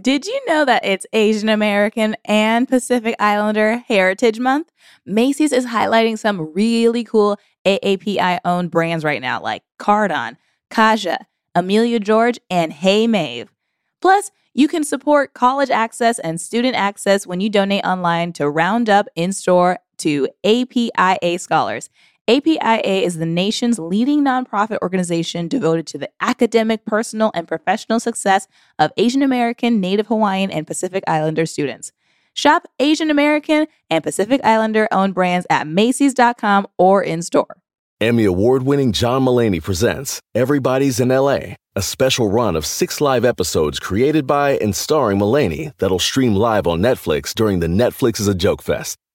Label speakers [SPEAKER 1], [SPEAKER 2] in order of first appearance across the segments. [SPEAKER 1] Did you know that it's Asian American and Pacific Islander Heritage Month? Macy's is highlighting some really cool AAPI owned brands right now, like Cardon, Kaja, Amelia George, and Hey Mave. Plus, you can support college access and student access when you donate online to Round Up in store to APIA scholars. APIA is the nation's leading nonprofit organization devoted to the academic, personal, and professional success of Asian American, Native Hawaiian, and Pacific Islander students. Shop Asian American and Pacific Islander owned brands at Macy's.com or in store.
[SPEAKER 2] Emmy award winning John Mullaney presents Everybody's in LA, a special run of six live episodes created by and starring Mullaney that'll stream live on Netflix during the Netflix is a Joke Fest.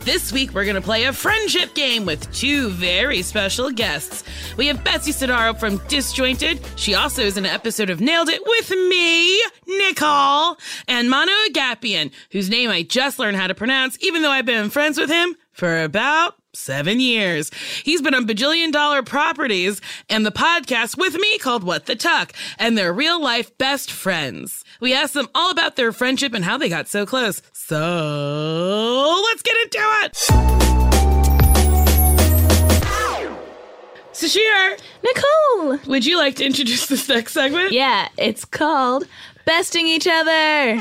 [SPEAKER 3] This week we're going to play a friendship game with two very special guests. We have Betsy Sodaro from Disjointed. She also is in an episode of Nailed It with me, Nicole, and Manu Agapian, whose name I just learned how to pronounce, even though I've been friends with him for about seven years. He's been on bajillion dollar properties and the podcast with me called What the Tuck, and they're real life best friends. We asked them all about their friendship and how they got so close. So let's get into it. Sashir,
[SPEAKER 1] Nicole!
[SPEAKER 3] would you like to introduce this next segment?
[SPEAKER 1] Yeah, it's called Besting Each Other.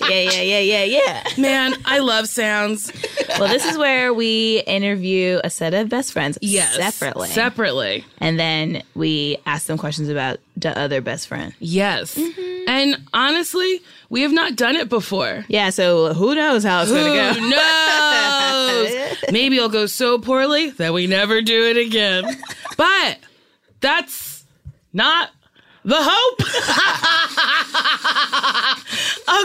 [SPEAKER 1] yeah, yeah, yeah, yeah, yeah.
[SPEAKER 3] Man, I love sounds.
[SPEAKER 1] Well, this is where we interview a set of best friends
[SPEAKER 3] Yes.
[SPEAKER 1] separately.
[SPEAKER 3] Separately.
[SPEAKER 1] and then we ask them questions about the other best friend.
[SPEAKER 3] Yes.
[SPEAKER 1] Mm-hmm.
[SPEAKER 3] And honestly, we have not done it before.
[SPEAKER 1] Yeah, so who knows how it's going to go?
[SPEAKER 3] Who knows? Maybe it'll go so poorly that we never do it again. But that's not the hope.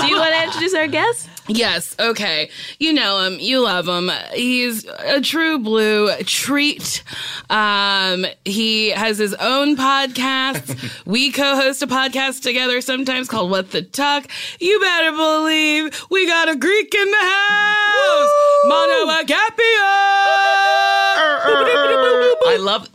[SPEAKER 1] Do you want to introduce our guest?
[SPEAKER 3] yes. Okay. You know him. You love him. He's a true blue treat. Um, he has his own podcast. we co-host a podcast together sometimes called What the Tuck. You better believe we got a Greek in the house. Mono Agapia.
[SPEAKER 4] I love.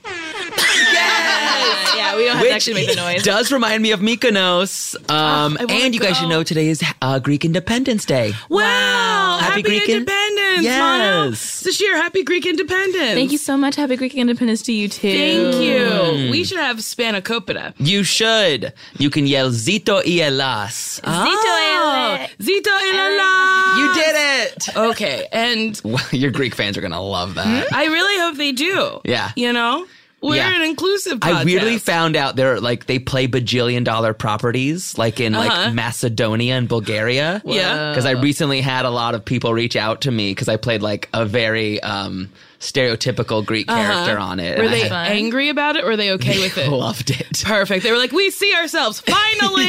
[SPEAKER 1] yeah, we don't have to actually make the noise.
[SPEAKER 4] does remind me of Mykonos. Um,
[SPEAKER 3] I wanna
[SPEAKER 4] and you guys should
[SPEAKER 3] go.
[SPEAKER 4] know today is uh, Greek Independence Day.
[SPEAKER 3] Wow. Happy,
[SPEAKER 4] Happy Greek in-
[SPEAKER 3] Independence, Mono.
[SPEAKER 4] Yes.
[SPEAKER 3] This year, happy Greek Independence.
[SPEAKER 1] Thank you so much. Happy Greek Independence to you, too.
[SPEAKER 3] Thank you. We should have Spanakopita.
[SPEAKER 4] You should. You can yell Zito y Elas.
[SPEAKER 3] Ah. Oh, Zito Elala.
[SPEAKER 4] You did it.
[SPEAKER 3] Okay, and
[SPEAKER 4] Well, your Greek fans are gonna love that.
[SPEAKER 3] I really hope they do.
[SPEAKER 4] Yeah.
[SPEAKER 3] You know? We're
[SPEAKER 4] Yeah.
[SPEAKER 3] an inclusive podcast.
[SPEAKER 4] I weirdly found out they're like they play bajillion dollar properties like in like Macedonia and Bulgaria.
[SPEAKER 3] Uh-huh. Yeah.
[SPEAKER 4] Because I recently had a lot of people reach out to me because I played like a very um stereotypical Greek character on it.
[SPEAKER 3] Uh-huh. Were
[SPEAKER 4] and I
[SPEAKER 3] they
[SPEAKER 4] had-
[SPEAKER 3] angry about it or are they okay with it?
[SPEAKER 4] loved it.
[SPEAKER 3] Perfect. They were like, we see ourselves. Finally.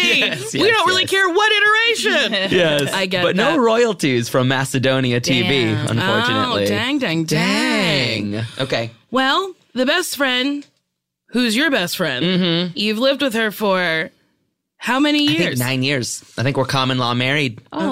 [SPEAKER 4] Yes,
[SPEAKER 3] we
[SPEAKER 4] yes,
[SPEAKER 3] don't really
[SPEAKER 4] yes.
[SPEAKER 3] care what iteration.
[SPEAKER 4] Yes.
[SPEAKER 3] I get
[SPEAKER 4] But
[SPEAKER 3] that.
[SPEAKER 4] no royalties from Macedonia TV,
[SPEAKER 1] Damn.
[SPEAKER 4] unfortunately.
[SPEAKER 3] Oh, dang, dang, dang.
[SPEAKER 4] Dang. Okay.
[SPEAKER 3] Well, the best friend, who's your best friend, you've lived with her for how many
[SPEAKER 4] Mm-hmm. I
[SPEAKER 3] years? Oh,
[SPEAKER 4] think nine years. I think we're common law married.
[SPEAKER 3] Okay.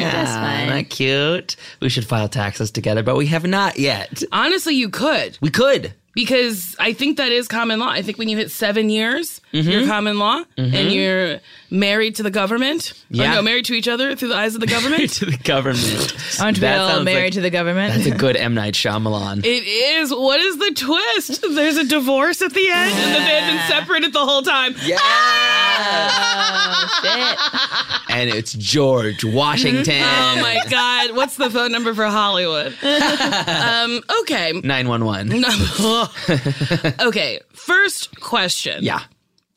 [SPEAKER 1] That's
[SPEAKER 4] Ah,
[SPEAKER 1] fine.
[SPEAKER 4] Isn't that cute? We should file taxes together, but we have not yet.
[SPEAKER 3] Honestly, you could
[SPEAKER 4] We could.
[SPEAKER 3] because I think that is common law. I think when you hit seven years,
[SPEAKER 4] Mm-hmm.
[SPEAKER 3] you're common law and you're married to the government. Or
[SPEAKER 4] Yeah.
[SPEAKER 3] no, married to each other through the eyes of the government.
[SPEAKER 4] to the government.
[SPEAKER 1] Aren't we
[SPEAKER 4] That
[SPEAKER 1] all
[SPEAKER 4] sounds
[SPEAKER 1] married to
[SPEAKER 4] like-
[SPEAKER 1] the government?
[SPEAKER 4] That's a good M. Night Shyamalan.
[SPEAKER 3] It is. What is the twist? There's a divorce at the end, and they've been separated the whole time.
[SPEAKER 4] yeah.
[SPEAKER 1] Shit.
[SPEAKER 4] And it's George Washington.
[SPEAKER 3] Oh my God! What's the phone number for Hollywood? um, okay.
[SPEAKER 4] 911.
[SPEAKER 3] okay. First question.
[SPEAKER 4] Yeah.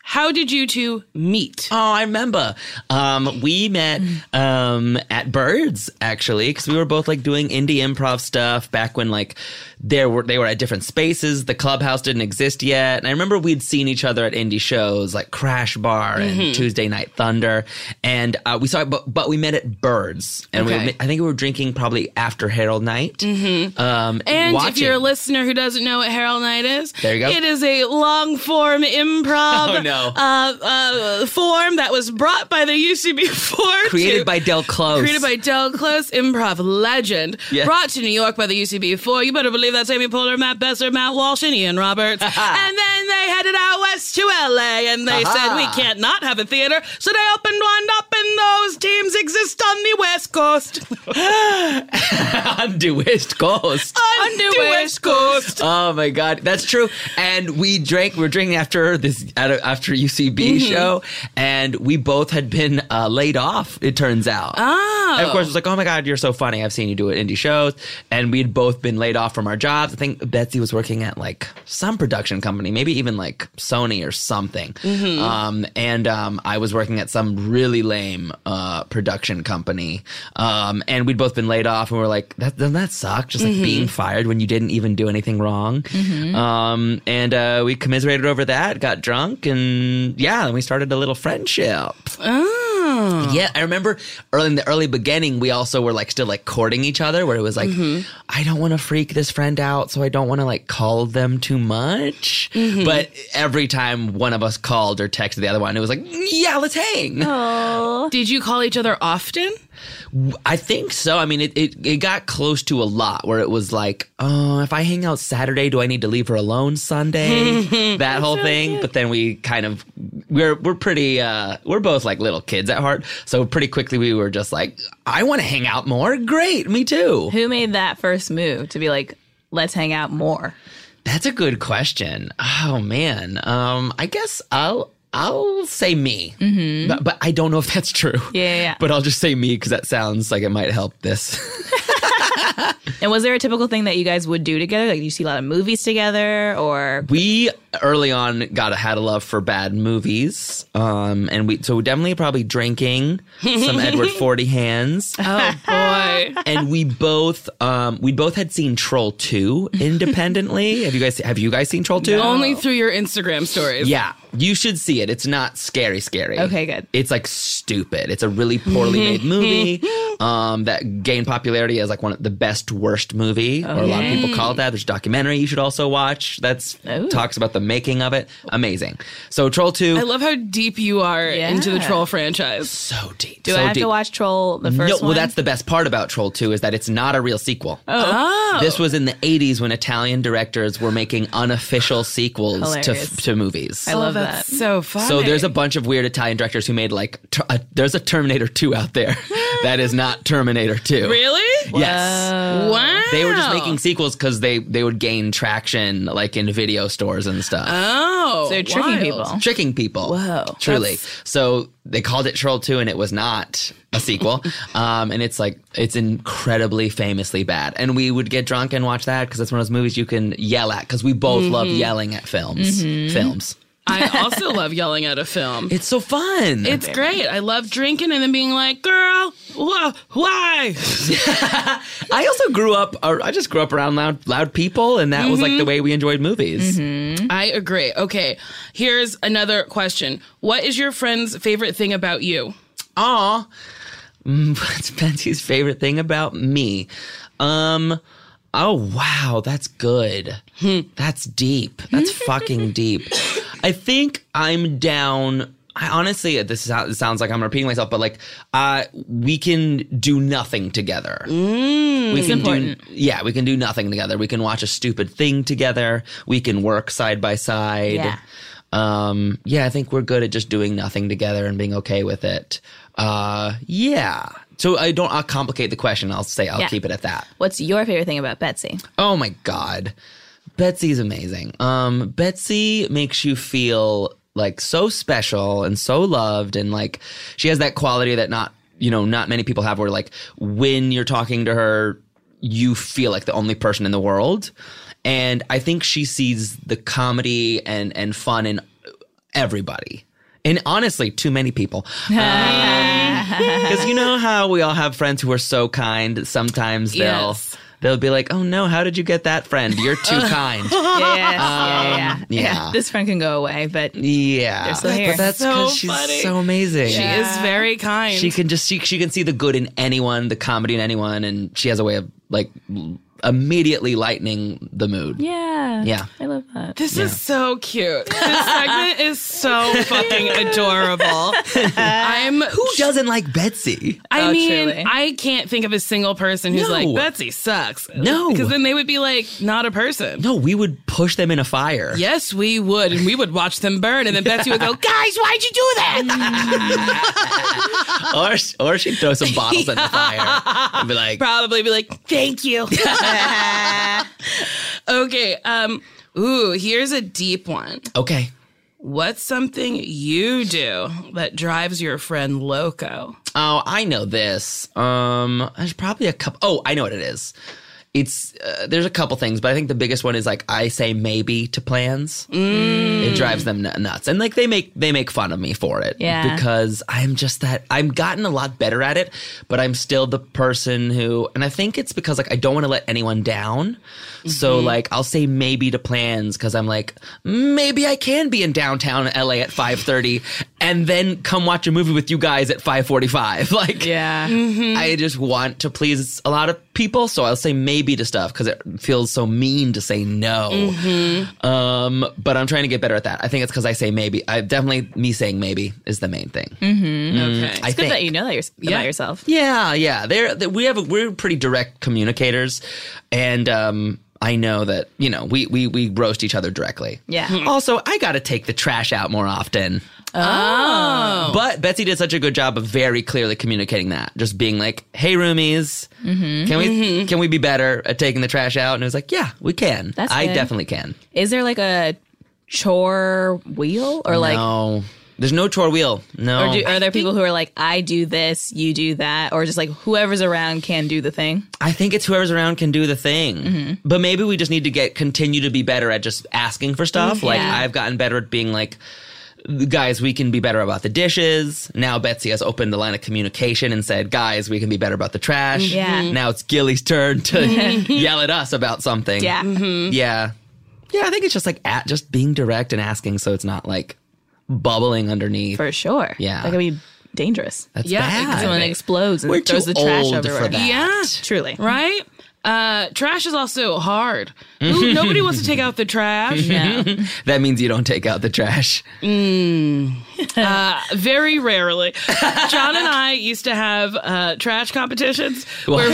[SPEAKER 3] How did you two meet?
[SPEAKER 4] Oh, I remember. Um, we met um, at Birds actually because we were both like doing indie improv stuff back when like there were they were at different spaces. The clubhouse didn't exist yet, and I remember we'd seen each other at indie shows like Crash Bar
[SPEAKER 3] Mm-hmm.
[SPEAKER 4] and Tuesday Night Thunder, and uh, we saw but but we met at Birds, and we were,
[SPEAKER 3] Okay.
[SPEAKER 4] I think we were drinking probably after Herald Night. Mm-hmm. Um,
[SPEAKER 3] And if
[SPEAKER 4] watching.
[SPEAKER 3] you're a listener who doesn't know what Herald Night is,
[SPEAKER 4] There you go.
[SPEAKER 3] It is a long form improv
[SPEAKER 4] Oh, no.
[SPEAKER 3] uh, uh, form that was brought by the UCB4
[SPEAKER 4] created
[SPEAKER 3] to-
[SPEAKER 4] by Del Close,
[SPEAKER 3] Created by Del Close, improv legend.
[SPEAKER 4] Yeah.
[SPEAKER 3] Brought to New York by the UCB4. You better believe that's Amy Poehler, Matt Besser, Matt Walsh, and Ian Roberts. and then they headed out west to LA and they said, we can't not have a theater. So they opened one up, and those teams exist on the West Coast.
[SPEAKER 4] on the West Coast.
[SPEAKER 3] on the West Coast.
[SPEAKER 4] Oh my god, that's true. And we drank. We were drinking after this at a- after UCB show, and we both had been uh, laid off. It turns out.
[SPEAKER 3] Oh.
[SPEAKER 4] And of course, it was like, oh my god, you're so funny. I've seen you do it indie shows, and we'd both been laid off from our jobs. I think Betsy was working at like some production company, maybe even like Sony or something. Um, and um, I was working at some really lame uh, production company, um, and we'd both been laid off, and we are like, that doesn't that suck? Just like being fired when you didn't even do anything wrong. Um, and uh, we commiserated over that, got drunk, and yeah, then we started a little friendship. Yeah, I remember early in the early beginning, we also were like still like courting each other, where it was like, I don't want to freak this friend out, so I don't want to like call them too much. But every time one of us called or texted the other one, it was like, yeah, let's hang.
[SPEAKER 3] Did you call each other often?
[SPEAKER 4] I think so. I mean, it, it it got close to a lot where it was like, oh, if I hang out Saturday, do I need to leave her alone Sunday? that whole thing. But then we kind of we're we're pretty uh we're both like little kids at heart, so pretty quickly we were just like, I want to hang out more. Great, me too.
[SPEAKER 1] Who made that first move to be like, let's hang out more?
[SPEAKER 4] That's a good question. Oh man, um, I guess I'll. I'll say me, mm-hmm. but, but I don't know if that's true.
[SPEAKER 1] Yeah, yeah, yeah.
[SPEAKER 4] But I'll just say me because that sounds like it might help this.
[SPEAKER 1] And was there a typical thing that you guys would do together? Like, do you see a lot of movies together or
[SPEAKER 4] we early on got a, had a love for bad movies, um, and we so definitely probably drinking some Edward Forty Hands,
[SPEAKER 3] Oh boy.
[SPEAKER 4] and we both um, we both had seen Troll Two independently. have you guys have you guys seen Troll Two?
[SPEAKER 3] Only through your Instagram stories.
[SPEAKER 4] Yeah, you should see it. It's not scary, scary.
[SPEAKER 1] Okay, good.
[SPEAKER 4] It's like stupid. It's a really poorly made movie um, that gained popularity as like one of the best worst movie, or a lot of people call it that. There's a documentary you should also watch that's talks about the making of it. Amazing. So Troll Two,
[SPEAKER 3] I love how deep you are
[SPEAKER 1] Yeah.
[SPEAKER 3] into the troll franchise.
[SPEAKER 4] so deep.
[SPEAKER 1] do
[SPEAKER 4] so
[SPEAKER 1] I have
[SPEAKER 4] deep.
[SPEAKER 1] to watch Troll the
[SPEAKER 4] No,
[SPEAKER 1] first one?
[SPEAKER 4] well, that's the best part about Troll 2 is that it's not a real sequel.
[SPEAKER 3] Oh.
[SPEAKER 4] This was in the 80s when Italian directors were making unofficial sequels to,
[SPEAKER 1] Hilarious.
[SPEAKER 4] to movies.
[SPEAKER 1] I love that.
[SPEAKER 3] Oh, that's so funny.
[SPEAKER 4] So there's a bunch of weird Italian directors who made like ter- uh, there's a Terminator 2 out there that is not Terminator 2.
[SPEAKER 3] really?
[SPEAKER 4] Yes.
[SPEAKER 5] Uh,
[SPEAKER 3] Wow.
[SPEAKER 4] They were just making sequels because they they would gain traction like in video stores and stuff,
[SPEAKER 3] Oh.
[SPEAKER 1] They're tricking
[SPEAKER 3] wild.
[SPEAKER 1] people.
[SPEAKER 4] tricking people.
[SPEAKER 1] Whoa.
[SPEAKER 4] truly. So they called it Troll Two, and it was not a sequel. um, and it's like it's incredibly famously bad. And we would get drunk and watch that because that's one of those movies you can yell at because we both love yelling at films. Films.
[SPEAKER 3] I also love yelling at a film.
[SPEAKER 4] It's so fun.
[SPEAKER 3] It's great. I love drinking and then being like, girl, wha- why?
[SPEAKER 4] Mm-hmm. I also grew up. Or I just grew up around loud, loud people, and that was like the way we enjoyed movies.
[SPEAKER 3] I agree. Okay. Here's another question. What is your friend's favorite thing about you?
[SPEAKER 4] Aw, Mm, what's Betsy's favorite thing about me? Um, oh wow, that's good. that's deep. That's fucking deep. I think I'm down. I honestly, this is how- it sounds like I'm repeating myself, but like, uh, we can do nothing together. we can do, yeah, we can do nothing together. We can watch a stupid thing together. We can work side by side.
[SPEAKER 1] Yeah.
[SPEAKER 4] Um, yeah, I think we're good at just doing nothing together and being okay with it. Uh, yeah. So I don't. I'll complicate the question. I'll say I'll
[SPEAKER 1] Yeah.
[SPEAKER 4] keep it at that.
[SPEAKER 1] What's your favorite thing about Betsy?
[SPEAKER 4] Oh my god. Betsy's amazing. Um Betsy makes you feel like so special and so loved and like she has that quality that not you know not many people have where like when you're talking to her you feel like the only person in the world and I think she sees the comedy and and fun in everybody. And honestly, too many people.
[SPEAKER 3] Uh-huh.
[SPEAKER 4] Because you know how we all have friends who are so kind. Sometimes they'll
[SPEAKER 3] Yes.
[SPEAKER 4] they'll be like, "Oh no, how did you get that friend? You're too kind."
[SPEAKER 5] Yeah, yeah, yeah,
[SPEAKER 4] Um,
[SPEAKER 5] yeah.
[SPEAKER 4] yeah.
[SPEAKER 5] This friend can go away, but
[SPEAKER 4] Yeah,
[SPEAKER 5] still here.
[SPEAKER 4] but that's
[SPEAKER 3] So
[SPEAKER 4] because she's
[SPEAKER 3] funny.
[SPEAKER 4] so amazing.
[SPEAKER 3] She is very kind.
[SPEAKER 4] She can just she, she can see the good in anyone, the comedy in anyone, and she has a way of like immediately lightening the mood.
[SPEAKER 5] yeah,
[SPEAKER 4] Yeah.
[SPEAKER 5] I love that.
[SPEAKER 3] This is so cute. This segment is so fucking adorable. I'm.
[SPEAKER 4] Who doesn't like Betsy?
[SPEAKER 3] I
[SPEAKER 5] Oh,
[SPEAKER 3] mean,
[SPEAKER 5] truly.
[SPEAKER 3] I can't think of a single person who's
[SPEAKER 4] No.
[SPEAKER 3] like Betsy sucks.
[SPEAKER 4] No.
[SPEAKER 3] because then they would be like not a person.
[SPEAKER 4] No, we would push them in a fire.
[SPEAKER 3] Yes, we would, and we would watch them burn, and then Betsy would go, "Guys, why'd you do that?"
[SPEAKER 4] Mm. Or or she'd throw some bottles in the fire and be like,
[SPEAKER 3] Probably be like, "Thank you." okay. Um. Ooh, here's a deep one.
[SPEAKER 4] okay.
[SPEAKER 3] What's something you do that drives your friend loco?
[SPEAKER 4] Oh, I know this. Um, there's probably a couple. Oh, I know what it is. It's uh, there's a couple things, but I think the biggest one is like I say maybe to plans. It drives them nu- nuts, and like they make they make fun of me for it.
[SPEAKER 5] Yeah.
[SPEAKER 4] because I'm just that. I'm gotten a lot better at it, but I'm still the person who, and I think it's because like I don't want to let anyone down. So like I'll say maybe to plans because I'm like maybe I can be in downtown LA at 5:30, and then come watch a movie with you guys at 5:45. Like
[SPEAKER 5] Yeah,
[SPEAKER 4] I just want to please a lot of people, so I'll say maybe to stuff because it feels so mean to say no. Um, but I'm trying to get better at that. I think it's because I say maybe. I definitely me saying maybe is the main thing.
[SPEAKER 3] Okay.
[SPEAKER 4] I
[SPEAKER 5] good
[SPEAKER 4] think.
[SPEAKER 5] that you know that you're,
[SPEAKER 3] Yeah.
[SPEAKER 5] about yourself.
[SPEAKER 4] Yeah, yeah. They're, they- we have a, we're pretty direct communicators, and um, I know that you know we we we roast each other directly.
[SPEAKER 5] Yeah.
[SPEAKER 4] Also, I got to take the trash out more often. Oh. But Betsy did such a good job of very clearly communicating that, just being like, "Hey, roomies,
[SPEAKER 5] Mm-hmm.
[SPEAKER 4] can we can we be better at taking the trash out?" And it was like, "Yeah, we can.
[SPEAKER 5] That's
[SPEAKER 4] I
[SPEAKER 5] good.
[SPEAKER 4] definitely can."
[SPEAKER 5] Is there like a chore wheel or like?
[SPEAKER 4] no, there's no chore wheel. No.
[SPEAKER 5] Or do, are there people who are like, I do this, you do that, or just like whoever's around can do the thing?
[SPEAKER 4] I think it's whoever's around can do the thing.
[SPEAKER 5] Mm-hmm.
[SPEAKER 4] But maybe we just need to get continue to be better at just asking for stuff. Like
[SPEAKER 5] Mm, Yeah.
[SPEAKER 4] I've gotten better at being like guys, we can be better about the dishes. Now Betsy has opened the line of communication and said, "Guys, we can be better about the trash."
[SPEAKER 5] Mm-hmm. Yeah. Mm-hmm.
[SPEAKER 4] Now it's Gilly's turn to yell at us about something.
[SPEAKER 5] Yeah. Mm-hmm.
[SPEAKER 4] Yeah. Yeah, I think it's just like at just being direct and asking so it's not like bubbling underneath.
[SPEAKER 5] For sure.
[SPEAKER 4] Yeah.
[SPEAKER 5] That could be dangerous.
[SPEAKER 4] That's
[SPEAKER 3] Yeah,
[SPEAKER 4] bad.
[SPEAKER 5] Someone explodes and
[SPEAKER 4] We're
[SPEAKER 5] throws
[SPEAKER 4] too
[SPEAKER 5] the trash
[SPEAKER 4] old
[SPEAKER 5] everywhere.
[SPEAKER 4] for that.
[SPEAKER 3] Yeah.
[SPEAKER 5] Truly.
[SPEAKER 3] right? Uh, trash is also hard. Ooh, nobody wants to take out the trash.
[SPEAKER 4] Mm-hmm. That means you don't take out the trash.
[SPEAKER 3] Uh, Very rarely. John and I used to have uh, trash competitions where,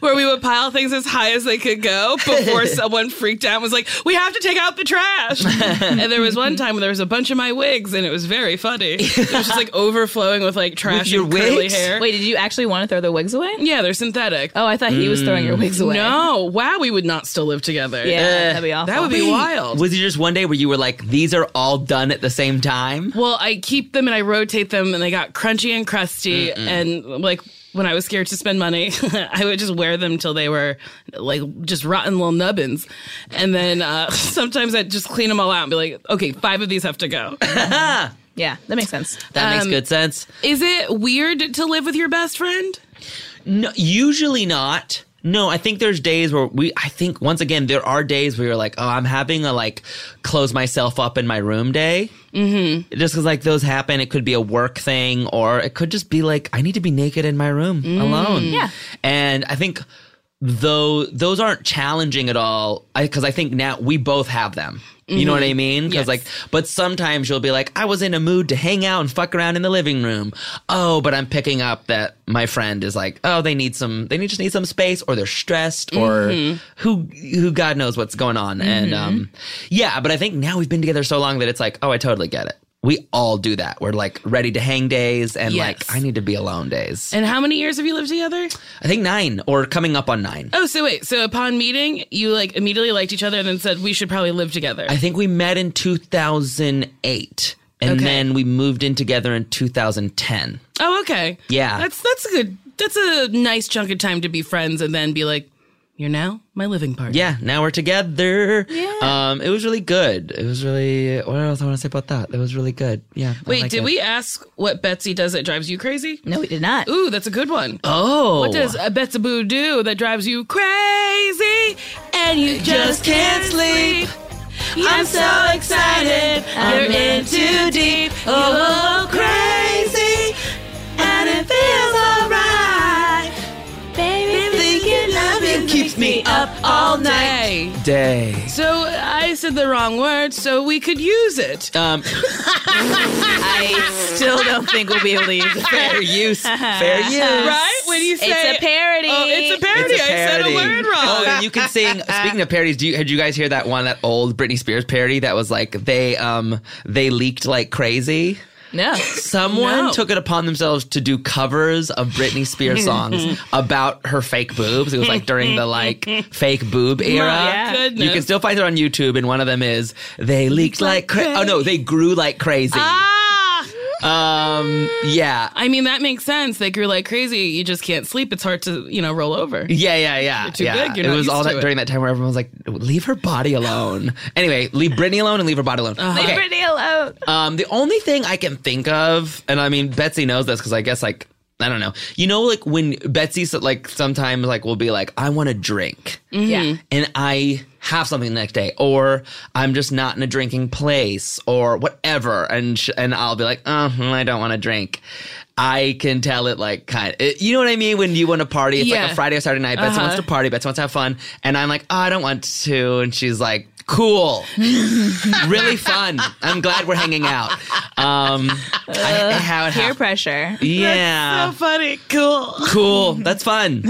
[SPEAKER 3] where we would pile things as high as they could go before someone freaked out and was like, we have to take out the trash. and there was one time when there was a bunch of my wigs and it was very funny. It was just like overflowing with like trash
[SPEAKER 4] your
[SPEAKER 3] and curly
[SPEAKER 4] wigs?
[SPEAKER 3] hair.
[SPEAKER 5] Wait, did you actually want to throw the wigs away?
[SPEAKER 3] Yeah, they're synthetic.
[SPEAKER 5] Oh, I thought he was throwing your
[SPEAKER 4] Mm.
[SPEAKER 5] wigs away.
[SPEAKER 3] no, wow, we would not still live together.
[SPEAKER 5] Yeah, that'd be awful.
[SPEAKER 3] That would be wild.
[SPEAKER 4] Was it just one day where you were like, these are all done at the same time?
[SPEAKER 3] Well, I keep them and I rotate them, and they got crunchy and crusty. And like when I was scared to spend money, I would just wear them till they were like just rotten little nubbins. And then uh, sometimes I'd just clean them all out and be like, okay, five of these have to go.
[SPEAKER 5] Yeah, that makes sense.
[SPEAKER 4] That makes good sense.
[SPEAKER 3] Is it weird to live with your best friend?
[SPEAKER 4] No, usually not. No, I think there's days where we, I think once again, there are days where you're like, oh, I'm having a like close myself up in my room day. Mm-hmm. Just because like those happen. It could be a work thing or it could just be like, I need to be naked in my room alone.
[SPEAKER 5] Yeah.
[SPEAKER 4] And I think though those aren't challenging at all because I, think now we both have them you know what i mean
[SPEAKER 3] Yes.
[SPEAKER 4] because like but sometimes you'll be like i was in a mood to hang out and fuck around in the living room oh but i'm picking up that my friend is like oh they need some they need, just need some space or they're stressed or who who god knows what's going on and um yeah but i think now we've been together so long that it's like oh i totally get it we all do that we're like ready to hang days and
[SPEAKER 3] Yes.
[SPEAKER 4] like i need to be alone days
[SPEAKER 3] And how many years have you lived together?
[SPEAKER 4] i think nine or coming up on nine
[SPEAKER 3] Oh, so wait. So upon meeting, you like immediately liked each other and then said, we should probably live together.
[SPEAKER 4] I think we met in 2008 and
[SPEAKER 3] Okay.
[SPEAKER 4] then we moved in together in 2010.
[SPEAKER 3] oh, okay.
[SPEAKER 4] Yeah.
[SPEAKER 3] That's, that's a good, that's a nice chunk of time to be friends and then be like, You're now my living partner.
[SPEAKER 4] Yeah, now we're together. Yeah. Um, it was really good. It was really. What else I want to say about that? It was really good. Yeah. I
[SPEAKER 3] Wait,
[SPEAKER 4] like
[SPEAKER 3] did
[SPEAKER 4] it.
[SPEAKER 3] we ask what Betsy does that drives you crazy?
[SPEAKER 5] No, we did not.
[SPEAKER 3] Ooh, that's a good one.
[SPEAKER 4] Oh.
[SPEAKER 3] What does a Betsy Boo do that drives you crazy and you just can't sleep? I'm so excited. You're in too deep. Oh, crazy. And it feels alright. Baby, thinking of you keeps me up all night.
[SPEAKER 4] day?
[SPEAKER 3] So I said the wrong word, so we could use it.
[SPEAKER 4] Um,
[SPEAKER 5] I still don't think we'll be able to use it.
[SPEAKER 4] fair use. Fair use.
[SPEAKER 3] Right? When you say
[SPEAKER 5] It's a parody.
[SPEAKER 3] Oh, it's a parody.
[SPEAKER 4] It's a parody.
[SPEAKER 3] I said a word
[SPEAKER 4] Oh,
[SPEAKER 3] wrong.
[SPEAKER 4] and you can sing. Speaking of parodies, do you, did you guys hear that one? That old Britney Spears parody that was like they um they leaked like crazy.
[SPEAKER 5] no.
[SPEAKER 4] Someone
[SPEAKER 3] No.
[SPEAKER 4] took it upon themselves to do covers of Britney Spears songs about her fake boobs. It was like during the like fake boob era.
[SPEAKER 3] My goodness.
[SPEAKER 4] You can still find it on YouTube, and one of them is they leaked like, cra- oh no, they grew like crazy.
[SPEAKER 3] ah!
[SPEAKER 4] um, yeah,
[SPEAKER 3] I mean, that makes sense. Like you're like crazy. You just can't sleep. It's hard to, you know, roll over.
[SPEAKER 4] yeah, yeah, yeah.
[SPEAKER 3] You're too
[SPEAKER 4] yeah.
[SPEAKER 3] big, you're
[SPEAKER 4] it
[SPEAKER 3] not
[SPEAKER 4] was
[SPEAKER 3] used
[SPEAKER 4] all
[SPEAKER 3] to
[SPEAKER 4] that
[SPEAKER 3] it.
[SPEAKER 4] during that time where everyone was like, leave her body alone. anyway, leave Britney alone and leave her body alone.
[SPEAKER 3] Uh-huh.
[SPEAKER 4] Okay.
[SPEAKER 5] Pretty alone.
[SPEAKER 4] Um, the only thing I can think of, and I mean Betsy knows this because I guess like I don't know, you know, like when Betsy so- like sometimes like will be like, I want a drink,
[SPEAKER 5] Yeah.
[SPEAKER 4] and I have something the next day, or I'm just not in a drinking place, or whatever, and sh- and I'll be like, uh, mm, I don't want to drink. I can tell it like kind of, you know what I mean? When you want to party, it's like
[SPEAKER 3] Yeah.
[SPEAKER 4] a Friday or Saturday night, Betsy wants to party, Betsy wants to have fun. And I'm like, oh, I don't want to. And she's like, cool really fun. I'm glad we're hanging out. Um, I, I- how it
[SPEAKER 5] Peer
[SPEAKER 4] happened.
[SPEAKER 5] pressure.
[SPEAKER 4] Yeah,
[SPEAKER 3] funny. Cool.
[SPEAKER 4] cool. That's fun.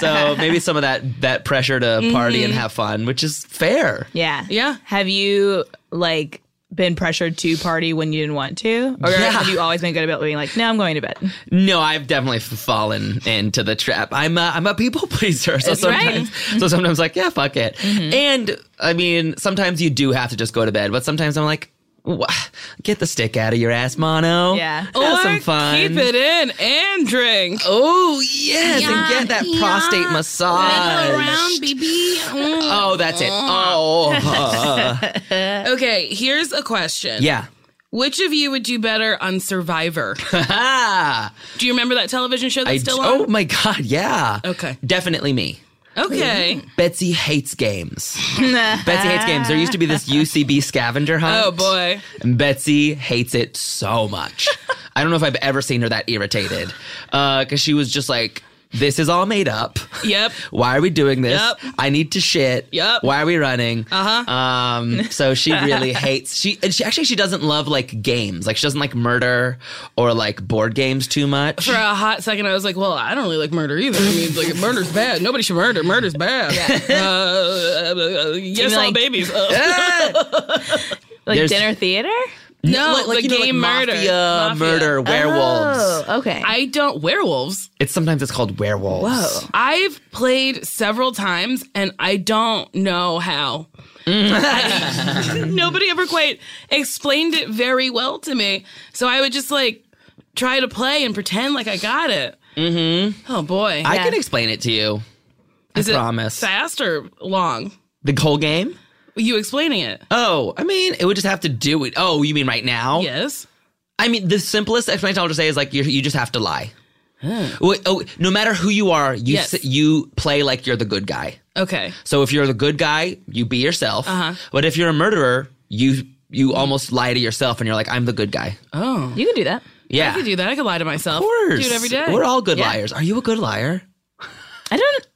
[SPEAKER 4] so maybe some of that that pressure to party and have fun, which is fair.
[SPEAKER 5] Yeah.
[SPEAKER 3] Yeah.
[SPEAKER 5] Have you like been pressured to party when you didn't want to? Or
[SPEAKER 4] Yeah.
[SPEAKER 5] have you always been good about being like, no, I'm going to bed?
[SPEAKER 4] No, I've definitely f- fallen into the trap. I'm a, I'm a people pleaser, so sometimes so sometimes like yeah, fuck it. And I mean, sometimes you do have to just go to bed, but sometimes I'm like. "Wha- Get the stick out of your ass, mono.
[SPEAKER 5] Yeah.
[SPEAKER 4] have some fun.
[SPEAKER 3] Keep it in and drink.
[SPEAKER 4] Oh yes, and get that prostate
[SPEAKER 5] Oh,
[SPEAKER 4] massage.
[SPEAKER 3] baby.
[SPEAKER 5] Mm.
[SPEAKER 4] Oh, that's it. Oh, uh,
[SPEAKER 3] okay, here's a question.
[SPEAKER 4] yeah.
[SPEAKER 3] Which of you would do better on Survivor?
[SPEAKER 4] Ah,
[SPEAKER 3] do you remember that television show that's
[SPEAKER 4] I,
[SPEAKER 3] still
[SPEAKER 4] oh
[SPEAKER 3] on?
[SPEAKER 4] my god, yeah.
[SPEAKER 3] Okay.
[SPEAKER 4] definitely me.
[SPEAKER 3] okay.
[SPEAKER 4] Betsy hates games. Betsy hates games. There used to be this UCB scavenger hunt.
[SPEAKER 3] Oh boy.
[SPEAKER 4] And Betsy hates it so much. I don't know if I've ever seen her that irritated. Because she was just like, this is all made up.
[SPEAKER 3] Yep.
[SPEAKER 4] Why are we doing this?
[SPEAKER 3] Yep.
[SPEAKER 4] I need to shit.
[SPEAKER 3] Yep.
[SPEAKER 4] Why are we running?
[SPEAKER 3] Uh-huh.
[SPEAKER 4] Um, so she really hates she and she actually she doesn't love like games. Like she doesn't like murder or like board games too much.
[SPEAKER 3] For a hot second, I was like, "Well, I don't really like murder either. I mean, like, murder's bad. Nobody should murder. Murder's bad. Uh, uh, uh, yes, all
[SPEAKER 5] like-
[SPEAKER 3] babies. Uh,
[SPEAKER 5] Like
[SPEAKER 4] There's-
[SPEAKER 5] dinner theater?
[SPEAKER 3] no,
[SPEAKER 4] Like, like,
[SPEAKER 3] the
[SPEAKER 4] you know, like
[SPEAKER 3] game murder.
[SPEAKER 4] mafia, murder, werewolves.
[SPEAKER 5] Oh, okay.
[SPEAKER 3] I don't werewolves.
[SPEAKER 4] It's sometimes it's called werewolves.
[SPEAKER 5] Whoa.
[SPEAKER 3] I've played several times and I don't know how. I- nobody ever quite explained it very well to me. So I would just like try to play and pretend like I got it. Mm-hmm. Oh boy.
[SPEAKER 4] I
[SPEAKER 5] Yeah.
[SPEAKER 4] can explain it to you.
[SPEAKER 3] Is it
[SPEAKER 4] promise.
[SPEAKER 3] fast or long?
[SPEAKER 4] The whole game?
[SPEAKER 3] You explaining it?
[SPEAKER 4] Oh, I mean, it would just have to do it. Oh, you mean right now?
[SPEAKER 3] Yes.
[SPEAKER 4] I mean, the simplest explanation I'll just say is like you, you just have to lie. Wait, oh, no matter who you are, you
[SPEAKER 3] Yes.
[SPEAKER 4] s- you play like you're the good guy.
[SPEAKER 3] Okay.
[SPEAKER 4] So if you're the good guy, you be yourself.
[SPEAKER 3] Uh-huh.
[SPEAKER 4] But if you're a murderer, you you almost lie to yourself and you're like, I'm the good guy.
[SPEAKER 3] Oh.
[SPEAKER 5] you can do that.
[SPEAKER 4] Yeah,
[SPEAKER 3] I could do that. I could lie to myself.
[SPEAKER 4] Of course,
[SPEAKER 3] Do it every day.
[SPEAKER 4] We're all good
[SPEAKER 3] Yeah.
[SPEAKER 4] liars. Are you a good liar?
[SPEAKER 5] I don't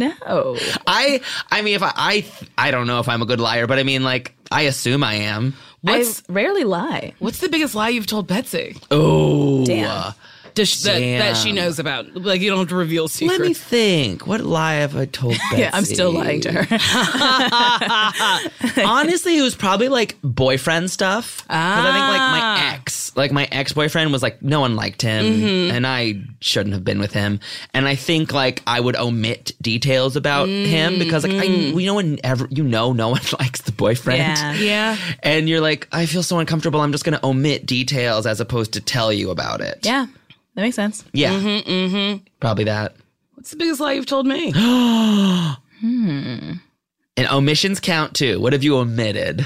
[SPEAKER 5] know.
[SPEAKER 4] I I mean, if I, I I don't know if I'm a good liar, but I mean, like I assume I am.
[SPEAKER 3] What's
[SPEAKER 5] I rarely lie.
[SPEAKER 3] what's the biggest lie you've told Betsy?
[SPEAKER 4] Oh,
[SPEAKER 5] Damn.
[SPEAKER 4] uh,
[SPEAKER 3] Does she, that, that she
[SPEAKER 4] Damn.
[SPEAKER 3] knows about. Like you don't have to reveal secrets.
[SPEAKER 4] let me think. What lie have I told? Betsy?
[SPEAKER 5] Yeah, I'm still lying to her.
[SPEAKER 4] Honestly, it was probably like boyfriend stuff. Because I think like
[SPEAKER 5] Ah.
[SPEAKER 4] my ex, like my ex boyfriend was like, no one liked him
[SPEAKER 5] Mm-hmm.
[SPEAKER 4] and I shouldn't have been with him. And I think like I would omit details about him because like, I, you know, when ever, you know, no one likes the boyfriend.
[SPEAKER 5] Mm. Yeah.
[SPEAKER 3] Yeah.
[SPEAKER 4] And you're like, I feel so uncomfortable. I'm just going to omit details as opposed to tell you about it.
[SPEAKER 5] yeah, that makes sense.
[SPEAKER 4] Yeah. Probably that.
[SPEAKER 3] What's the biggest lie you've told me?
[SPEAKER 4] And omissions count too. What have you omitted?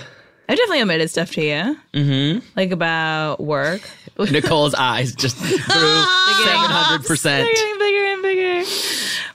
[SPEAKER 5] I've definitely omitted stuff to you, mm-hmm. like about work.
[SPEAKER 4] Nicole's eyes just grew seven hundred percent.
[SPEAKER 5] They're getting bigger and bigger.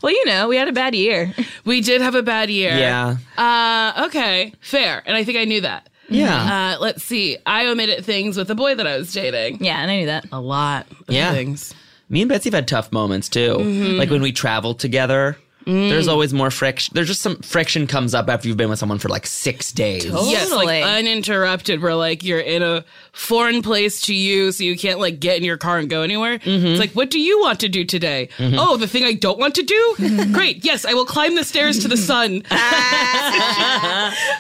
[SPEAKER 5] Well, you know, we had a bad year.
[SPEAKER 3] We did have a bad year.
[SPEAKER 4] Yeah,
[SPEAKER 3] Uh, okay, fair. And I think I knew that.
[SPEAKER 4] yeah,
[SPEAKER 3] Uh, let's see. I omitted things with the boy that I was dating.
[SPEAKER 5] Yeah, and I knew that.
[SPEAKER 3] A lot of
[SPEAKER 4] Yeah.
[SPEAKER 3] things.
[SPEAKER 4] me and Betsy have had tough moments too. Like when we travel together, there's always more friction. There's just some friction comes up after you've been with someone for like six days.
[SPEAKER 3] Yes, like
[SPEAKER 5] Totally.
[SPEAKER 3] uninterrupted, where like you're in a foreign place to you, so you can't like get in your car and go anywhere. It's like, what do you want to do today? Oh, the thing I don't want to do? Great. Yes, I will climb the stairs to the sun.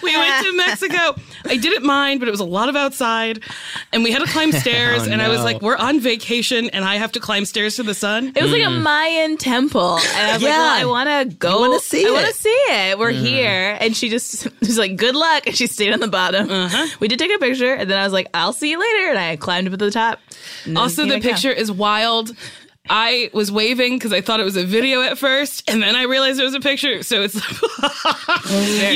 [SPEAKER 3] we went to Mexico. I didn't mind, but it was a lot of outside. And we had to climb stairs, and I was
[SPEAKER 4] no.
[SPEAKER 3] like, we're on vacation, and I have to climb stairs to the sun.
[SPEAKER 5] It was like a Mayan temple, and I was
[SPEAKER 4] Mm. Yeah.
[SPEAKER 5] like, "Well, I want to go.
[SPEAKER 4] wanna see
[SPEAKER 5] I want
[SPEAKER 4] it. Mm-hmm.
[SPEAKER 5] to see it. We're here." And she just was like, "Good luck," and she stayed on the bottom.
[SPEAKER 4] Uh-huh.
[SPEAKER 5] We did take a picture, and then I was like, "I'll see you later," and I climbed up to the top. And then
[SPEAKER 3] Also,
[SPEAKER 5] came
[SPEAKER 3] the
[SPEAKER 5] back down.
[SPEAKER 3] picture is wild. I was waving because I thought it was a video at first, and then I realized it was a picture. So it's you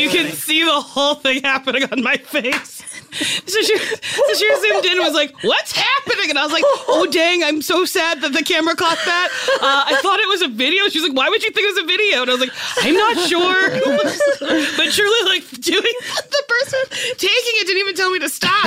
[SPEAKER 3] can see the whole thing happening on my face. So she, so she zoomed in and was like, "What's happening?" And I was like, "Oh dang, I'm so sad that the camera caught that. Uh, I thought it was a video." She was like, "Why would you think it was a video?" And I was like, "I'm not sure, but surely like doing the person taking it didn't even tell me to stop."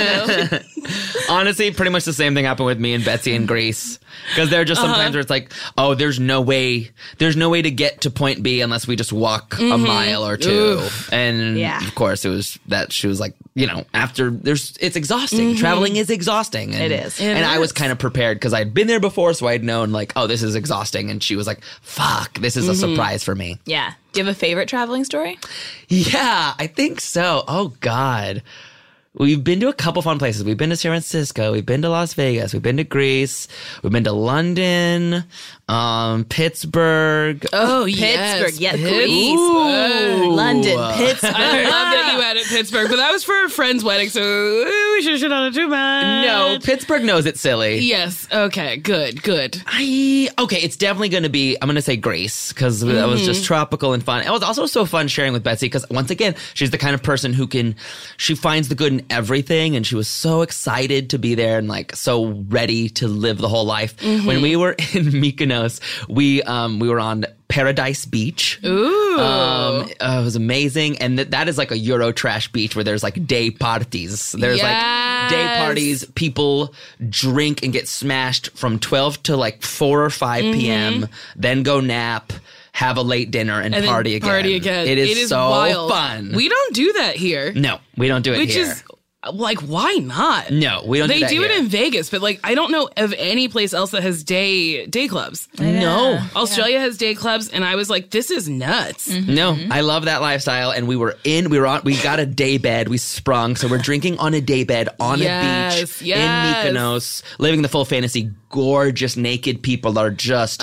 [SPEAKER 4] Honestly, pretty much the same thing happened with me and Betsy in Greece. Because there are just
[SPEAKER 5] Uh-huh.
[SPEAKER 4] sometimes where it's like, oh, there's no way, there's no way to get to point B unless we just walk a mile or two. And
[SPEAKER 5] Mm-hmm. Yeah.
[SPEAKER 4] of course, it was that she was like, you know, after there's, it's exhausting. Traveling is exhausting. And,
[SPEAKER 5] Mm-hmm. It is. It
[SPEAKER 4] and I was kind of prepared because I'd been there before, so I'd known like, oh, this is exhausting. And she was like, fuck, this
[SPEAKER 5] Mm-hmm.
[SPEAKER 4] is a surprise for me.
[SPEAKER 5] Yeah. Do you have a favorite traveling story?
[SPEAKER 4] Yeah, I think so. Oh God. We've been to a couple fun places. We've been to San Francisco. We've been to Las Vegas. We've been to Greece. We've been to London, um, Pittsburgh.
[SPEAKER 3] Oh,
[SPEAKER 5] Pittsburgh, yes,
[SPEAKER 3] Pittsburgh.
[SPEAKER 5] Greece, London, Pittsburgh.
[SPEAKER 3] I love that you added Pittsburgh, but that was for a friend's wedding, so uh, we should should not have too much.
[SPEAKER 4] No, Pittsburgh knows it's silly.
[SPEAKER 3] Yes. Okay. Good. Good.
[SPEAKER 4] I okay, it's definitely going to be. I'm going to say Grace because that was just tropical and fun. It was also so fun sharing with Betsy because once again, she's the kind of person who can she finds the good in everything, and she was so excited to be there and like so ready to live the whole life. When we were in Mykonos, we um we were on Paradise Beach. Ooh, um, uh, it was amazing, and th- that is like a Euro trash beach where there's like day parties. There's like day
[SPEAKER 3] Yes.
[SPEAKER 4] parties is people drink and get smashed from 12 to like 4 or 5
[SPEAKER 3] Mm-hmm.
[SPEAKER 4] p.m., then go nap, have a late dinner, and,
[SPEAKER 3] And then
[SPEAKER 4] party again.
[SPEAKER 3] Party again.
[SPEAKER 4] It is, so
[SPEAKER 3] wild.
[SPEAKER 4] fun.
[SPEAKER 3] We don't do that here.
[SPEAKER 4] no, we don't do it
[SPEAKER 3] Which
[SPEAKER 4] here.
[SPEAKER 3] is like, why not?
[SPEAKER 4] no, we don't
[SPEAKER 3] They
[SPEAKER 4] do that
[SPEAKER 3] do it
[SPEAKER 4] here.
[SPEAKER 3] in Vegas, but like I don't know of any place else that has day day clubs.
[SPEAKER 4] No.
[SPEAKER 3] Australia has day clubs, and I was like, this is nuts.
[SPEAKER 4] No,
[SPEAKER 3] Mm-hmm.
[SPEAKER 4] I love that lifestyle. And we were in, we were on, we got a day bed, we sprung. So we're drinking on a day bed on a
[SPEAKER 3] Yes,
[SPEAKER 4] beach
[SPEAKER 3] yes.
[SPEAKER 4] in Mykonos, living the full fantasy. Gorgeous naked people are just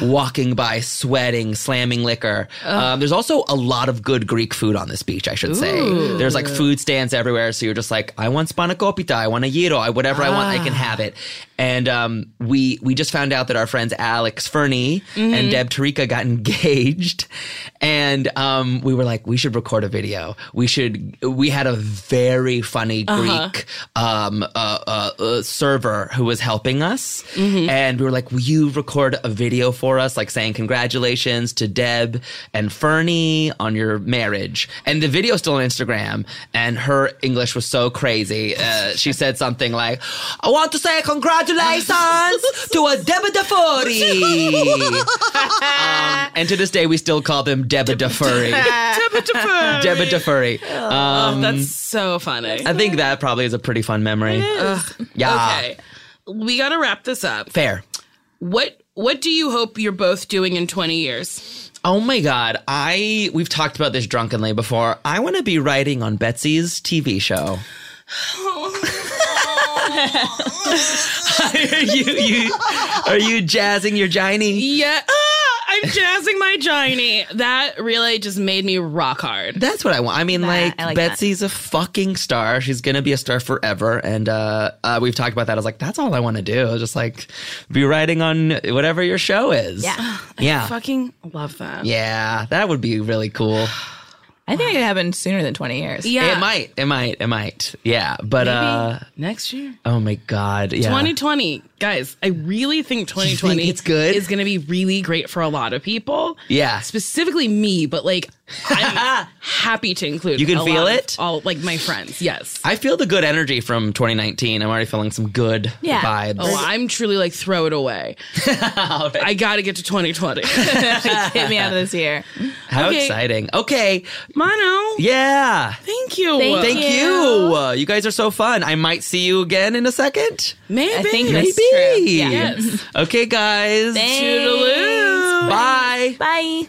[SPEAKER 4] walking by, sweating, slamming liquor. Um, there's also a lot of good Greek food on this beach, I should say. There's like food stands everywhere. So you're just like, I want spanakopita, I want a gyro, I, whatever I want, I can have it. And um, we we just found out that our friends Alex Fernie and Deb Tarika got engaged, and um, we were like, we should record a video. We should. We had a very funny Greek um, uh, uh, uh, server who was helping us, and we were like, will you record a video for us, like saying congratulations to Deb and Fernie on your marriage? And the video's still on Instagram, and her English was so crazy. Uh, she said something like, I want to say congratulations to a Deba DeFuri. um, and to this day, we still call them Deba DeFuri. Deba DeFuri. Um,
[SPEAKER 3] That's so funny.
[SPEAKER 4] I think that probably is a pretty fun memory. Ugh. yeah.
[SPEAKER 3] Okay. We gotta wrap this up.
[SPEAKER 4] Fair.
[SPEAKER 3] What what do you hope you're both doing in 20 years?
[SPEAKER 4] Oh my god, I we've talked about this drunkenly before. I want to be writing on Betsy's TV show. are you you are you jazzing your Johnny?
[SPEAKER 3] Yeah. Ah, I'm I'm jazzing my Johnny. That really just made me rock hard.
[SPEAKER 4] That's what I want. I mean, like,
[SPEAKER 5] I like that.
[SPEAKER 4] Betsy's a fucking star. She's gonna be a star forever. And uh, uh, we've talked about that. I was like, that's all I want to do. Just like be writing on whatever your show is.
[SPEAKER 5] Yeah.
[SPEAKER 4] yeah,
[SPEAKER 3] Fucking love that.
[SPEAKER 4] yeah. That would be really cool.
[SPEAKER 5] I think it could happen sooner than 20 years.
[SPEAKER 3] Yeah.
[SPEAKER 4] It might. It might. It might. Yeah. But uh,
[SPEAKER 3] next year.
[SPEAKER 4] oh my god. Yeah.
[SPEAKER 3] 2020, guys, I really think 2020
[SPEAKER 4] it's good?
[SPEAKER 3] is going to be really great for a lot of people.
[SPEAKER 4] Yeah.
[SPEAKER 3] Specifically me, but like I'm happy to include
[SPEAKER 4] You can
[SPEAKER 3] a
[SPEAKER 4] feel
[SPEAKER 3] lot of
[SPEAKER 4] it?
[SPEAKER 3] all like my friends. Yes.
[SPEAKER 4] I feel the good energy from 2019. I'm already feeling some good
[SPEAKER 5] Yeah.
[SPEAKER 4] vibes.
[SPEAKER 3] Oh, I'm truly like throw it away. I got to get to 2020.
[SPEAKER 5] Hit me out of this year.
[SPEAKER 4] How
[SPEAKER 3] okay.
[SPEAKER 4] exciting. Okay.
[SPEAKER 3] Mono,
[SPEAKER 4] Yeah.
[SPEAKER 3] thank you.
[SPEAKER 5] Thank
[SPEAKER 4] Thank you. Uh, you guys are so fun. I might see you again in a second.
[SPEAKER 3] Maybe.
[SPEAKER 5] I think
[SPEAKER 4] Maybe.
[SPEAKER 5] that's true.
[SPEAKER 3] Yes.
[SPEAKER 4] Okay, guys.
[SPEAKER 5] Toodaloo.
[SPEAKER 4] Bye.
[SPEAKER 5] Bye.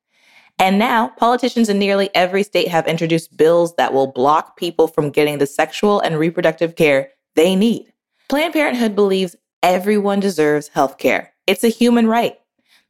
[SPEAKER 1] And now, politicians in nearly every state have introduced bills that will block people from getting the sexual and reproductive care they need. Planned Parenthood believes everyone deserves health care, it's a human right.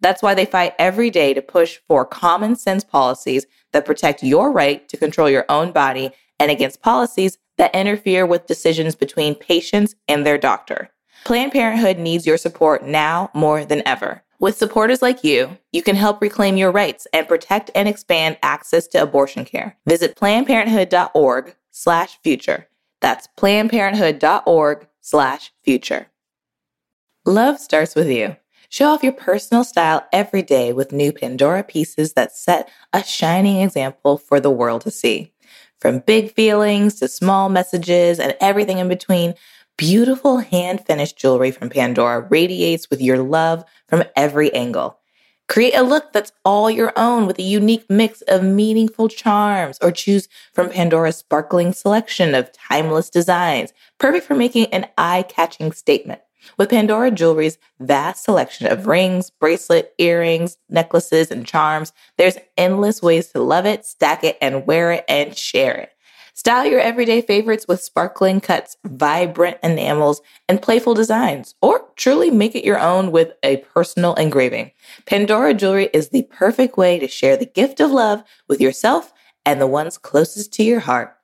[SPEAKER 1] That's why they fight every day to push for common sense policies that protect your right to control your own body and against policies that interfere with decisions between patients and their doctor. Planned Parenthood needs your support now more than ever. With supporters like you, you can help reclaim your rights and protect and expand access to abortion care. Visit plannedparenthood.org slash future. That's plannedparenthood.org slash future. Love starts with you. Show off your personal style every day with new Pandora pieces that set a shining example for the world to see. From big feelings to small messages and everything in between, beautiful hand finished jewelry from Pandora radiates with your love from every angle. Create a look that's all your own with a unique mix of meaningful charms, or choose from Pandora's sparkling selection of timeless designs, perfect for making an eye catching statement. With Pandora Jewelry's vast selection of rings, bracelet, earrings, necklaces, and charms, there's endless ways to love it, stack it, and wear it and share it. Style your everyday favorites with sparkling cuts, vibrant enamels, and playful designs, or truly make it your own with a personal engraving. Pandora Jewelry is the perfect way to share the gift of love with yourself and the ones closest to your heart.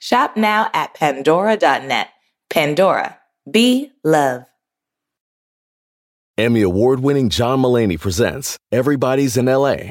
[SPEAKER 1] Shop now at pandora.net. Pandora, be love.
[SPEAKER 2] Emmy award winning John Mullaney presents Everybody's in LA,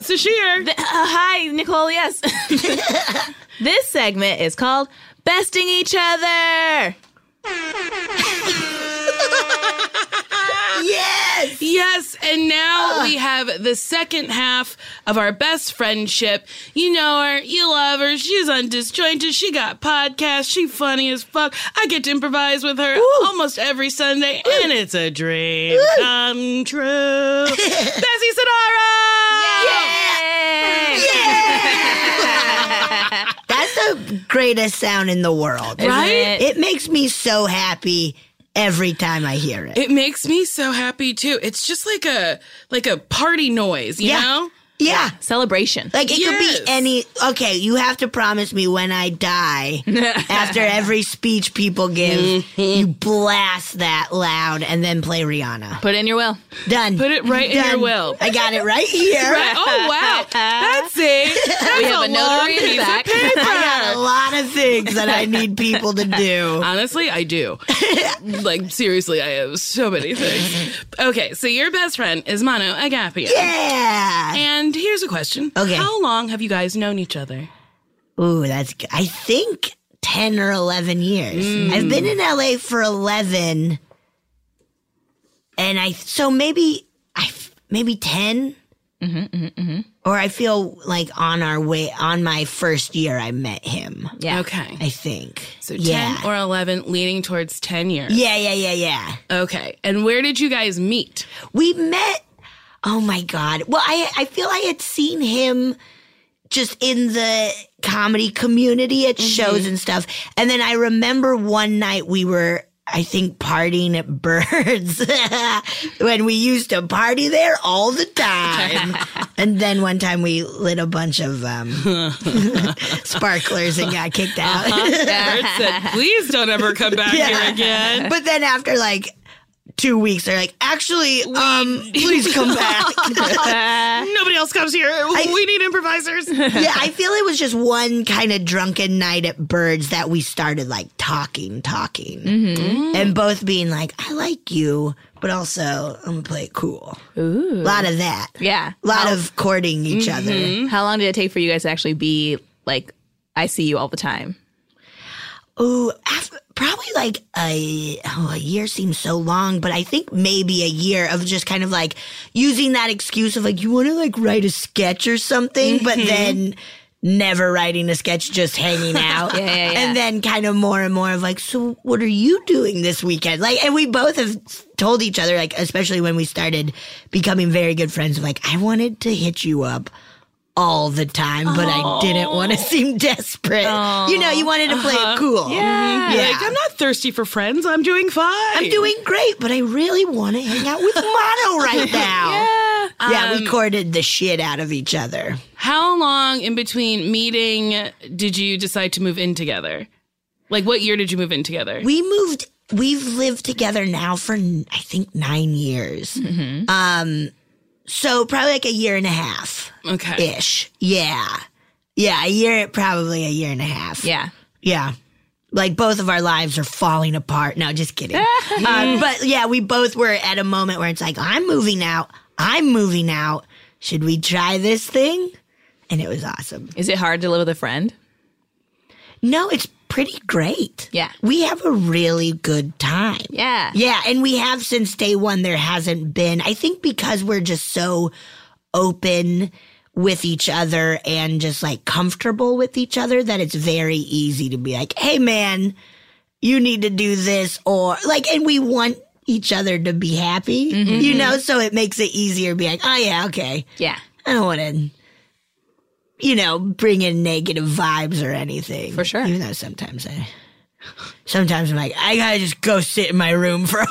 [SPEAKER 3] Sashir.
[SPEAKER 5] Th- uh, hi, Nicole. Yes. this segment is called Besting Each Other.
[SPEAKER 3] Yes, and now we have the second half of our best friendship. You know her, you love her, she's undisjointed, she got podcasts, she funny as fuck. I get to improvise with her almost every Sunday, and it's a dream come true. Bessie Sidara!
[SPEAKER 6] That's the greatest sound in the world.
[SPEAKER 3] Right?
[SPEAKER 5] Isn't
[SPEAKER 6] It makes me so happy every time I hear it.
[SPEAKER 3] It makes me so happy too. It's just like a like a party noise, you
[SPEAKER 6] Yeah.
[SPEAKER 3] know?
[SPEAKER 6] yeah.
[SPEAKER 5] Celebration.
[SPEAKER 6] Like it
[SPEAKER 3] Yes.
[SPEAKER 6] could be any. Okay, you have to promise me when I die, after every speech people give,
[SPEAKER 3] Mm-hmm.
[SPEAKER 6] you blast that loud and then play Rihanna.
[SPEAKER 5] Put in your will.
[SPEAKER 6] Done.
[SPEAKER 3] Put it right in your
[SPEAKER 6] Done.
[SPEAKER 3] will.
[SPEAKER 6] I got it right here.
[SPEAKER 3] Oh wow. That's it. That's
[SPEAKER 5] We have a
[SPEAKER 3] long
[SPEAKER 5] notary in
[SPEAKER 3] piece
[SPEAKER 5] the
[SPEAKER 3] of
[SPEAKER 5] back.
[SPEAKER 6] I got a lot of things that I need people to do.
[SPEAKER 3] Honestly, I do. like, seriously, I have so many things. Okay, so your best friend is Mono Agapia.
[SPEAKER 6] Yeah.
[SPEAKER 3] And here's a question.
[SPEAKER 6] Okay.
[SPEAKER 3] How long have you guys known each other?
[SPEAKER 6] Ooh, that's good. I think 10 or 11 years.
[SPEAKER 3] Mm.
[SPEAKER 6] I've been in LA for 11 and I so maybe I f- maybe 10
[SPEAKER 3] Mm-hmm,
[SPEAKER 6] Or I feel like on our way on my first year I met him.
[SPEAKER 5] Yeah.
[SPEAKER 3] Okay.
[SPEAKER 6] I think.
[SPEAKER 3] So
[SPEAKER 6] yeah.
[SPEAKER 3] 10 or 11, leaning towards 10 years.
[SPEAKER 6] Yeah, yeah, yeah, yeah.
[SPEAKER 3] Okay. And where did you guys meet?
[SPEAKER 6] We met. Oh my god. Well, I I feel I had seen him just in the comedy community at shows and stuff. And then I remember one night we were I think partying at Birds when we used to party there all the time. and then one time we lit a bunch of um, sparklers and got kicked out.
[SPEAKER 3] Bert said, please don't ever come back here again.
[SPEAKER 6] But then after like two weeks, they're like, actually, um, please come back.
[SPEAKER 3] Nobody else comes here. we need improvisers.
[SPEAKER 6] yeah, I feel it was just one kind of drunken night at Birds that we started like talking, talking, and both being like, "I like you," but also I'm gonna play it cool. A lot of that.
[SPEAKER 5] Yeah.
[SPEAKER 6] a lot of courting each other.
[SPEAKER 5] How long did it take for you guys to actually be like, I see you all the time?
[SPEAKER 6] Ooh, after, probably like a oh, a year seems so long, but I think maybe a year of just kind of like using that excuse of like you want to like write a sketch or something, but
[SPEAKER 5] Mm-hmm.
[SPEAKER 6] then never writing a sketch, just hanging out,
[SPEAKER 5] Yeah, yeah, yeah.
[SPEAKER 6] and then kind of more and more of like, so what are you doing this weekend? Like, and we both have told each other like, especially when we started becoming very good friends, of like I wanted to hit you up all the time, but I didn't want to seem desperate. You know, you wanted to play it cool. Mm-hmm. Yeah.
[SPEAKER 3] Uh-huh. Like, I'm not thirsty for friends. I'm doing fine.
[SPEAKER 6] I'm doing great, but I really want to hang out with Mono right now. yeah. Yeah,
[SPEAKER 3] Um,
[SPEAKER 6] we courted the shit out of each other.
[SPEAKER 3] How long in between meeting did you decide to move in together? Like, what year did you move in together?
[SPEAKER 6] We moved. We've lived together now for I think nine years. Um,
[SPEAKER 3] Mm-hmm.
[SPEAKER 6] so probably like a year and a half
[SPEAKER 3] okay.
[SPEAKER 6] ish. Yeah, yeah, a year, probably a year and a half.
[SPEAKER 5] Yeah.
[SPEAKER 6] Yeah. Like both of our lives are falling apart. No, just kidding. um, but yeah, we both were at a moment where it's like, I'm moving out. I'm moving out. Should we try this thing? And it was awesome.
[SPEAKER 5] Is it hard to live with a friend?
[SPEAKER 6] No, it's pretty great.
[SPEAKER 5] Yeah.
[SPEAKER 6] We have a really good time.
[SPEAKER 5] Yeah.
[SPEAKER 6] Yeah, and we have since day one. There hasn't been, I think, because we're just so open with each other and just like comfortable with each other that it's very easy to be like, hey, man, you need to do this, or like, and we want each other to be happy,
[SPEAKER 5] Mm-hmm.
[SPEAKER 6] you know? So it makes it easier to be like, oh, yeah, okay.
[SPEAKER 5] Yeah.
[SPEAKER 6] I don't want to, you know, bring in negative vibes or anything. For
[SPEAKER 5] sure.
[SPEAKER 6] Even though sometimes I, sometimes I'm like, I gotta just go sit in my room for a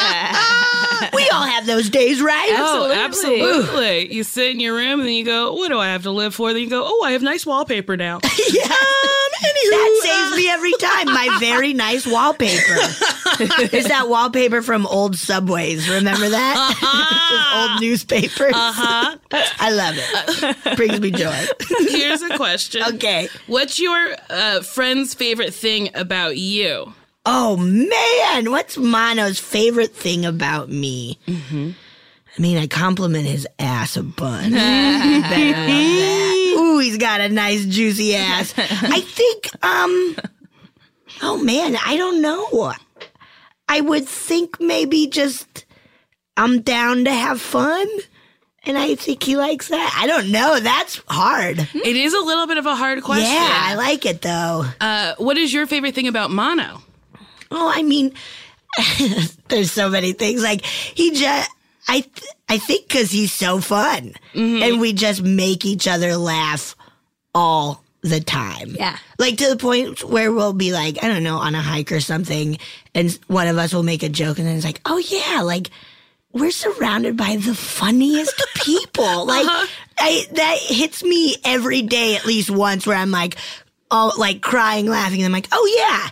[SPEAKER 6] while. we all have those days, right?
[SPEAKER 3] Oh, absolutely. You sit in your room and then you go, What do I have to live for? Then you go, Oh, I have nice wallpaper now.
[SPEAKER 6] Yeah. Um, uh, that saves me every time. My very nice wallpaper. Is that wallpaper from old subways? Remember that? Just old newspapers. Uh-huh. I love it. Brings me joy.
[SPEAKER 3] Here's a question.
[SPEAKER 6] okay.
[SPEAKER 3] What's your uh, friend's favorite thing about you?
[SPEAKER 6] Oh man, what's Mono's favorite thing about me? I mean, I compliment his ass a bunch. You better love that. Ooh, he's got a nice juicy ass. I think. Um. Oh man, I don't know. I would think maybe just I'm down to have fun, and I think he likes that. I don't know. That's hard.
[SPEAKER 3] It is a little bit of a hard question.
[SPEAKER 6] Yeah, I like it though.
[SPEAKER 3] Uh, what is your favorite thing about Mono?
[SPEAKER 6] Oh, I mean, there's so many things. Like he just, I, th- I think because he's so fun, and we just make each other laugh all the time.
[SPEAKER 5] Yeah.
[SPEAKER 6] like to the point where we'll be like, I don't know, on a hike or something, and one of us will make a joke, and then it's like, oh yeah, like we're surrounded by the funniest people. Like I, that hits me every day at least once where I'm like, oh, like crying, laughing. And I'm like, oh yeah.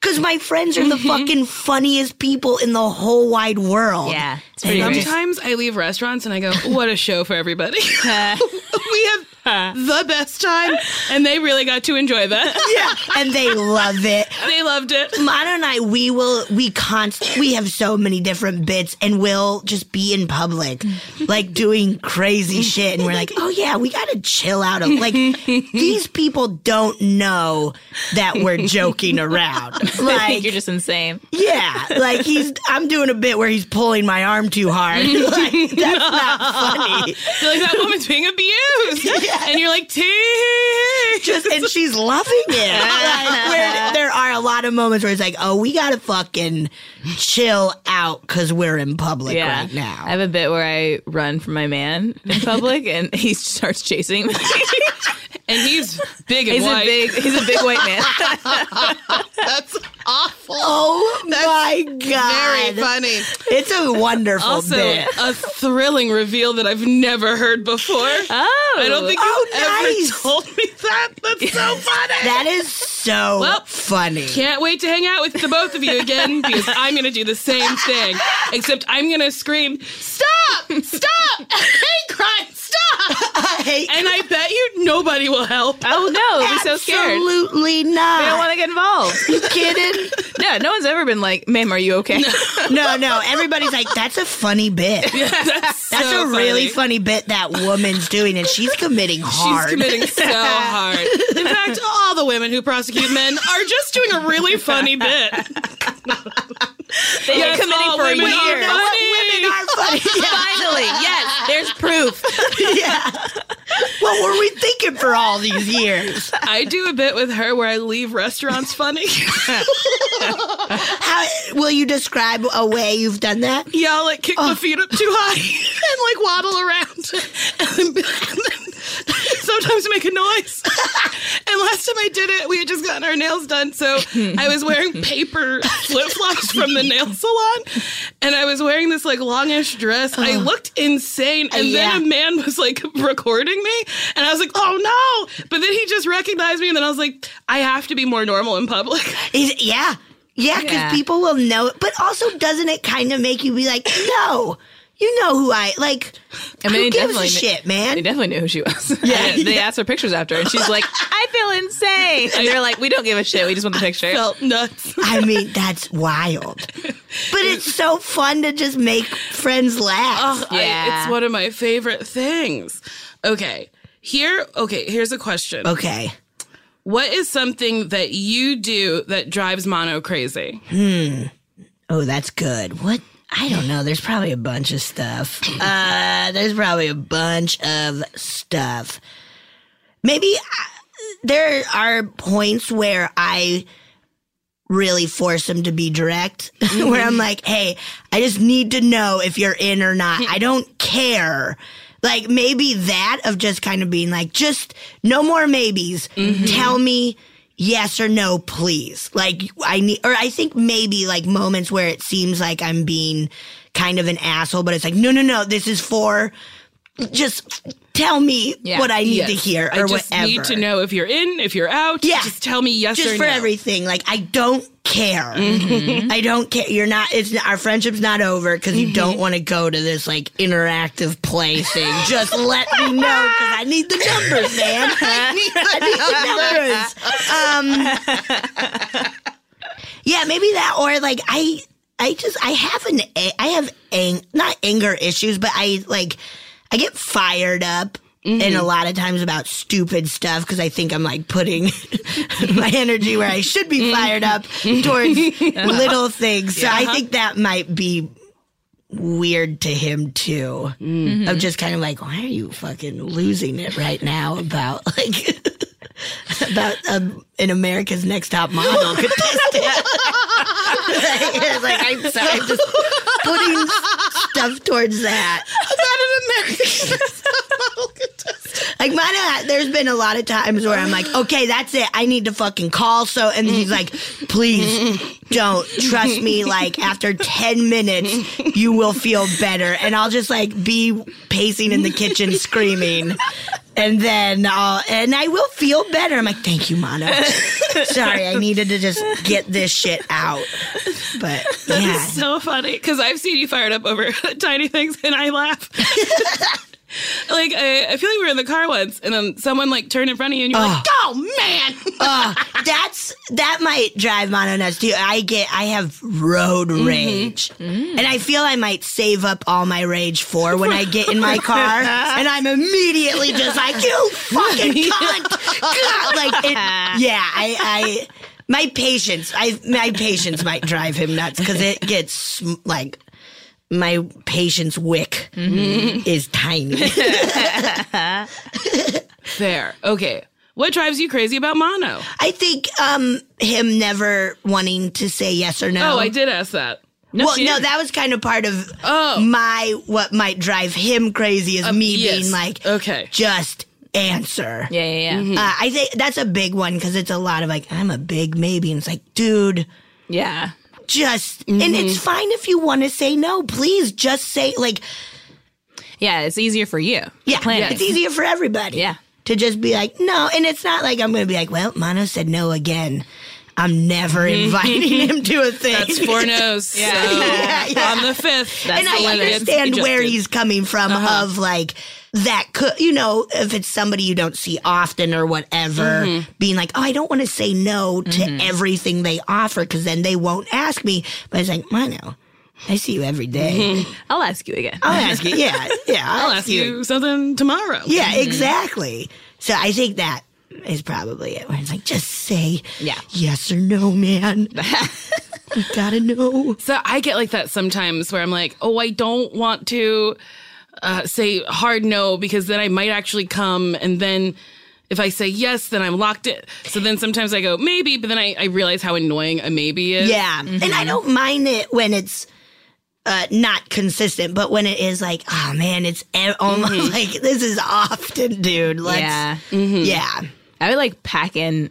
[SPEAKER 6] Cause my friends are the fucking funniest people in the whole wide world.
[SPEAKER 5] Yeah. It's
[SPEAKER 6] And
[SPEAKER 5] pretty
[SPEAKER 6] I'm
[SPEAKER 5] great.
[SPEAKER 3] Sometimes I leave restaurants and I go, What a show for everybody. we have the best time, and they really got to enjoy that.
[SPEAKER 6] Yeah, and they love it.
[SPEAKER 3] they loved it.
[SPEAKER 6] Mono and I, we will, we const, we have so many different bits, and we'll just be in public, like doing crazy shit, and we're like, oh yeah, we gotta chill out. Of like, these people don't know that we're joking around.
[SPEAKER 5] I think
[SPEAKER 6] Like,
[SPEAKER 5] you're just insane.
[SPEAKER 6] yeah, like he's, I'm doing a bit where he's pulling my arm too hard. Like, that's not funny.
[SPEAKER 3] You're like that woman's being abused, and you're like, "Tea."
[SPEAKER 6] just and she's loving it. Like, where there are a lot of moments where it's like, oh, we gotta fucking chill out because we're in public
[SPEAKER 5] Yeah.
[SPEAKER 6] right now.
[SPEAKER 5] I have a bit where I run from my man in public and he starts chasing me.
[SPEAKER 3] and he's big and
[SPEAKER 5] he's
[SPEAKER 3] white.
[SPEAKER 5] a big he's a big white man.
[SPEAKER 3] That's awful.
[SPEAKER 6] oh my god,
[SPEAKER 3] Very funny.
[SPEAKER 6] It's a wonderful
[SPEAKER 3] Also,
[SPEAKER 6] bit.
[SPEAKER 3] a thrilling reveal that I've never heard before.
[SPEAKER 5] Oh.
[SPEAKER 3] I don't think
[SPEAKER 6] Oh,
[SPEAKER 3] you've
[SPEAKER 6] nice.
[SPEAKER 3] ever told me that. That's so funny.
[SPEAKER 6] That is so
[SPEAKER 3] Well,
[SPEAKER 6] funny.
[SPEAKER 3] Can't wait to hang out with the both of you again because I'm going to do the same thing. Except I'm going to scream, Stop! Stop! Hate crime! Stop!
[SPEAKER 6] I hate
[SPEAKER 3] And I bet you nobody will help.
[SPEAKER 5] Oh no, we're so scared. We
[SPEAKER 6] absolutely not.
[SPEAKER 5] don't want to get involved.
[SPEAKER 6] you kidding?
[SPEAKER 5] No, no one's ever been like, ma'am, are you okay?
[SPEAKER 6] No, no. Everybody's like, that's a funny bit.
[SPEAKER 3] That's,
[SPEAKER 6] That's
[SPEAKER 3] so
[SPEAKER 6] a really funny bit that woman's doing, and she's committing
[SPEAKER 3] She's
[SPEAKER 6] hard.
[SPEAKER 3] committing so hard. In fact, all the women who prosecute men are just doing a really funny bit.
[SPEAKER 5] They've
[SPEAKER 3] Yes,
[SPEAKER 5] been committing
[SPEAKER 3] all
[SPEAKER 5] for a
[SPEAKER 3] women are
[SPEAKER 5] year.
[SPEAKER 3] funny.
[SPEAKER 6] Women are funny. Yeah.
[SPEAKER 5] Finally, yes, there's proof.
[SPEAKER 6] yeah. What were we thinking for all these years?
[SPEAKER 3] I do a bit with her where I leave restaurants funny.
[SPEAKER 6] How will you describe a way you've done that?
[SPEAKER 3] Y'all like kick my feet up too high and like waddle around and, then sometimes make a noise. And last time I did it, we had just gotten our nails done, so I was wearing paper flip flops from the nail salon, and I was wearing this like longish dress. I looked insane, and
[SPEAKER 6] yeah.
[SPEAKER 3] then a man was like recording me, and I was like, "Oh no!" But then he just recognized me, and then I was like, "I have to be more normal in public."
[SPEAKER 6] Is yeah, yeah, because
[SPEAKER 5] Yeah.
[SPEAKER 6] people will know it. But also, doesn't it kind of make you be like, no, you know who I like?
[SPEAKER 5] I mean,
[SPEAKER 6] who
[SPEAKER 5] it
[SPEAKER 6] gives a
[SPEAKER 5] definitely-
[SPEAKER 6] shit,
[SPEAKER 5] They
[SPEAKER 6] man?
[SPEAKER 5] definitely knew who she was. Yeah, they asked for pictures after, and she's like, I feel insane. And they're like, we don't give a shit. We just want the picture.
[SPEAKER 3] Felt nuts.
[SPEAKER 6] I mean, that's wild. But it's so fun to just make friends laugh.
[SPEAKER 3] Ugh, I-
[SPEAKER 5] Yeah.
[SPEAKER 3] it's one of my favorite things. Okay. Here, okay, here's a question.
[SPEAKER 6] okay.
[SPEAKER 3] What is something that you do that drives Mono crazy?
[SPEAKER 6] Oh, that's good. What? I don't know. There's probably a bunch of stuff. Uh, there's probably a bunch of stuff. Maybe uh, I, there are points where I really force him to be direct, where
[SPEAKER 3] Mm-hmm.
[SPEAKER 6] I'm like, hey, I just need to know if you're in or not. I don't care. Like maybe that of just kind of being like, just no more maybes.
[SPEAKER 3] Mm-hmm.
[SPEAKER 6] Tell me yes or no, please. Like I need, or I think maybe like moments where it seems like I'm being kind of an asshole, but it's like, no, no, no, this is for just tell me
[SPEAKER 5] Yeah.
[SPEAKER 6] what I need to
[SPEAKER 3] Yes.
[SPEAKER 6] hear or
[SPEAKER 3] I just
[SPEAKER 6] whatever
[SPEAKER 3] need to know if you're in, if you're out.
[SPEAKER 6] Yeah.
[SPEAKER 3] Just tell me yes
[SPEAKER 6] just
[SPEAKER 3] or
[SPEAKER 6] for
[SPEAKER 3] no. Mm-hmm.
[SPEAKER 6] everything. Like I don't care. I don't care. You're not. It's our friendship's not over because you don't
[SPEAKER 3] Mm-hmm.
[SPEAKER 6] want to go to this like interactive play thing. just let me know because I need the numbers, man. I need, I need the numbers. Um, yeah, maybe that or like I. I just I have an a- I have ang- not anger issues, but I like I get fired up. And a lot of times about stupid stuff because I think I'm like putting my energy where I should be fired up towards little things. So I think that might be weird to him too. Of just kind of like, why are you fucking losing it right now about like about um, an America's Next Top Model contestant? it's like I'm sorry, I'm just putting stuff towards that. Like mine, there's been a lot of times where I'm like, okay, that's it. I need to fucking call. So, and he's like, please don't trust me. Like after 10 minutes, you will feel better. And I'll just like be pacing in the kitchen screaming. And then I'll, and I will feel better. I'm like, thank you, Mono. Sorry, I needed to just get this shit out. But yeah.
[SPEAKER 3] so funny because I've seen you fired up over tiny things and I laugh. like like I, I feel like we were in the car once, and then someone like turned in front of you, and you're like, "Oh man!"
[SPEAKER 6] Uh, that's that might drive mono nuts too. I get I have road
[SPEAKER 3] Mm-hmm.
[SPEAKER 6] rage,
[SPEAKER 3] Mm.
[SPEAKER 6] and I feel I might save up all my rage for when I get in my car, and I'm immediately just like you fucking cunt, cunt." like it, yeah. I, I my patience, I my patience might drive him nuts because it gets sm- like my patience wick
[SPEAKER 3] Mm-hmm.
[SPEAKER 6] is tiny.
[SPEAKER 3] Fair. Okay. What drives you crazy about mono?
[SPEAKER 6] I think um him never wanting to say yes or no.
[SPEAKER 3] Oh, I did ask that. No,
[SPEAKER 6] Um, well,
[SPEAKER 3] she
[SPEAKER 6] no,
[SPEAKER 3] didn't.
[SPEAKER 6] that was kind of part of
[SPEAKER 3] Oh. Um,
[SPEAKER 6] my what might drive him crazy is me
[SPEAKER 3] yes.
[SPEAKER 6] being like,
[SPEAKER 3] Okay.
[SPEAKER 6] just answer.
[SPEAKER 5] Yeah, yeah, yeah.
[SPEAKER 3] Mm-hmm.
[SPEAKER 6] Uh, I think that's a big one because it's a lot of like, I'm a big maybe, and it's like, dude,
[SPEAKER 5] Yeah.
[SPEAKER 6] just and
[SPEAKER 3] Mm-hmm.
[SPEAKER 6] it's fine if you want to say no. Please just say like,
[SPEAKER 5] Yeah, it's easier for you.
[SPEAKER 6] yeah,
[SPEAKER 5] Plan.
[SPEAKER 6] it's easier for everybody.
[SPEAKER 5] Yeah.
[SPEAKER 6] to just be like, no, and it's not like I'm gonna be like, well, Mono said no again. I'm never inviting him to a thing.
[SPEAKER 3] That's four no's. yeah.
[SPEAKER 6] Yeah, yeah.
[SPEAKER 3] On the fifth, that's
[SPEAKER 6] and
[SPEAKER 3] the
[SPEAKER 6] I
[SPEAKER 3] one that gets Uh-huh.
[SPEAKER 6] understand where
[SPEAKER 3] ejected.
[SPEAKER 6] he's coming from of like that could you know if it's somebody you don't see often or whatever
[SPEAKER 3] Mm-hmm.
[SPEAKER 6] being like oh I don't want to say no to everything they offer because then they won't ask me but it's like I know I see you every day.
[SPEAKER 5] I'll ask you again.
[SPEAKER 6] I'll ask you yeah yeah
[SPEAKER 3] Mm-hmm. I'll ask you something tomorrow.
[SPEAKER 6] yeah
[SPEAKER 5] Mm-hmm.
[SPEAKER 6] exactly so I think that is probably it where it's like just say
[SPEAKER 5] Yeah.
[SPEAKER 6] yes or no man you gotta know
[SPEAKER 3] So I get like that sometimes where I'm like, oh, I don't want to uh, say hard no because then I might actually come. And then if I say yes, then I'm locked in. So then sometimes I go, maybe, but then I, I realize how annoying a maybe is.
[SPEAKER 6] Yeah. And
[SPEAKER 5] Mm-hmm.
[SPEAKER 6] I don't mind it when it's uh, not consistent, but when it is like, oh man, it's e- almost like this is often, dude. Let's, yeah.
[SPEAKER 5] Mm-hmm. yeah. I would like pack in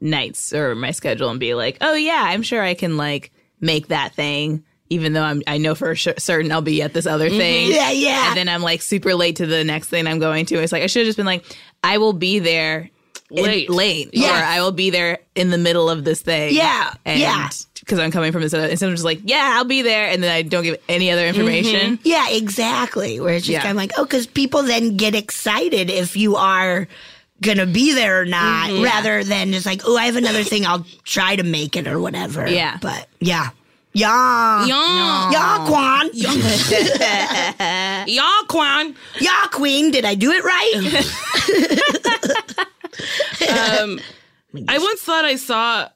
[SPEAKER 5] nights or my schedule and be like, oh yeah, I'm sure I can like make that thing, even though I'm I know for sure, certain I'll be at this other thing.
[SPEAKER 6] Mm-hmm. Yeah, yeah.
[SPEAKER 5] And then I'm like super late to the next thing I'm going to. It's like I should have just been like, I will be there in-
[SPEAKER 3] Late.
[SPEAKER 5] late,
[SPEAKER 6] Yes.
[SPEAKER 5] or I will be there in the middle of this thing.
[SPEAKER 6] Yeah,
[SPEAKER 5] and
[SPEAKER 6] yeah.
[SPEAKER 5] Because I'm coming from this other, and someone's just like, yeah, I'll be there, and then I don't give any other
[SPEAKER 6] Mm-hmm.
[SPEAKER 5] information.
[SPEAKER 6] yeah, exactly. Where it's just
[SPEAKER 5] Yeah.
[SPEAKER 6] kind of like, oh, because people then get excited if you are gonna be there or not, rather than just like, oh, I have another thing, I'll try to make it or whatever.
[SPEAKER 5] Yeah.
[SPEAKER 6] But yeah. Yeah.
[SPEAKER 3] Yaw,
[SPEAKER 6] Yeah. Yeah, Quan. Yeah.
[SPEAKER 3] yaw, Quan.
[SPEAKER 6] Queen. Did I do it right?
[SPEAKER 3] I once thought I saw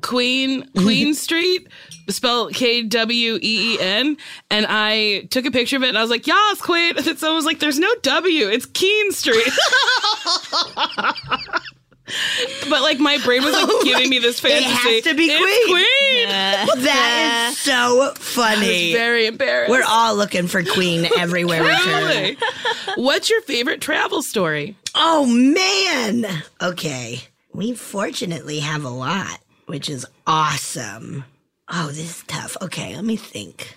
[SPEAKER 3] Queen Queen Street spelled K W E E N, and I took a picture of it and I was like, "Yas, Queen." And then someone was like, "There's no W. It's Keen Street." but like my brain was like
[SPEAKER 6] Oh
[SPEAKER 3] giving me this
[SPEAKER 6] has
[SPEAKER 3] fantasy.
[SPEAKER 6] to be
[SPEAKER 3] It's
[SPEAKER 6] Queen.
[SPEAKER 3] Queen.
[SPEAKER 6] that is so funny.
[SPEAKER 3] It's very embarrassing.
[SPEAKER 6] We're all looking for Queen everywhere we turn.
[SPEAKER 3] Really? What's your favorite travel story?
[SPEAKER 6] Oh man. Okay. We fortunately have a lot, which is awesome. Oh, this is tough. Okay, let me think.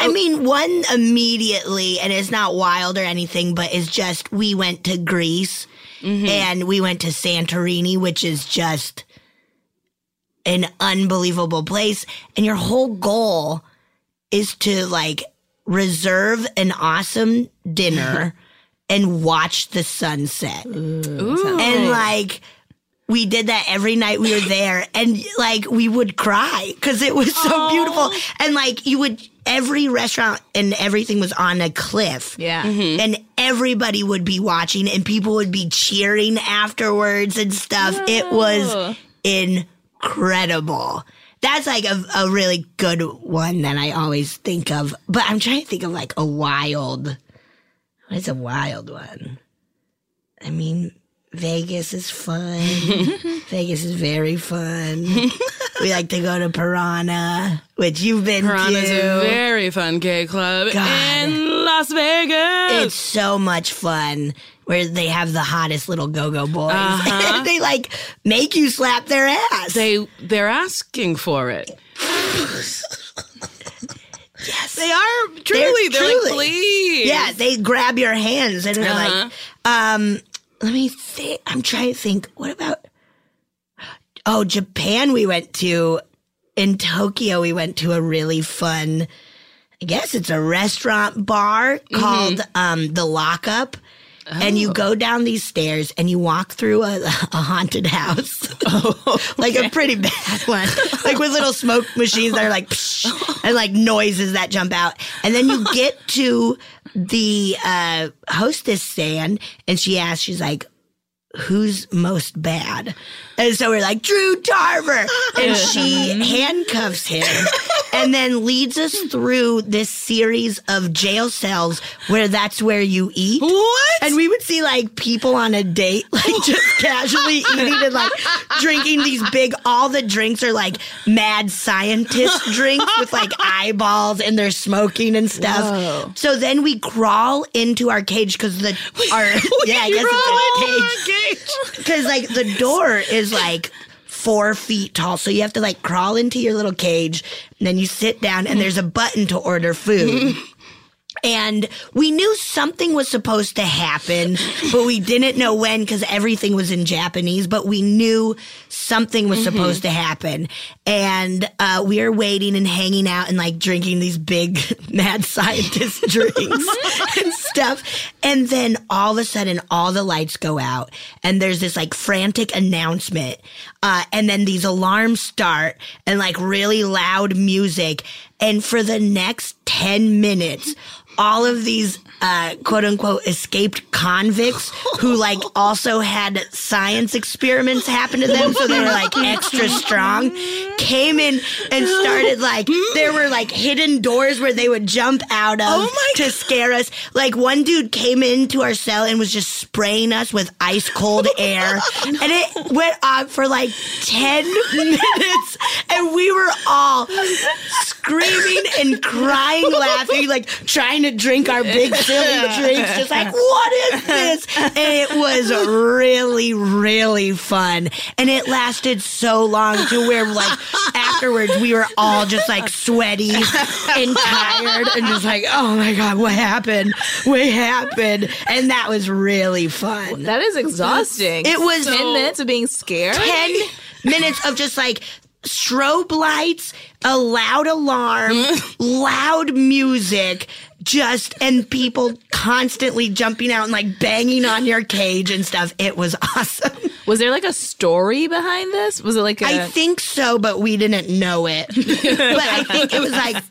[SPEAKER 6] I mean, one immediately, and it's not wild or anything, but it's just we went to Greece and we went to Santorini, which is just an unbelievable place. And your whole goal is to like reserve an awesome dinner and watch the sunset. And like, we did that every night we were there and like we would cry because it was so beautiful and like you would every restaurant and everything was on a cliff
[SPEAKER 5] Yeah.
[SPEAKER 3] Mm-hmm.
[SPEAKER 6] and everybody would be watching and people would be cheering afterwards and stuff it was incredible that's like a, a really good one that i always think of but i'm trying to think of like a wild what is a wild one i mean vegas is fun vegas is very fun we like to go to piranha which you've been
[SPEAKER 3] Piranha's
[SPEAKER 6] to
[SPEAKER 3] a very fun gay club
[SPEAKER 6] God.
[SPEAKER 3] in Las Vegas.
[SPEAKER 6] It's so much fun where they have the hottest little go-go boys. and they like make you slap their ass.
[SPEAKER 3] Uh-huh. they they're asking for it. yes, they are truly. They're,
[SPEAKER 6] truly.
[SPEAKER 3] like, please.
[SPEAKER 6] yeah, they grab your hands and they're
[SPEAKER 3] Uh-huh.
[SPEAKER 6] like, um, let me think. I'm trying to think. What about? Oh, Japan we went to. In Tokyo, we went to a really fun I guess it's a restaurant bar
[SPEAKER 3] Mm-hmm.
[SPEAKER 6] called um, The Lockup. And you go down these stairs and you walk through a, a haunted house. like a pretty bad one. Like with little smoke machines that are like, psh, and like noises that jump out. And then you get to the uh, hostess stand and she asks, she's like, who's most bad. And so we're like, Drew Tarver. And she handcuffs him and then leads us through this series of jail cells where that's where you eat.
[SPEAKER 3] What?
[SPEAKER 6] And we would see like people on a date, like just casually eating and like drinking these big, all the drinks are like mad scientist drinks with like eyeballs and they're smoking and stuff. So then we crawl into our cage because the, our, yeah, I guess it's a cage because like the door is like four feet tall so you have to like crawl into your little cage and then you sit down and there's a button to order food and we knew something was supposed to happen but we didn't know when because everything was in japanese but we knew something was supposed to happen and uh, we were waiting and hanging out and like drinking these big mad scientist drinks and stuff and then all of a sudden all the lights go out and there's this like frantic announcement uh, and then these alarms start and like really loud music and for the next 10 minutes all of these uh, quote unquote escaped convicts who like also had science experiments happen to them so they were like extra strong came in and started like there were like hidden doors where they would jump out of to scare us like one dude came into our cell and was just spraying us with ice cold air and it went on for like 10 minutes and we were all screaming and crying, laughing, like trying to drink our big silly drinks, just like, what is this? And it was really, really fun. And it lasted so long to where, like, afterwards, we were all just like sweaty and tired and just like, oh my God, what happened? What happened? And that was really fun.
[SPEAKER 5] That is exhausting.
[SPEAKER 6] It was
[SPEAKER 5] 10 minutes of being scared.
[SPEAKER 6] 10 minutes of just like strobe lights, a loud alarm, loud music, just and people constantly jumping out and like banging on your cage and stuff. It was awesome.
[SPEAKER 5] Was there like a story behind this? Was it like a
[SPEAKER 6] I think so, but we didn't know it. but I think it was like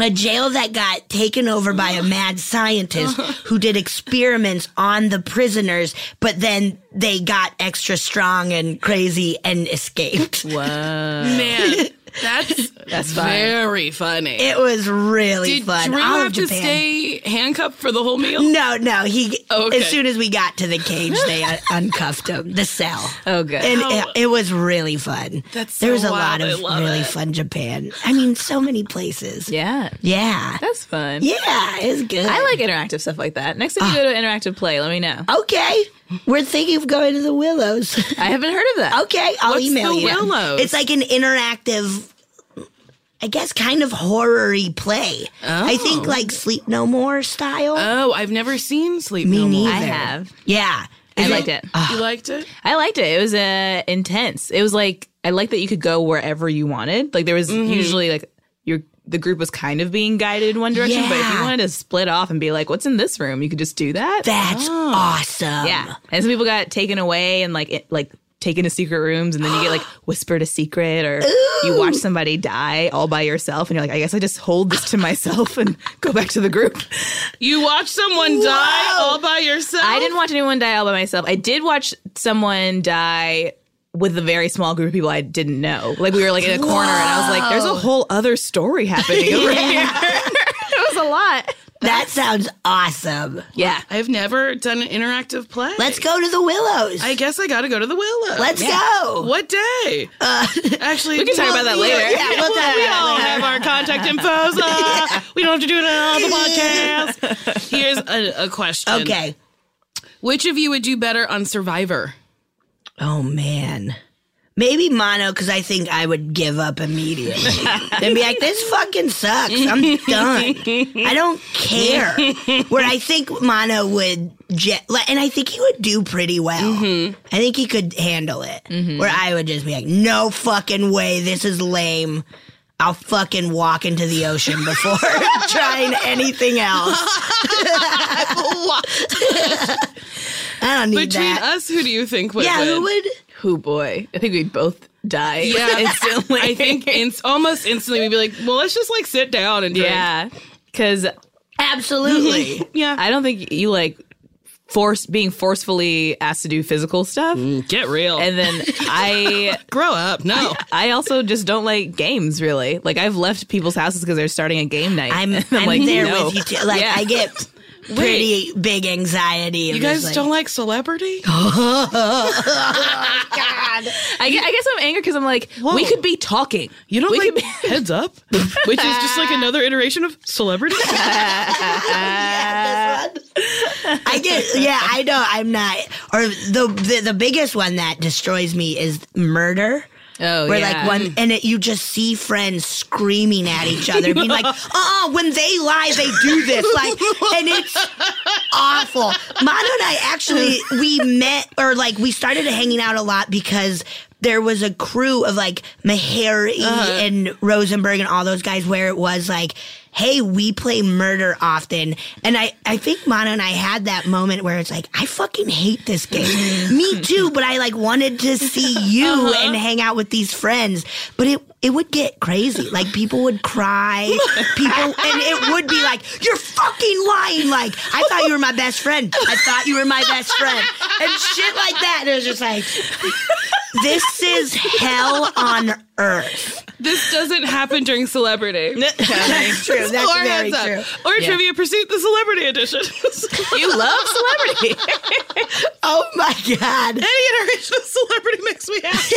[SPEAKER 6] a jail that got taken over by a mad scientist who did experiments on the prisoners, but then they got extra strong and crazy and escaped.
[SPEAKER 3] Uh, Man, that's that's very funny.
[SPEAKER 6] It was really
[SPEAKER 3] Did
[SPEAKER 6] fun.
[SPEAKER 3] Drew
[SPEAKER 6] All of
[SPEAKER 3] have to
[SPEAKER 6] Japan.
[SPEAKER 3] stay handcuffed for the whole meal?
[SPEAKER 6] No, no. He
[SPEAKER 3] Okay.
[SPEAKER 6] as soon as we got to the cage, they un- uncuffed him, the cell.
[SPEAKER 5] Oh, good.
[SPEAKER 6] and it, it was really fun.
[SPEAKER 3] That's
[SPEAKER 6] there was
[SPEAKER 3] so
[SPEAKER 6] a lot
[SPEAKER 3] wild. I
[SPEAKER 6] of
[SPEAKER 3] love
[SPEAKER 6] really
[SPEAKER 3] it.
[SPEAKER 6] fun Japan. I mean, so many places.
[SPEAKER 5] yeah.
[SPEAKER 6] yeah,
[SPEAKER 5] That's fun.
[SPEAKER 6] yeah. Ah. It's good.
[SPEAKER 5] I like interactive stuff like that. Next time you go to interactive play, let me know.
[SPEAKER 6] Okay, we're thinking of going to the Willows.
[SPEAKER 5] I haven't heard of that.
[SPEAKER 6] okay, I'll
[SPEAKER 3] What's
[SPEAKER 6] email
[SPEAKER 3] the
[SPEAKER 6] you.
[SPEAKER 3] Willows?
[SPEAKER 6] It's like an interactive. I guess kind of horror-y play. I think like Sleep No More style.
[SPEAKER 3] Oh, I've never seen Sleep
[SPEAKER 6] Me
[SPEAKER 3] No More.
[SPEAKER 6] neither.
[SPEAKER 5] I have.
[SPEAKER 6] Yeah.
[SPEAKER 5] I
[SPEAKER 6] Is
[SPEAKER 5] liked it.
[SPEAKER 6] Ah.
[SPEAKER 3] You liked it?
[SPEAKER 5] I liked it. It was uh, intense. It was like I liked that you could go wherever you wanted. Like there was
[SPEAKER 6] Mm-hmm.
[SPEAKER 5] usually like your the group was kind of being guided in one direction, but if you
[SPEAKER 6] Yeah.
[SPEAKER 5] wanted to split off and be like, "What's in this room?" you could just do that.
[SPEAKER 6] That's
[SPEAKER 3] Oh.
[SPEAKER 6] awesome.
[SPEAKER 5] yeah, and some people got taken away and like it, like taken to secret rooms, and then you get like whispered a secret, or you watch somebody die all by yourself, and you're like, "I guess I just hold this to myself and go back to the group."
[SPEAKER 3] You watched someone die all by yourself?
[SPEAKER 5] I didn't watch anyone die all by myself. I did watch someone die with a very small group of people I didn't know. Like we were like in a corner, and I was like, "There's a whole other story happening over here." it was a lot.
[SPEAKER 6] That sounds awesome.
[SPEAKER 5] Yeah,
[SPEAKER 3] I've never done an interactive play.
[SPEAKER 6] Let's go to the Willows.
[SPEAKER 3] I guess I gotta go to the Willow.
[SPEAKER 6] Let's go.
[SPEAKER 3] What day? Actually, Oh. Uh, we
[SPEAKER 5] can talk about that later.
[SPEAKER 6] Yeah, we'll talk about
[SPEAKER 3] we
[SPEAKER 6] that
[SPEAKER 3] all
[SPEAKER 6] later.
[SPEAKER 3] have our contact infos. Uh, we don't have to do it on the podcast. Here's a, a question.
[SPEAKER 6] Okay.
[SPEAKER 3] Which of you would do better on Survivor?
[SPEAKER 6] Oh man. Maybe mono because I think I would give up immediately. Then be like, this fucking sucks. I'm done. I don't care. Where I think mono would, je- like- and I think he would do pretty well.
[SPEAKER 3] Mm-hmm.
[SPEAKER 6] I think he could handle it. Where I would just be like, no fucking way. This is lame. I'll fucking walk into the ocean before trying anything else. I don't need
[SPEAKER 3] Between
[SPEAKER 6] that.
[SPEAKER 3] us, who do you think would
[SPEAKER 6] yeah,
[SPEAKER 3] win?
[SPEAKER 6] who would?
[SPEAKER 5] Who Oh boy? I think we'd both die
[SPEAKER 3] Yeah.
[SPEAKER 5] instantly.
[SPEAKER 3] I think in- almost instantly we'd be like, well, let's just like sit down and drink.
[SPEAKER 5] yeah, because
[SPEAKER 6] Absolutely.
[SPEAKER 3] yeah.
[SPEAKER 5] I don't think you like force being forcefully asked to do physical stuff,
[SPEAKER 6] Mm.
[SPEAKER 3] Get real.
[SPEAKER 5] and then I.
[SPEAKER 3] grow up. No.
[SPEAKER 5] I also just don't like games really. Like I've left people's houses because they're starting a game night.
[SPEAKER 6] I'm,
[SPEAKER 5] And
[SPEAKER 6] I'm, there with you too. Like, I get pretty big anxiety.
[SPEAKER 3] You guys don't like celebrity?
[SPEAKER 5] I, gue- I guess I'm angry because I'm like, we could be talking.
[SPEAKER 3] You don't
[SPEAKER 5] we
[SPEAKER 3] like
[SPEAKER 5] could
[SPEAKER 3] heads up, which is just like another iteration of celebrity.
[SPEAKER 6] yeah, this one. uh, I get. Yeah, I know. I'm not. Or the, the the biggest one that destroys me is murder.
[SPEAKER 5] Oh,
[SPEAKER 6] Where
[SPEAKER 5] yeah.
[SPEAKER 6] like one and it, you just see friends screaming at each other, being like, "Uh, uh when they lie, they do this." Like, and it's awful. Mono and I actually we met or like we started hanging out a lot because there was a crew of like Meharry and Rosenberg and all those guys where it was like, hey, we play murder often. And I, I think Mono and I had that moment where it's like, I fucking hate this game. Me too, but I like wanted to see you and hang out with these friends. But it it would get crazy. Like people would cry. People and it would be like, You're fucking lying. Like, I thought you were my best friend. I thought you were my best friend. And shit like that. And it was just like this is hell on earth.
[SPEAKER 3] this doesn't happen during celebrity.
[SPEAKER 6] That's true. That's
[SPEAKER 3] or
[SPEAKER 6] very
[SPEAKER 3] heads up.
[SPEAKER 6] true.
[SPEAKER 3] Or Trivia Pursuit, the celebrity edition.
[SPEAKER 5] you love celebrity.
[SPEAKER 6] Oh my god.
[SPEAKER 3] Any iteration of celebrity makes me happy.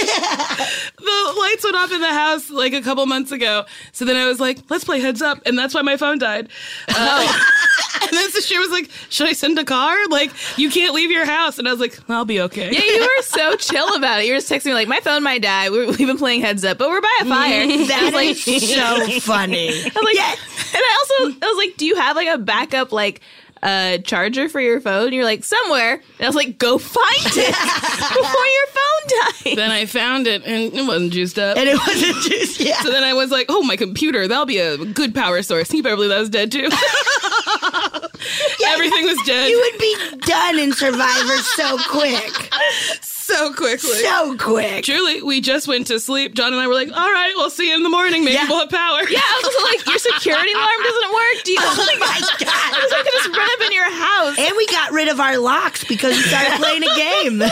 [SPEAKER 3] the lights went off in the house like a couple months ago. So then I was like, let's play heads up. And that's why my phone died. Uh, and then so she was like, should I send a car? Like, you can't leave your house. And I was like, I'll be okay.
[SPEAKER 5] yeah, you were so chill about it. You were just texting me like, my phone might die. We, we've been playing heads up, but we're by a fire. I was
[SPEAKER 6] That
[SPEAKER 5] like,
[SPEAKER 6] is so funny.
[SPEAKER 5] I'm like-
[SPEAKER 6] yeah.
[SPEAKER 5] and I also I was like, do you have like a backup like uh, charger for your phone? And you're like, somewhere. And I was like, go find it before your phone dies.
[SPEAKER 3] Then I found it and it wasn't juiced up.
[SPEAKER 6] And it wasn't just yeah.
[SPEAKER 3] So then I was like, oh, my computer, that'll be a good power source. He probably that was dead too. Everything was dead
[SPEAKER 6] You would be done in Survivor so quick.
[SPEAKER 3] so quickly.
[SPEAKER 6] So quick.
[SPEAKER 3] Truly, we just went to sleep. John and I were like, all right, we'll see you in the morning. Maybe
[SPEAKER 6] Yeah.
[SPEAKER 3] we'll have power.
[SPEAKER 5] Yeah, I was also like, your security alarm doesn't work. Do you?
[SPEAKER 6] Oh my
[SPEAKER 5] I
[SPEAKER 6] god.
[SPEAKER 5] could just run up in your house.
[SPEAKER 6] And we got rid of our locks because we started playing a game. no.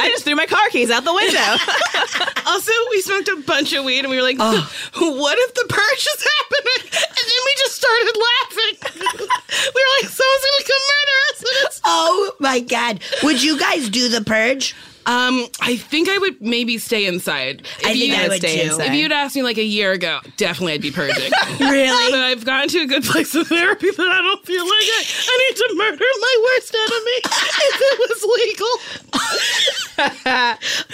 [SPEAKER 5] I just threw my car keys out the window.
[SPEAKER 3] Also, we smoked a bunch of weed and we were like, what if the purge is happening? And then we just started laughing. we were like, someone's going to come murder us. And it's-
[SPEAKER 6] Oh my god. Would you guys do the purge?
[SPEAKER 3] Um, I think I would maybe stay inside. If
[SPEAKER 6] I think
[SPEAKER 3] you-
[SPEAKER 6] I would
[SPEAKER 5] stay
[SPEAKER 6] too.
[SPEAKER 5] inside.
[SPEAKER 3] If you'd asked me like a year ago, definitely I'd be purging.
[SPEAKER 6] Really?
[SPEAKER 3] But I've gotten to a good place of therapy that I don't feel like I, I need to murder my worst enemy if it was legal.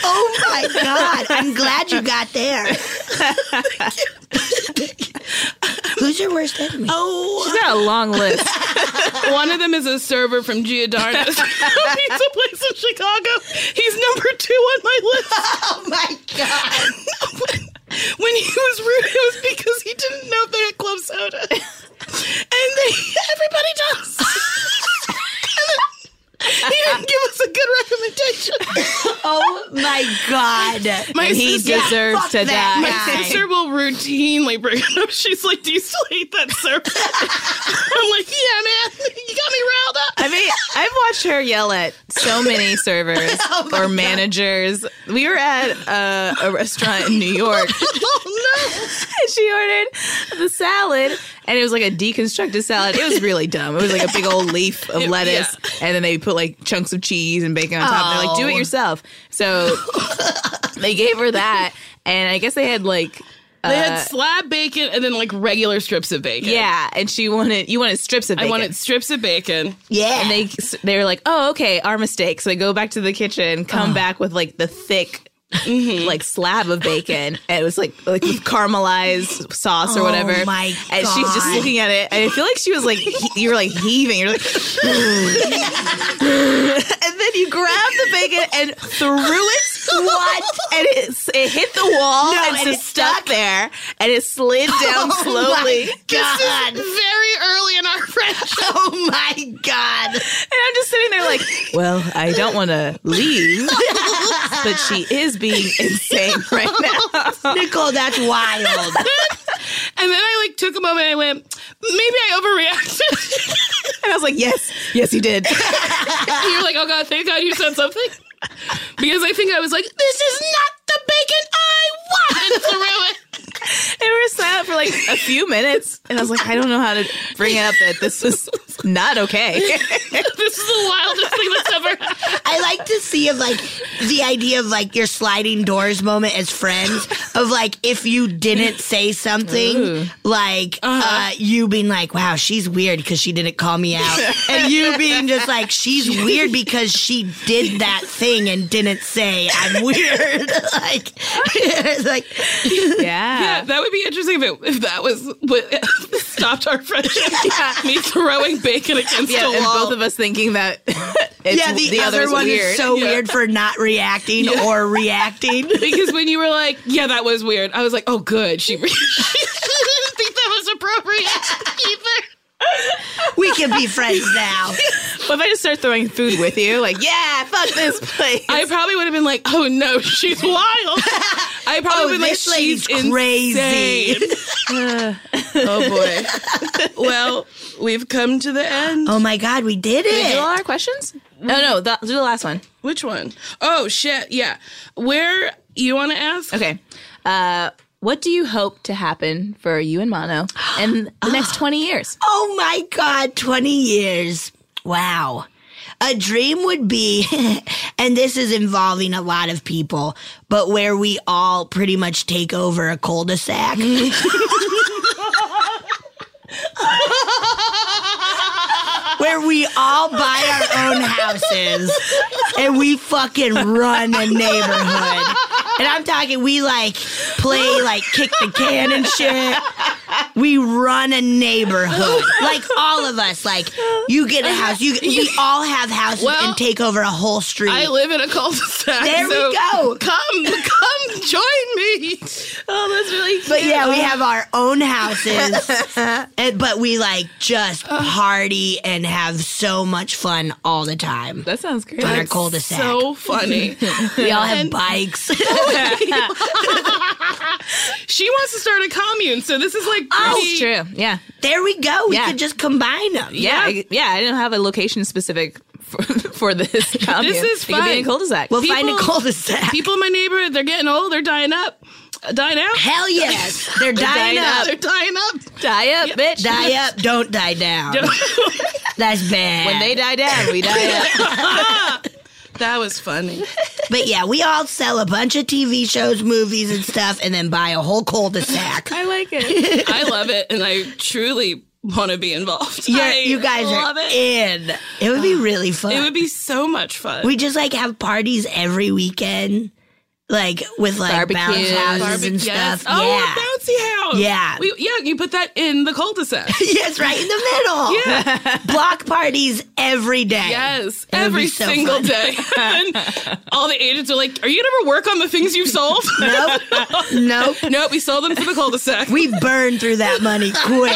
[SPEAKER 6] Oh my god. I'm glad you got there. Who's your worst enemy?
[SPEAKER 3] Oh.
[SPEAKER 5] She's got a long list.
[SPEAKER 3] One of them is a server from Giordano's pizza place in Chicago. He's number two on my list.
[SPEAKER 6] Oh my god.
[SPEAKER 3] When he was rude, it was because he didn't know if they had club soda. And they, everybody does. And then he didn't give us a good recommendation.
[SPEAKER 6] Oh my god.
[SPEAKER 3] My
[SPEAKER 5] And he
[SPEAKER 3] sister,
[SPEAKER 5] deserves
[SPEAKER 6] fuck
[SPEAKER 5] to
[SPEAKER 6] that
[SPEAKER 5] die.
[SPEAKER 6] guy.
[SPEAKER 3] my sister will routinely bring it up. She's like, "Do you still hate that server?" I'm like, "Yeah, man. You got me riled up."
[SPEAKER 5] I mean, I've watched her yell at so many servers
[SPEAKER 3] Oh
[SPEAKER 5] or managers. We were at uh, a restaurant in New York.
[SPEAKER 3] Oh,
[SPEAKER 5] and she ordered the salad, and it was like a deconstructed salad. It was really dumb. It was like a big old leaf of lettuce, and then they put like chunks of cheese and bacon on top. They're like,
[SPEAKER 3] Oh.
[SPEAKER 5] do it yourself. So they gave her that, and I guess they had like.
[SPEAKER 3] They
[SPEAKER 5] uh,
[SPEAKER 3] had slab bacon and then like regular strips of bacon.
[SPEAKER 5] yeah, and she wanted you wanted strips of
[SPEAKER 3] I
[SPEAKER 5] bacon.
[SPEAKER 3] wanted strips of bacon.
[SPEAKER 6] Yeah.
[SPEAKER 5] and they they were like, "Oh, okay, our mistake." So they go back to the kitchen, come back with like the thick like slab of bacon. And it was like like with caramelized sauce or
[SPEAKER 6] Oh
[SPEAKER 5] whatever.
[SPEAKER 6] my
[SPEAKER 5] And she's just
[SPEAKER 6] God.
[SPEAKER 5] looking at it, and I feel like she was like he- you were like heaving. You're like, and then you grabbed the bacon and threw it. What? And it, it hit the wall
[SPEAKER 6] No,
[SPEAKER 5] and, it's
[SPEAKER 6] and it Oh
[SPEAKER 5] stuck there, and it slid down slowly.
[SPEAKER 6] God.
[SPEAKER 3] Very early in our friendship.
[SPEAKER 6] Oh my God.
[SPEAKER 5] And I'm just sitting there like, well, I don't want to leave, but she is being insane right now.
[SPEAKER 6] Nicole, that's wild.
[SPEAKER 3] And then I like took a moment and I went, maybe I overreacted.
[SPEAKER 5] And I was like, yes, yes, you did.
[SPEAKER 3] And you're like, oh God, thank God you said something. Because I think I was like, this is not the bacon I want. And threw it.
[SPEAKER 5] And we were silent for like a few minutes. And I was like, I don't know how to bring up that this is not okay.
[SPEAKER 3] This is the wildest thing that's ever happened.
[SPEAKER 6] I like to see of like the idea of like your sliding doors moment as friends of like if you didn't say something like uh
[SPEAKER 5] Uh-huh.
[SPEAKER 6] you being like wow she's weird because she didn't call me out and you being just like she's weird because she did that thing and didn't say I'm weird like it's like
[SPEAKER 5] Yeah.
[SPEAKER 3] That would be interesting if, it, if that was what stopped our friendship. Me throwing bacon against
[SPEAKER 5] Yeah,
[SPEAKER 3] a
[SPEAKER 5] and
[SPEAKER 3] wall.
[SPEAKER 5] both of us thinking that it's,
[SPEAKER 6] yeah the, other
[SPEAKER 5] other's
[SPEAKER 6] one
[SPEAKER 5] weird.
[SPEAKER 6] is so weird for not reacting or reacting
[SPEAKER 3] because when you were like, yeah, that was weird, I was like, oh, good. She, re- she didn't think that was appropriate either.
[SPEAKER 6] we can be friends now
[SPEAKER 5] What if I just start throwing food with you? Like, yeah, fuck this place.
[SPEAKER 3] I probably would have been like, oh no, she's wild. I probably
[SPEAKER 6] Oh,
[SPEAKER 3] would have been like,
[SPEAKER 6] this lady's
[SPEAKER 3] she's
[SPEAKER 6] crazy.
[SPEAKER 3] crazy. oh boy. Well, we've come to the end.
[SPEAKER 6] oh my god we did it
[SPEAKER 5] do all our questions? No, no, the, do the last one.
[SPEAKER 3] Which one? Oh shit, yeah. Where you want to ask?
[SPEAKER 5] Okay. Uh, what do you hope to happen for you and Mono in the next 20 years?
[SPEAKER 6] Oh my God, 20 years. Wow. A dream would be, and this is involving a lot of people, but where we all pretty much take over a cul de sac. Where we all buy our own houses and we fucking run a neighborhood. And I'm talking, we like play like kick the can and shit we run a neighborhood like all of us like you get a house you we all have houses
[SPEAKER 3] Well,
[SPEAKER 6] and take over a whole street
[SPEAKER 3] I live in a cul-de-sac.
[SPEAKER 6] There we
[SPEAKER 3] so
[SPEAKER 6] go.
[SPEAKER 3] Come, come, join me. Oh, that's really cute.
[SPEAKER 6] but yeah we have our own houses and, but we like just party and have so much fun all the time
[SPEAKER 5] That sounds great.
[SPEAKER 6] on our cul-de-sac
[SPEAKER 3] so funny.
[SPEAKER 6] we all have bikes
[SPEAKER 3] she wants to start a commune, so this is like
[SPEAKER 5] That's
[SPEAKER 3] pretty-
[SPEAKER 5] true. Yeah.
[SPEAKER 6] there we go we
[SPEAKER 5] Yeah.
[SPEAKER 6] could just combine them
[SPEAKER 5] Yeah. I, yeah. I didn't have a location specific for, for this. commune.
[SPEAKER 3] is
[SPEAKER 5] It could
[SPEAKER 3] fun.
[SPEAKER 5] be in cul-de-sac.
[SPEAKER 6] we'll find a
[SPEAKER 3] People-
[SPEAKER 6] cul-de-sac
[SPEAKER 3] People in my neighborhood, they're getting old, they're dying up. Uh, Dying out?
[SPEAKER 6] hell yes they're dying,
[SPEAKER 5] dying
[SPEAKER 6] up,
[SPEAKER 3] They're dying up.
[SPEAKER 5] die up, bitch.
[SPEAKER 6] Die up, don't die down. That's bad.
[SPEAKER 5] When they die down, we die up.
[SPEAKER 3] That was funny.
[SPEAKER 6] But yeah, we all sell a bunch of TV shows, movies, and stuff, and then buy a whole cul-de-sac.
[SPEAKER 5] I like it.
[SPEAKER 3] I love it, and I truly want to be involved.
[SPEAKER 6] You're-
[SPEAKER 3] I
[SPEAKER 6] you guys
[SPEAKER 3] love
[SPEAKER 6] are
[SPEAKER 3] it.
[SPEAKER 6] in. It would be really fun.
[SPEAKER 3] It would be so much fun.
[SPEAKER 6] we just like have parties every weekend, like with like bounce
[SPEAKER 5] Barbecues.
[SPEAKER 6] houses
[SPEAKER 3] Barbie-
[SPEAKER 6] and
[SPEAKER 3] yes.
[SPEAKER 6] stuff.
[SPEAKER 3] Oh,
[SPEAKER 6] yeah.
[SPEAKER 3] a bouncy house.
[SPEAKER 6] Yeah.
[SPEAKER 3] We, yeah, you put that in the cul-de-sac.
[SPEAKER 6] Yes, right in the middle. Block parties every day.
[SPEAKER 3] Yes,
[SPEAKER 6] It would be
[SPEAKER 3] every
[SPEAKER 6] so
[SPEAKER 3] single
[SPEAKER 6] fun.
[SPEAKER 3] day. and all the agents are like, "Are you gonna work on the things you've sold?"
[SPEAKER 6] Nope. nope.
[SPEAKER 3] nope, we sold them to the cul-de-sac.
[SPEAKER 6] We burn through that money quick.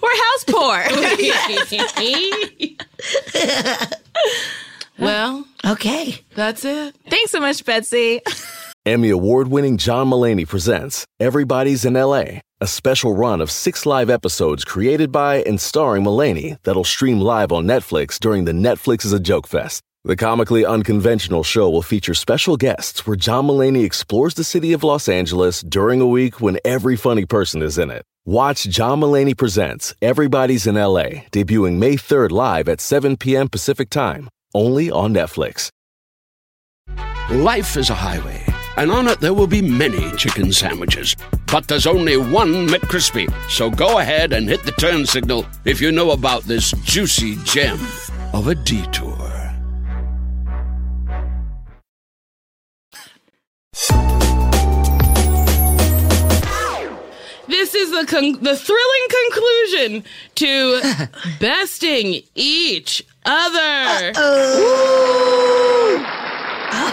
[SPEAKER 5] We're house poor.
[SPEAKER 3] well,
[SPEAKER 6] Okay.
[SPEAKER 3] that's it.
[SPEAKER 5] Thanks so much, Betsy.
[SPEAKER 2] Emmy award winning John Mullaney presents Everybody's in LA, a special run of six live episodes created by and starring Mullaney that'll stream live on Netflix during the Netflix is a Joke Fest. The comically unconventional show will feature special guests where John Mullaney explores the city of Los Angeles during a week when every funny person is in it. Watch John Mullaney Presents Everybody's in LA, debuting May 3rd live at 7 p.m. Pacific Time, only on Netflix.
[SPEAKER 7] Life is a highway, and on it there will be many chicken sandwiches. But there's only one McCrispy. So go ahead and hit the turn signal if you know about this juicy gem of a detour.
[SPEAKER 3] is the con- the thrilling conclusion to besting each other.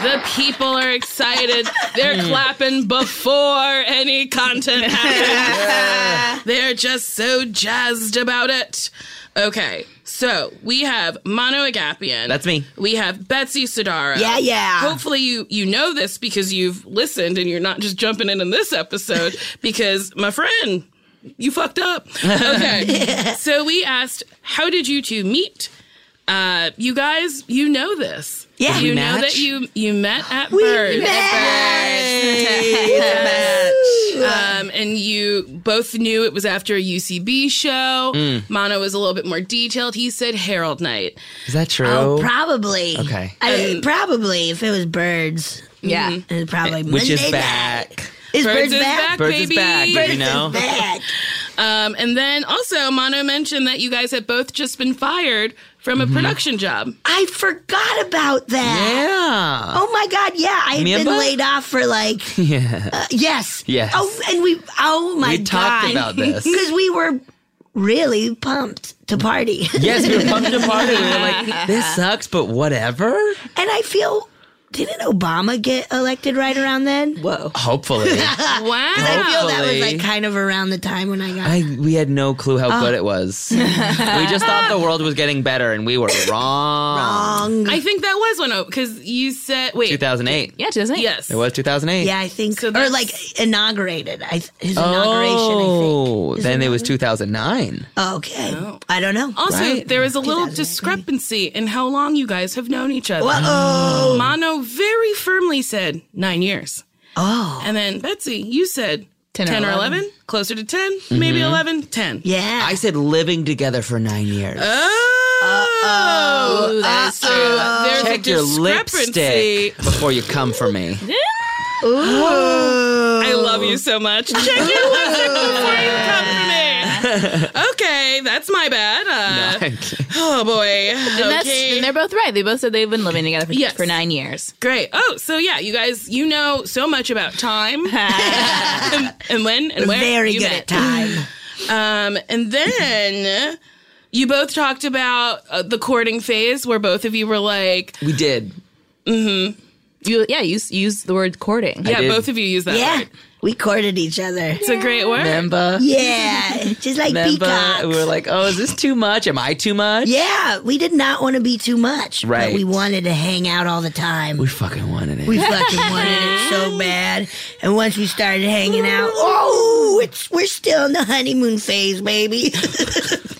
[SPEAKER 3] The people are excited. They're clapping before any content happens. They're just so jazzed about it. Okay, so we have Mono Agapian.
[SPEAKER 4] That's me.
[SPEAKER 3] We have Betsy Sodaro.
[SPEAKER 6] Yeah, yeah.
[SPEAKER 3] Hopefully you you know this because you've listened and you're not just jumping in in this episode because my friend, you fucked up. Okay. so we asked, how did you two meet? Uh, you guys, you know this.
[SPEAKER 6] Yeah.
[SPEAKER 3] you
[SPEAKER 6] We
[SPEAKER 3] know
[SPEAKER 4] match?
[SPEAKER 3] that you you met at Bird. Um, and you both knew it was after a UCB show.
[SPEAKER 6] Mm.
[SPEAKER 3] Mono was a little bit more detailed. He said Herald Night.
[SPEAKER 4] Is that true?
[SPEAKER 6] Oh, probably.
[SPEAKER 4] Okay.
[SPEAKER 3] Um,
[SPEAKER 6] I, probably if it was birds.
[SPEAKER 5] Yeah.
[SPEAKER 6] It was probably
[SPEAKER 4] Which
[SPEAKER 6] Monday
[SPEAKER 4] is
[SPEAKER 6] night.
[SPEAKER 4] back.
[SPEAKER 3] Mm-hmm.
[SPEAKER 6] Is birds,
[SPEAKER 3] Birds is
[SPEAKER 6] back?
[SPEAKER 3] back,
[SPEAKER 4] Birds is
[SPEAKER 3] baby.
[SPEAKER 4] back, you
[SPEAKER 6] Birds
[SPEAKER 4] know?
[SPEAKER 6] is back.
[SPEAKER 3] Um, and then also, Mono mentioned that you guys had both just been fired from
[SPEAKER 4] Mm-hmm.
[SPEAKER 3] a production job.
[SPEAKER 6] I forgot about that.
[SPEAKER 4] Yeah.
[SPEAKER 6] Oh my god, yeah. I had
[SPEAKER 4] Me and
[SPEAKER 6] been
[SPEAKER 4] Bud?
[SPEAKER 6] laid off for like uh, yes.
[SPEAKER 4] Yes.
[SPEAKER 6] Oh and we oh my
[SPEAKER 4] We
[SPEAKER 6] god.
[SPEAKER 4] talked about this.
[SPEAKER 6] Because we were really pumped to party.
[SPEAKER 4] Yes, we were pumped to party. We were like, this sucks, but whatever.
[SPEAKER 6] and I feel didn't Obama get elected right around then?
[SPEAKER 5] Whoa.
[SPEAKER 4] Hopefully.
[SPEAKER 6] Uh, I
[SPEAKER 3] Wow.
[SPEAKER 6] feel that was
[SPEAKER 4] Hopefully.
[SPEAKER 6] like kind of around the time when I got
[SPEAKER 4] I, we had no clue how good it was. we just thought the world was getting better, and we were wrong.
[SPEAKER 6] wrong.
[SPEAKER 3] I think that was one because you said, wait.
[SPEAKER 4] 2008.
[SPEAKER 5] Yeah, 2008.
[SPEAKER 3] Yes.
[SPEAKER 4] It was 2008.
[SPEAKER 6] Yeah, I think
[SPEAKER 3] So
[SPEAKER 6] or
[SPEAKER 3] that's-
[SPEAKER 6] like inaugurated. I th- his inauguration. I think. Oh,
[SPEAKER 4] Oh, then it was 2009.
[SPEAKER 6] Okay, I don't know.
[SPEAKER 3] Also,
[SPEAKER 4] Right.
[SPEAKER 3] there is a little discrepancy in how long you guys have known each other.
[SPEAKER 6] Uh-oh.
[SPEAKER 3] Mono very firmly said nine years.
[SPEAKER 6] Oh,
[SPEAKER 3] And then, Betsy, you said 10,
[SPEAKER 5] 10 or
[SPEAKER 3] or 11.
[SPEAKER 5] 11.
[SPEAKER 3] closer to 10,
[SPEAKER 4] Mm-hmm.
[SPEAKER 3] maybe 11, 10.
[SPEAKER 6] yeah.
[SPEAKER 4] I said living together for nine years.
[SPEAKER 3] Oh, that's true. There's a
[SPEAKER 4] Check your
[SPEAKER 3] discrepancy.
[SPEAKER 4] lipstick before you come for me.
[SPEAKER 3] I love you so much. Check your lipstick before you come for me. Okay, that's my bad. Uh, Oh boy.
[SPEAKER 5] And, that's,
[SPEAKER 3] okay.
[SPEAKER 5] and they're both right. They both said they've been living together for,
[SPEAKER 3] Yes.
[SPEAKER 5] for nine years.
[SPEAKER 3] Great. Oh, so yeah, you guys, you know so much about time and, and when and where.
[SPEAKER 6] Very
[SPEAKER 3] you
[SPEAKER 6] good
[SPEAKER 3] met.
[SPEAKER 6] at time.
[SPEAKER 3] Um, and then you both talked about uh, the courting phase where both of you were like,
[SPEAKER 4] We did.
[SPEAKER 5] You, yeah, use use the word courting.
[SPEAKER 3] yeah,
[SPEAKER 4] did.
[SPEAKER 3] both of you use that
[SPEAKER 6] yeah,
[SPEAKER 3] word.
[SPEAKER 6] we courted each other.
[SPEAKER 3] It's a great word.
[SPEAKER 4] Remember?
[SPEAKER 6] Yeah, just like
[SPEAKER 4] Remember?
[SPEAKER 6] peacocks.
[SPEAKER 4] We were like, oh, is this too much? Am I too much?
[SPEAKER 6] yeah, we did not want to be too much,
[SPEAKER 4] Right.
[SPEAKER 6] But we wanted to hang out all the time.
[SPEAKER 4] We fucking wanted it.
[SPEAKER 6] We fucking wanted it so bad. And once we started hanging out, oh, it's we're still in the honeymoon phase, baby.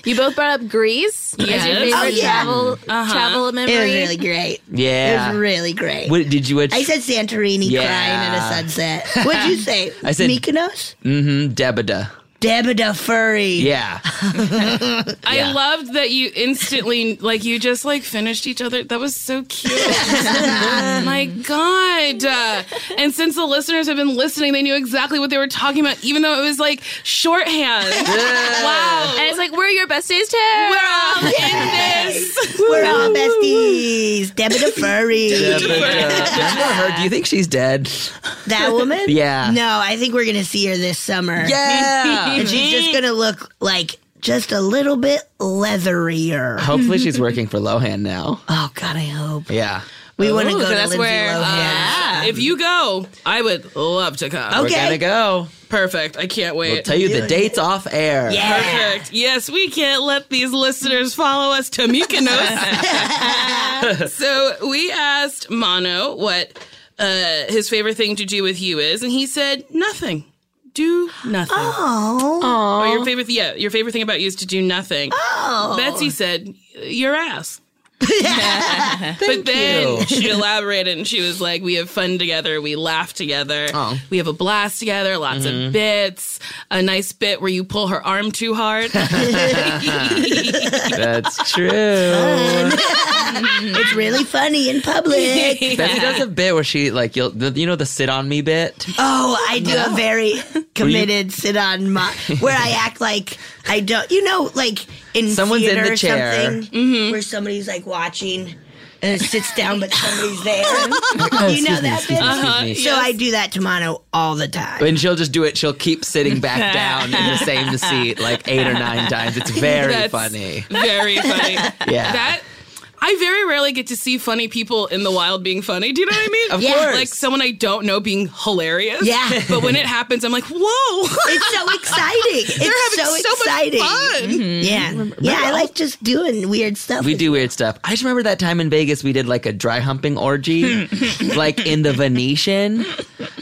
[SPEAKER 5] You both brought up Greece as your
[SPEAKER 3] Yes.
[SPEAKER 5] favorite
[SPEAKER 6] Oh, yeah.
[SPEAKER 5] travel travel memory.
[SPEAKER 6] it was really great.
[SPEAKER 4] Uh-huh. yeah.
[SPEAKER 6] It was really great.
[SPEAKER 4] what did you? What,
[SPEAKER 6] I said Santorini
[SPEAKER 4] Yeah.
[SPEAKER 6] crying at a sunset. What'd you say?
[SPEAKER 4] I said-
[SPEAKER 6] Mykonos?
[SPEAKER 4] mm-hmm. Debida.
[SPEAKER 6] Debida Furry.
[SPEAKER 4] Yeah.
[SPEAKER 3] I loved that you instantly, like, you just like finished each other. That was so cute. My God. Uh, and since the listeners have been listening, they knew exactly what they were talking about, even though it was like shorthand. wow. um,
[SPEAKER 5] And it's like we're your besties too.
[SPEAKER 3] We're all in this.
[SPEAKER 6] We're all besties. Debida Furry.
[SPEAKER 4] Debida. Remember her? Do you think she's dead?
[SPEAKER 6] that woman?
[SPEAKER 4] Yeah.
[SPEAKER 6] No, I think we're going to see her this summer.
[SPEAKER 4] Yeah.
[SPEAKER 6] And she's just going to look like just a little bit leatherier.
[SPEAKER 4] Hopefully, she's working for Lohan now.
[SPEAKER 6] Oh, God, I hope.
[SPEAKER 4] Yeah.
[SPEAKER 6] We want to
[SPEAKER 5] Ooh,
[SPEAKER 6] go
[SPEAKER 5] so
[SPEAKER 6] to
[SPEAKER 5] that's
[SPEAKER 6] Lindsay
[SPEAKER 5] where,
[SPEAKER 6] Lohan.
[SPEAKER 3] If you go, I would love to come.
[SPEAKER 4] We're
[SPEAKER 6] Okay.
[SPEAKER 4] gonna go.
[SPEAKER 3] Perfect. I can't wait.
[SPEAKER 4] We'll tell you the
[SPEAKER 6] Dude.
[SPEAKER 4] dates off air.
[SPEAKER 6] yeah.
[SPEAKER 3] Perfect. Yes, we can't let these listeners follow us to Mykonos. so we asked Mono what uh, his favorite thing to do with you is, and he said nothing. Do nothing.
[SPEAKER 6] Oh.
[SPEAKER 3] Or your favorite, yeah, your favorite thing about you is to do nothing.
[SPEAKER 6] Oh.
[SPEAKER 3] Betsy said your ass. but
[SPEAKER 4] Thank
[SPEAKER 3] then
[SPEAKER 4] you.
[SPEAKER 3] she elaborated and she was like, We have fun together. We laugh together.
[SPEAKER 4] Oh. Mm-hmm.
[SPEAKER 3] We have a blast together. Lots of bits. A nice bit where you pull her arm too hard.
[SPEAKER 4] That's true.
[SPEAKER 6] It's really funny in public.
[SPEAKER 4] Betsy does a bit where she like you'll the, you know the sit on me bit.
[SPEAKER 6] Oh, I do a very committed sit on my where I act like I don't. You know, like in
[SPEAKER 4] Someone's in
[SPEAKER 6] theater
[SPEAKER 4] the
[SPEAKER 6] or
[SPEAKER 4] chair.
[SPEAKER 6] something where somebody's like watching. and sits down, but somebody's there. you know
[SPEAKER 4] excuse me, excuse
[SPEAKER 6] that
[SPEAKER 4] me,
[SPEAKER 6] bitch?
[SPEAKER 4] excuse
[SPEAKER 3] Uh-huh.
[SPEAKER 4] me.
[SPEAKER 6] So I do that to Mono all the time.
[SPEAKER 4] And she'll just do it. She'll keep sitting back down in the same seat like eight or nine times. It's very
[SPEAKER 3] That's-
[SPEAKER 4] funny.
[SPEAKER 3] Very funny.
[SPEAKER 4] Yeah.
[SPEAKER 3] That I very rarely get to see funny people in the wild being funny. Do you know what I mean?
[SPEAKER 4] Of Yeah. course.
[SPEAKER 3] Like someone I don't know being hilarious.
[SPEAKER 6] Yeah.
[SPEAKER 3] But when it happens, I'm like, whoa.
[SPEAKER 6] It's so exciting.
[SPEAKER 3] They're
[SPEAKER 6] It's
[SPEAKER 3] having
[SPEAKER 6] so,
[SPEAKER 3] so,
[SPEAKER 6] exciting. Mm-hmm.
[SPEAKER 3] much fun.
[SPEAKER 6] Yeah. yeah, I like just doing weird stuff.
[SPEAKER 4] We do weird stuff. I just remember that time in Vegas we did like a dry humping orgy, like in the Venetian.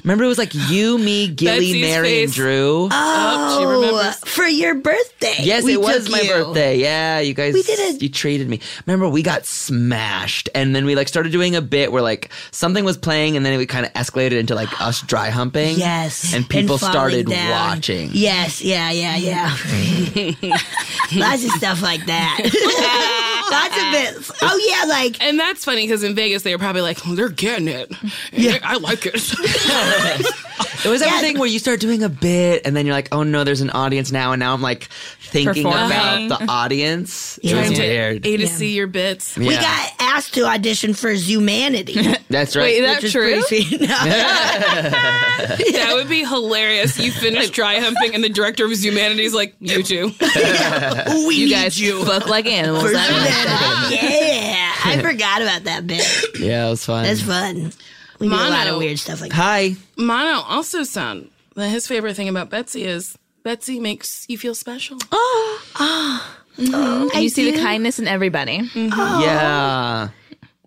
[SPEAKER 4] Remember it was like you, me, Gilly,
[SPEAKER 3] Betsy's
[SPEAKER 4] Mary, and
[SPEAKER 3] face.
[SPEAKER 4] Drew.
[SPEAKER 3] Oh, she remembers.
[SPEAKER 6] for your birthday.
[SPEAKER 4] Yes,
[SPEAKER 6] we
[SPEAKER 4] it was
[SPEAKER 6] took
[SPEAKER 4] my
[SPEAKER 6] you.
[SPEAKER 4] birthday. Yeah, you guys.
[SPEAKER 6] We did it.
[SPEAKER 4] You treated me. Remember, we got smashed, and then we like started doing a bit where like something was playing, and then it kind of escalated into like us dry humping.
[SPEAKER 6] Yes.
[SPEAKER 4] and people
[SPEAKER 6] falling
[SPEAKER 4] started
[SPEAKER 6] down.
[SPEAKER 4] watching.
[SPEAKER 6] Yes, yeah, yeah, yeah. Lots of stuff like that. Lots of it. Oh, yeah, like
[SPEAKER 3] And that's funny because in Vegas they were probably like, they're getting it. Yeah. I like it.
[SPEAKER 4] It was everything where you start doing a bit, and then you're like, oh no, there's an audience now, and now I'm like thinking
[SPEAKER 3] Performing.
[SPEAKER 4] about the audience. It
[SPEAKER 6] Trying
[SPEAKER 4] was
[SPEAKER 6] to-
[SPEAKER 4] weird.
[SPEAKER 3] A to C your bits.
[SPEAKER 6] we
[SPEAKER 4] Yeah.
[SPEAKER 6] got asked to audition for Zumanity.
[SPEAKER 4] That's right.
[SPEAKER 5] Wait, that-
[SPEAKER 6] which is
[SPEAKER 5] true?
[SPEAKER 6] pretty sweet. No.
[SPEAKER 3] That would be hilarious. You finish dry humping and the director of Humanity's like, you too.
[SPEAKER 6] we
[SPEAKER 5] You
[SPEAKER 6] need
[SPEAKER 5] guys
[SPEAKER 6] you
[SPEAKER 5] fuck like animals.
[SPEAKER 6] for
[SPEAKER 5] That was-
[SPEAKER 6] Zumanity. yeah, I forgot about that bit.
[SPEAKER 4] yeah, it was fun.
[SPEAKER 6] That's fun. We do a lot
[SPEAKER 3] Mono.
[SPEAKER 6] of weird stuff like that.
[SPEAKER 4] Hi.
[SPEAKER 3] Mono also sound that his favorite thing about Betsy is Betsy makes you feel special.
[SPEAKER 5] you see the kindness in everybody.
[SPEAKER 3] Mm.
[SPEAKER 4] Yeah.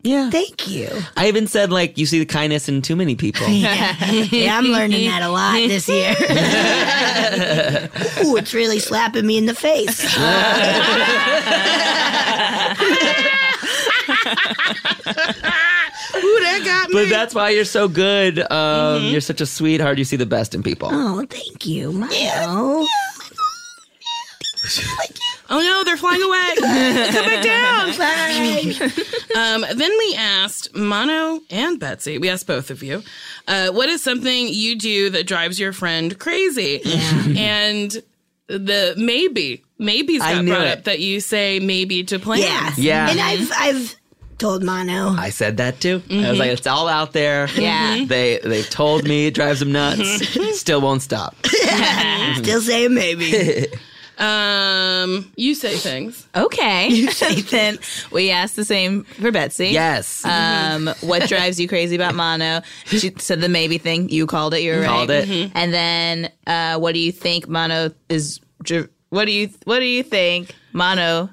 [SPEAKER 4] Yeah.
[SPEAKER 6] Thank you.
[SPEAKER 4] I even said, like, you see the kindness in too many people.
[SPEAKER 6] Yeah, I'm learning that a lot this year. Ooh, it's really slapping me in the face.
[SPEAKER 4] but that's why you're so good. Um,
[SPEAKER 6] Mm-hmm.
[SPEAKER 4] You're such a sweetheart. You see the best in people.
[SPEAKER 6] Oh, thank you, Mono.
[SPEAKER 3] Oh no, they're flying away. Come back down.
[SPEAKER 6] Bye.
[SPEAKER 3] Um, then we asked Mono and Betsy, we asked both of you, uh, what is something you do that drives your friend crazy? and the maybe, maybe's
[SPEAKER 4] I
[SPEAKER 3] got
[SPEAKER 4] knew
[SPEAKER 3] brought
[SPEAKER 4] it.
[SPEAKER 3] up that you say maybe to plans.
[SPEAKER 6] Yeah.
[SPEAKER 4] Yeah.
[SPEAKER 6] And I've I've told Mono.
[SPEAKER 4] I said that too. I
[SPEAKER 6] Mm-hmm.
[SPEAKER 4] was like, it's all out there. Yeah. They they told me it drives them
[SPEAKER 6] Mm-hmm.
[SPEAKER 4] nuts. Still won't stop.
[SPEAKER 6] Still say maybe.
[SPEAKER 3] Um, you say things.
[SPEAKER 5] Okay. then we asked the same for Betsy.
[SPEAKER 4] Yes.
[SPEAKER 6] Uh,
[SPEAKER 5] Um, what drives you crazy about mono? She said the maybe thing. You called it. You were right.
[SPEAKER 4] Called it. Mhm.
[SPEAKER 5] And then, uh, what do you think mono is? dri- What do you What do you think mono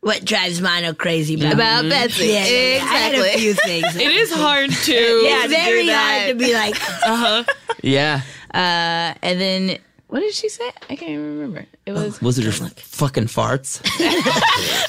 [SPEAKER 6] what drives Mono crazy about?
[SPEAKER 5] about Betsy?
[SPEAKER 6] yeah, yeah, yeah. I had a
[SPEAKER 5] exactly.
[SPEAKER 6] few things.
[SPEAKER 3] It is hard to.
[SPEAKER 5] Yeah.
[SPEAKER 6] It's very
[SPEAKER 5] do that.
[SPEAKER 6] hard to be like,
[SPEAKER 4] yeah.
[SPEAKER 5] And then, what did she say? I can't even remember. It was
[SPEAKER 4] Was it your fucking farts?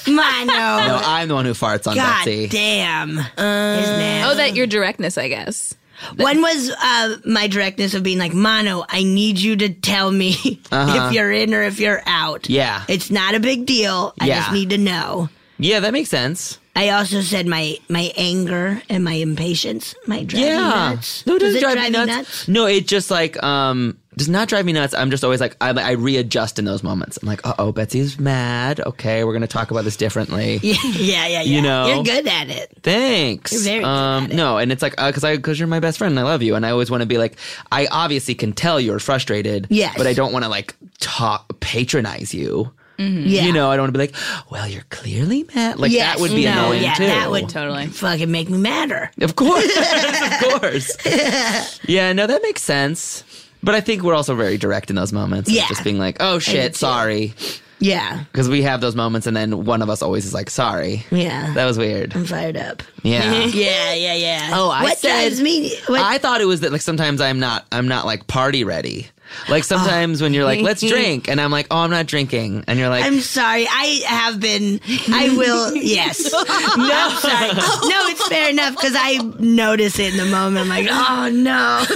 [SPEAKER 6] Mono.
[SPEAKER 4] No, I'm the one who farts on
[SPEAKER 6] God
[SPEAKER 4] Betsy.
[SPEAKER 6] damn. His name.
[SPEAKER 5] oh, that your directness, I guess.
[SPEAKER 6] One was uh, my directness of being like, Mono, I need you to tell me if you're in or if you're out.
[SPEAKER 4] Uh-huh. Yeah.
[SPEAKER 6] It's not a big deal. I
[SPEAKER 4] Yeah.
[SPEAKER 6] just need to know.
[SPEAKER 4] Yeah, that makes sense.
[SPEAKER 6] I also said my my anger and my impatience might drive
[SPEAKER 4] yeah.
[SPEAKER 6] me nuts.
[SPEAKER 4] No, it doesn't
[SPEAKER 6] Does it
[SPEAKER 4] drive, me nuts. No, it just like um does not drive me nuts. I'm just always like I, I readjust in those moments. I'm like, uh oh, Betsy's mad. Okay, we're gonna talk about this differently.
[SPEAKER 6] Yeah, yeah, yeah.
[SPEAKER 4] You know.
[SPEAKER 6] You're good at it.
[SPEAKER 4] Thanks.
[SPEAKER 6] You're very good
[SPEAKER 4] um, no, and it's like because I because you're my best friend and I love you and I always want to be like I obviously can tell you're frustrated.
[SPEAKER 6] Yes.
[SPEAKER 4] but I don't want to like talk patronize you.
[SPEAKER 6] Yeah.
[SPEAKER 4] You know, I don't want to be like, well, you're clearly mad. Like
[SPEAKER 6] Yes.
[SPEAKER 4] that would be
[SPEAKER 6] No,
[SPEAKER 4] annoying
[SPEAKER 6] yeah,
[SPEAKER 4] too.
[SPEAKER 6] That would totally fucking make me madder.
[SPEAKER 4] Of course, of course. Yeah, no, that makes sense. But I think we're also very direct in those moments. Like,
[SPEAKER 6] Yeah.
[SPEAKER 4] just being like, oh shit, sorry,
[SPEAKER 6] Yeah.
[SPEAKER 4] because we have those moments, and then one of us always is like, sorry.
[SPEAKER 6] Yeah.
[SPEAKER 4] That was weird.
[SPEAKER 6] I'm fired up.
[SPEAKER 4] Yeah.
[SPEAKER 6] Yeah, yeah, yeah.
[SPEAKER 4] Oh, I
[SPEAKER 6] what
[SPEAKER 4] said-
[SPEAKER 6] drives me? What,
[SPEAKER 4] I thought it was that like sometimes I'm not I'm not like party ready. Like sometimes when you're like let's drink and I'm like oh I'm not drinking and you're like
[SPEAKER 6] I'm sorry. I have been. I will. Yes. no. I'm sorry. No, it's fair enough because I notice it in the moment. I'm like, oh no,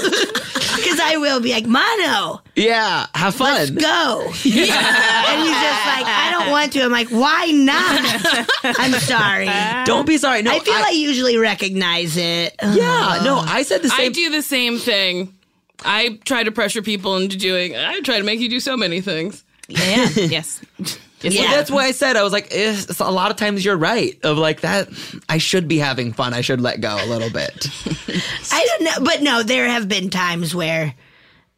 [SPEAKER 6] because I will be like, Mono,
[SPEAKER 4] yeah have fun
[SPEAKER 6] go. And he's just like, I don't want to. I'm like, why not? I'm sorry.
[SPEAKER 4] don't be sorry no
[SPEAKER 6] I feel I usually recognize it.
[SPEAKER 4] yeah no I said the
[SPEAKER 3] I
[SPEAKER 4] same
[SPEAKER 3] do the same thing. I try to pressure people into doing, I try to make you do so many things.
[SPEAKER 5] Yeah. yes.
[SPEAKER 4] It's like-
[SPEAKER 6] Yeah.
[SPEAKER 4] that's why I said I was like, eh, it's a lot of times you're right of like that. I should be having fun. I should let go a little bit.
[SPEAKER 6] I don't know, but no, there have been times where,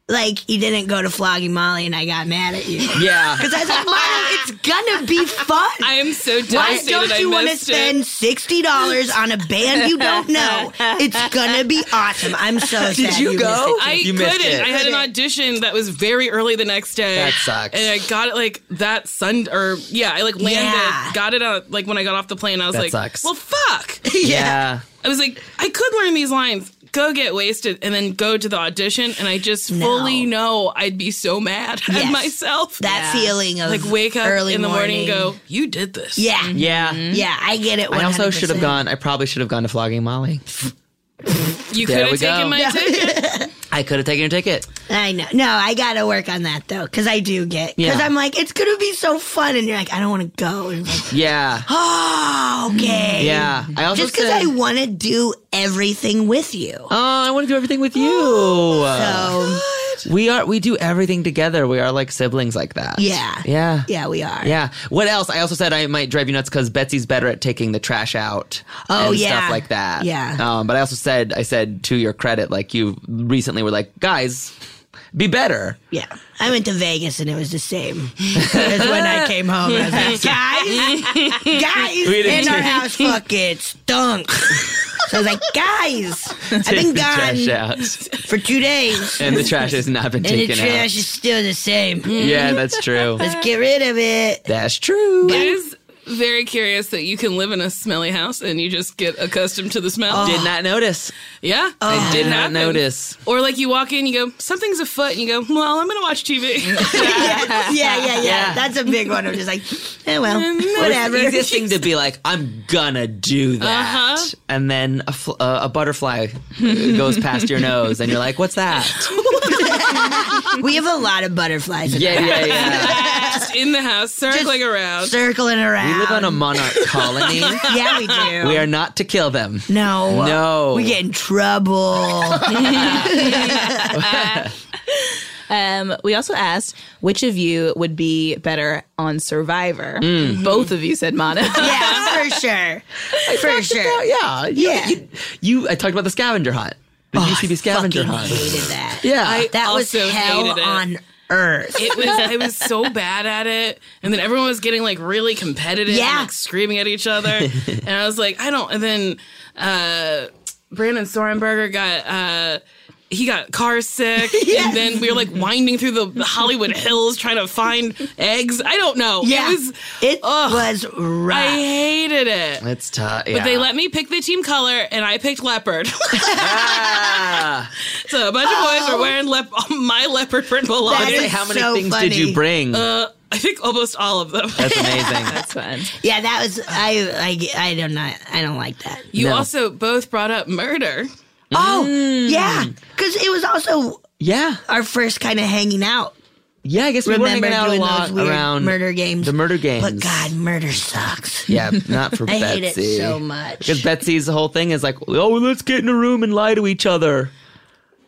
[SPEAKER 6] like, you didn't go to flogging Molly, and I got mad at you because
[SPEAKER 4] yeah,
[SPEAKER 6] I was like, Molly, it's gonna be fun.
[SPEAKER 3] I am so
[SPEAKER 6] Why
[SPEAKER 3] devastated.
[SPEAKER 6] don't you
[SPEAKER 3] I
[SPEAKER 6] want to
[SPEAKER 3] missed
[SPEAKER 6] spend
[SPEAKER 3] it.
[SPEAKER 6] sixty dollars on a band you don't know? It's gonna be awesome. I'm so sad.
[SPEAKER 4] Did you
[SPEAKER 6] missed
[SPEAKER 4] go?
[SPEAKER 6] it.
[SPEAKER 3] I
[SPEAKER 4] You missed
[SPEAKER 3] couldn't.
[SPEAKER 4] it.
[SPEAKER 3] I had an audition that was very early the next day.
[SPEAKER 4] That sucks.
[SPEAKER 3] And I got it like that Sunday, or yeah, I like landed,
[SPEAKER 6] Yeah.
[SPEAKER 3] got it out like when I got off the plane. I was
[SPEAKER 4] That
[SPEAKER 3] like,
[SPEAKER 4] sucks.
[SPEAKER 3] well, fuck.
[SPEAKER 4] yeah.
[SPEAKER 3] I was like, I could learn these lines. Go get wasted and then go to the audition, and I just
[SPEAKER 6] No.
[SPEAKER 3] fully know I'd be so mad
[SPEAKER 6] Yes.
[SPEAKER 3] at myself.
[SPEAKER 6] That feeling of
[SPEAKER 3] like wake up
[SPEAKER 6] early
[SPEAKER 3] in the morning, and go, "Mm-hmm." you did this.
[SPEAKER 6] yeah, yeah,
[SPEAKER 4] Yeah.
[SPEAKER 6] I get it. 100%.
[SPEAKER 4] I also should have gone. I probably should have gone to flogging Molly.
[SPEAKER 3] you
[SPEAKER 4] There
[SPEAKER 3] could
[SPEAKER 4] we
[SPEAKER 3] have taken
[SPEAKER 4] go.
[SPEAKER 3] my ticket.
[SPEAKER 4] I could have taken your ticket.
[SPEAKER 6] I know. No, I gotta work on that though, because I do get. Because
[SPEAKER 4] Yeah.
[SPEAKER 6] I'm like, it's gonna be so fun, and you're like, I don't want to go. And I'm like,
[SPEAKER 4] Yeah.
[SPEAKER 6] oh,
[SPEAKER 3] Mm.
[SPEAKER 6] okay.
[SPEAKER 4] Yeah. Mm-hmm. I also
[SPEAKER 6] Just because
[SPEAKER 4] said,
[SPEAKER 6] I want to do everything with you.
[SPEAKER 4] Oh, I want to do everything with you.
[SPEAKER 3] Oh,
[SPEAKER 4] Oh,
[SPEAKER 6] So
[SPEAKER 4] we are we do everything together. We are like siblings like that.
[SPEAKER 6] Yeah.
[SPEAKER 4] Yeah.
[SPEAKER 6] yeah, we are.
[SPEAKER 4] Yeah. What else? I also said I might drive you nuts because Betsy's better at taking the trash out
[SPEAKER 6] Oh,
[SPEAKER 4] and
[SPEAKER 6] yeah.
[SPEAKER 4] stuff like that.
[SPEAKER 6] Yeah.
[SPEAKER 4] Um, but I also said I said to your credit, like you recently were like, guys, be better.
[SPEAKER 6] Yeah. I went to Vegas and it was the same as when I came home. I was like, guys, guys,
[SPEAKER 4] We didn't
[SPEAKER 6] in our
[SPEAKER 4] take-
[SPEAKER 6] house fucking stunk. So I was like, guys, I've been
[SPEAKER 4] the trash
[SPEAKER 6] gone
[SPEAKER 4] out,
[SPEAKER 6] for two days
[SPEAKER 4] and the trash has not been
[SPEAKER 6] and the
[SPEAKER 4] taken
[SPEAKER 6] trash
[SPEAKER 4] out.
[SPEAKER 6] is still the same.
[SPEAKER 4] Yeah, that's true.
[SPEAKER 6] Let's get rid of it.
[SPEAKER 4] That's true.
[SPEAKER 3] It is very curious that you can live in a smelly house and you just get accustomed to the smell.
[SPEAKER 6] Oh.
[SPEAKER 4] Did not notice.
[SPEAKER 3] yeah.
[SPEAKER 4] I did not
[SPEAKER 3] Happened.
[SPEAKER 4] notice.
[SPEAKER 3] Or like you walk in, you go, something's afoot, and you go, well, I'm gonna watch TV.
[SPEAKER 6] yeah, yeah, yeah, yeah. That's a big one. I'm just like, eh, well, whatever.
[SPEAKER 4] It's the easiest thing to be like, I'm gonna do that,
[SPEAKER 3] Uh-huh.
[SPEAKER 4] and then a, fl- uh, a butterfly goes past your nose, and you're like, "What's that?"
[SPEAKER 6] We have a lot of butterflies in
[SPEAKER 4] Yeah, yeah, yeah.
[SPEAKER 3] just in the house, circling around.
[SPEAKER 6] circling around.
[SPEAKER 4] We live on a monarch colony.
[SPEAKER 6] yeah, we do.
[SPEAKER 4] We are not to kill them.
[SPEAKER 6] no,
[SPEAKER 4] No.
[SPEAKER 6] we get in trouble.
[SPEAKER 5] Um, we also asked which of you would be better on Survivor.
[SPEAKER 4] Mm.
[SPEAKER 5] Both of you said Mono.
[SPEAKER 6] yeah, for sure. for sure.
[SPEAKER 4] Yeah, you,
[SPEAKER 6] Yeah. Oh,
[SPEAKER 4] You, you- I talked about the scavenger hunt, the UCB scavenger
[SPEAKER 6] Fucking
[SPEAKER 4] hunt.
[SPEAKER 6] hated that.
[SPEAKER 4] Yeah,
[SPEAKER 6] that was
[SPEAKER 3] also
[SPEAKER 6] hell
[SPEAKER 3] hated it.
[SPEAKER 6] on earth.
[SPEAKER 3] It was I was so bad at it, and then everyone was getting like really competitive,
[SPEAKER 6] Yeah.
[SPEAKER 3] and, like screaming at each other, and I was like, I don't. And then uh, Brandon Sorenberger got. Uh, he got car sick, and then we were like winding through the Hollywood hills trying to find eggs. I don't know.
[SPEAKER 6] yeah, Ah.
[SPEAKER 3] It was.
[SPEAKER 6] it
[SPEAKER 3] ugh.
[SPEAKER 6] was rough.
[SPEAKER 3] I hated it.
[SPEAKER 4] it's tough.
[SPEAKER 3] But they let me pick the team color, and I picked leopard.
[SPEAKER 6] Ah.
[SPEAKER 3] so a bunch of boys were wearing lep- my leopard print
[SPEAKER 6] Oh. That
[SPEAKER 3] belongings.
[SPEAKER 6] is
[SPEAKER 4] How many
[SPEAKER 6] so
[SPEAKER 4] things
[SPEAKER 6] funny.
[SPEAKER 4] did you bring?
[SPEAKER 3] Uh, I think almost all of them.
[SPEAKER 4] That's amazing.
[SPEAKER 5] That's fun.
[SPEAKER 6] Yeah, that was I. I, I don't not. I don't like that.
[SPEAKER 3] You
[SPEAKER 4] No.
[SPEAKER 3] also both brought up murder.
[SPEAKER 6] Oh yeah, because it was also
[SPEAKER 4] yeah,
[SPEAKER 6] our first kind of hanging out.
[SPEAKER 4] yeah. I guess we were
[SPEAKER 6] Remember
[SPEAKER 4] hanging out a
[SPEAKER 6] doing
[SPEAKER 4] lot
[SPEAKER 6] those weird
[SPEAKER 4] around
[SPEAKER 6] murder games?
[SPEAKER 4] The murder games.
[SPEAKER 6] But God, murder sucks.
[SPEAKER 4] Yeah, not for
[SPEAKER 6] I
[SPEAKER 4] Betsy.
[SPEAKER 6] hate it so much.
[SPEAKER 4] Because Betsy's whole thing is like, oh, let's get in a room and lie to each other.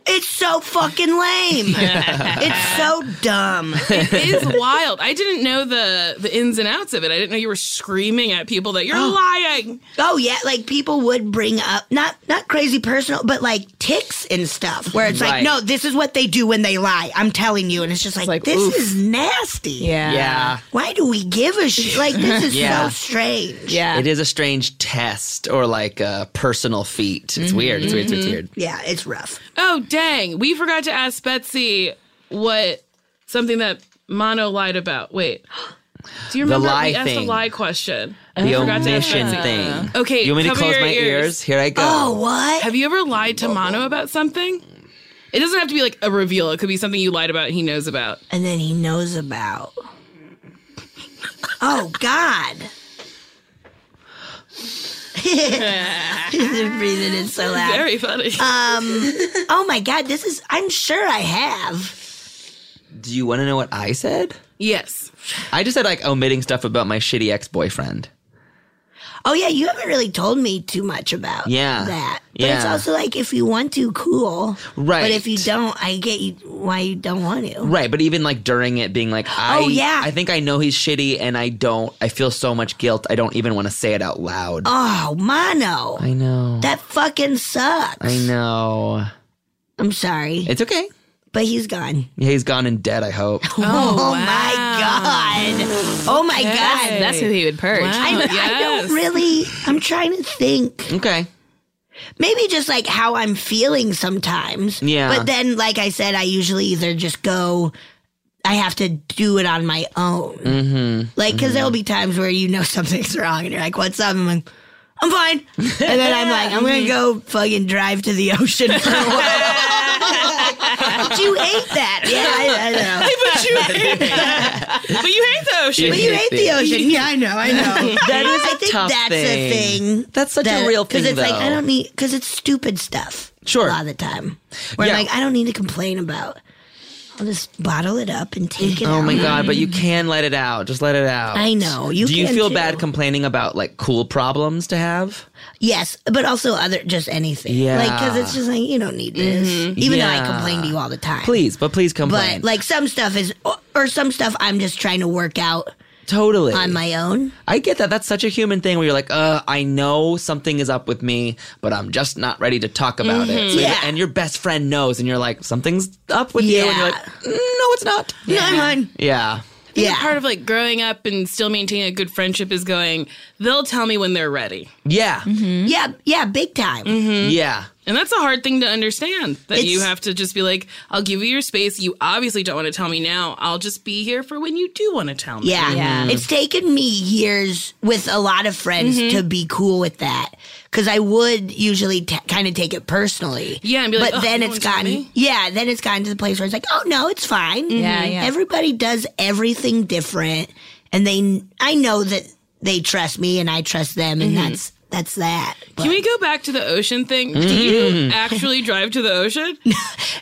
[SPEAKER 6] It's so fucking lame. it's so dumb.
[SPEAKER 3] It is wild. I didn't know the the ins and outs of it. I didn't know you were screaming at people that you're lying.
[SPEAKER 6] Oh yeah, like people would bring up not not crazy personal, but like ticks and stuff where it's
[SPEAKER 4] Right.
[SPEAKER 6] like, no, this is what they do when they lie. I'm telling you, and it's just like,
[SPEAKER 5] like,
[SPEAKER 6] this
[SPEAKER 5] oof.
[SPEAKER 6] is nasty.
[SPEAKER 5] Yeah.
[SPEAKER 4] Yeah.
[SPEAKER 6] Why do we give a shit? Like this is
[SPEAKER 4] Yeah.
[SPEAKER 6] so strange.
[SPEAKER 5] Yeah.
[SPEAKER 4] It is a strange test or like a personal feat.
[SPEAKER 6] Mm-hmm.
[SPEAKER 4] It's weird. It's weird. It's weird. It's weird.
[SPEAKER 6] Yeah, it's rough.
[SPEAKER 3] Oh dang, we forgot to ask Betsy what something that Mono lied about. Wait. Do you
[SPEAKER 4] The
[SPEAKER 3] remember
[SPEAKER 4] lie
[SPEAKER 3] we asked
[SPEAKER 4] thing.
[SPEAKER 3] the lie question?
[SPEAKER 4] The
[SPEAKER 3] forgot to ask
[SPEAKER 4] omission
[SPEAKER 3] Betsy.
[SPEAKER 4] thing.
[SPEAKER 3] Okay,
[SPEAKER 4] You want me to
[SPEAKER 3] cover
[SPEAKER 4] close
[SPEAKER 3] your
[SPEAKER 4] my ears.
[SPEAKER 3] ears.
[SPEAKER 4] Here I go.
[SPEAKER 6] Oh what?
[SPEAKER 3] Have you ever lied to Mono about something? It doesn't have to be like a reveal. It could be something you lied about and he knows about.
[SPEAKER 6] and then he knows about. Oh God. He's breathing in so loud.
[SPEAKER 3] Very funny.
[SPEAKER 6] Oh my God, this is, I'm sure I have.
[SPEAKER 4] Do you want to know what I said?
[SPEAKER 3] yes.
[SPEAKER 4] I just said like omitting stuff about my shitty ex boyfriend.
[SPEAKER 6] Oh yeah, you haven't really told me too much about
[SPEAKER 4] Yeah.
[SPEAKER 6] that. But it's
[SPEAKER 4] Yeah.
[SPEAKER 6] also like if you want to, cool. But
[SPEAKER 4] Right.
[SPEAKER 6] if you don't, I get you why you don't want to.
[SPEAKER 4] Right, but even like during it being like, I,
[SPEAKER 6] Oh, yeah.
[SPEAKER 4] I think I know he's shitty and I don't, I feel so much guilt, I don't even want to say it out loud.
[SPEAKER 6] Oh, mono.
[SPEAKER 4] I know.
[SPEAKER 6] that fucking sucks.
[SPEAKER 4] I know.
[SPEAKER 6] I'm sorry.
[SPEAKER 4] It's okay.
[SPEAKER 6] But he's gone.
[SPEAKER 4] Yeah, he's gone and dead, I hope.
[SPEAKER 6] Oh, my god. Oh my god.
[SPEAKER 5] That's who he would purge.
[SPEAKER 6] I, I don't really I'm trying to think.
[SPEAKER 4] okay.
[SPEAKER 6] Maybe just like how I'm feeling sometimes.
[SPEAKER 4] Yeah.
[SPEAKER 6] But then like I said, I usually either just go I have to do it on my own. Mm-hmm. Like, because there'll be times where you know something's wrong and you're like, what's up? I'm like, I'm fine. And then I'm like, I'm going to go fucking drive to the ocean for a while. but you hate that. Yeah, I, I know.
[SPEAKER 3] But you hate that. But you hate the ocean.
[SPEAKER 6] But you hate the ocean. Yeah, I know. I know.
[SPEAKER 4] That is
[SPEAKER 6] I
[SPEAKER 4] a
[SPEAKER 6] think
[SPEAKER 4] tough
[SPEAKER 6] that's
[SPEAKER 4] thing.
[SPEAKER 6] a thing.
[SPEAKER 4] That's such a
[SPEAKER 6] that-
[SPEAKER 4] real thing,
[SPEAKER 6] it's like I
[SPEAKER 4] though.
[SPEAKER 6] don't need because it's stupid stuff.
[SPEAKER 4] Sure.
[SPEAKER 6] a lot of the time, where
[SPEAKER 4] Yeah.
[SPEAKER 6] I'm like I don't need to complain about. I'll just bottle it up and take it.
[SPEAKER 4] Oh
[SPEAKER 6] out.
[SPEAKER 4] my god, but you can let it out. Just let it out.
[SPEAKER 6] I know, you
[SPEAKER 4] Do you
[SPEAKER 6] can
[SPEAKER 4] feel
[SPEAKER 6] too.
[SPEAKER 4] bad complaining about like cool problems to have?
[SPEAKER 6] Yes, but also other just anything.
[SPEAKER 4] Yeah. Mm-hmm.
[SPEAKER 6] like because it's just like you don't need this. Even though I
[SPEAKER 4] Yeah.
[SPEAKER 6] complain to you all the time.
[SPEAKER 4] Please, but please complain.
[SPEAKER 6] But like some stuff is, or, or some stuff I'm just trying to work out
[SPEAKER 4] totally.
[SPEAKER 6] on my own.
[SPEAKER 4] I get that. That's such a human thing where you're like, uh, I know something is up with me, but I'm just not ready to talk about it. So-
[SPEAKER 6] Mm-hmm. Yeah.
[SPEAKER 4] And your best friend knows, and you're like, something's up with you. And
[SPEAKER 6] Yeah.
[SPEAKER 4] you're like, "Mm, no, it's not.
[SPEAKER 6] Yeah, I'm fine.
[SPEAKER 4] Yeah.
[SPEAKER 6] Yeah,
[SPEAKER 3] Part of like growing up and still maintaining a good friendship is going, they'll tell me when they're ready.
[SPEAKER 4] Yeah.
[SPEAKER 6] Mm-hmm. yeah, yeah, big time.
[SPEAKER 4] Mm-hmm. Yeah.
[SPEAKER 3] And that's a hard thing to understand that you
[SPEAKER 6] It's-
[SPEAKER 3] have to just be like, I'll give you your space. You obviously don't want to tell me now. I'll just be here for when you do want to tell me.
[SPEAKER 6] Yeah. It's taken me years with a lot of friends
[SPEAKER 3] Mm-hmm.
[SPEAKER 6] to be cool with that. Cause I would usually t- kind of take it personally.
[SPEAKER 3] Yeah, and be like,
[SPEAKER 6] but
[SPEAKER 3] "Oh,
[SPEAKER 6] then
[SPEAKER 3] no
[SPEAKER 6] it's
[SPEAKER 3] one told
[SPEAKER 6] gotten,
[SPEAKER 3] me." Mm-hmm.
[SPEAKER 6] yeah, then it's gotten to the place where it's like, oh no, it's fine.
[SPEAKER 5] Yeah, yeah.
[SPEAKER 6] Everybody does everything different, and they, I know that they trust me, and I trust them, and that's that's that. But-
[SPEAKER 3] Mm-hmm. Can we go back to the ocean thing? Do you actually drive to the ocean?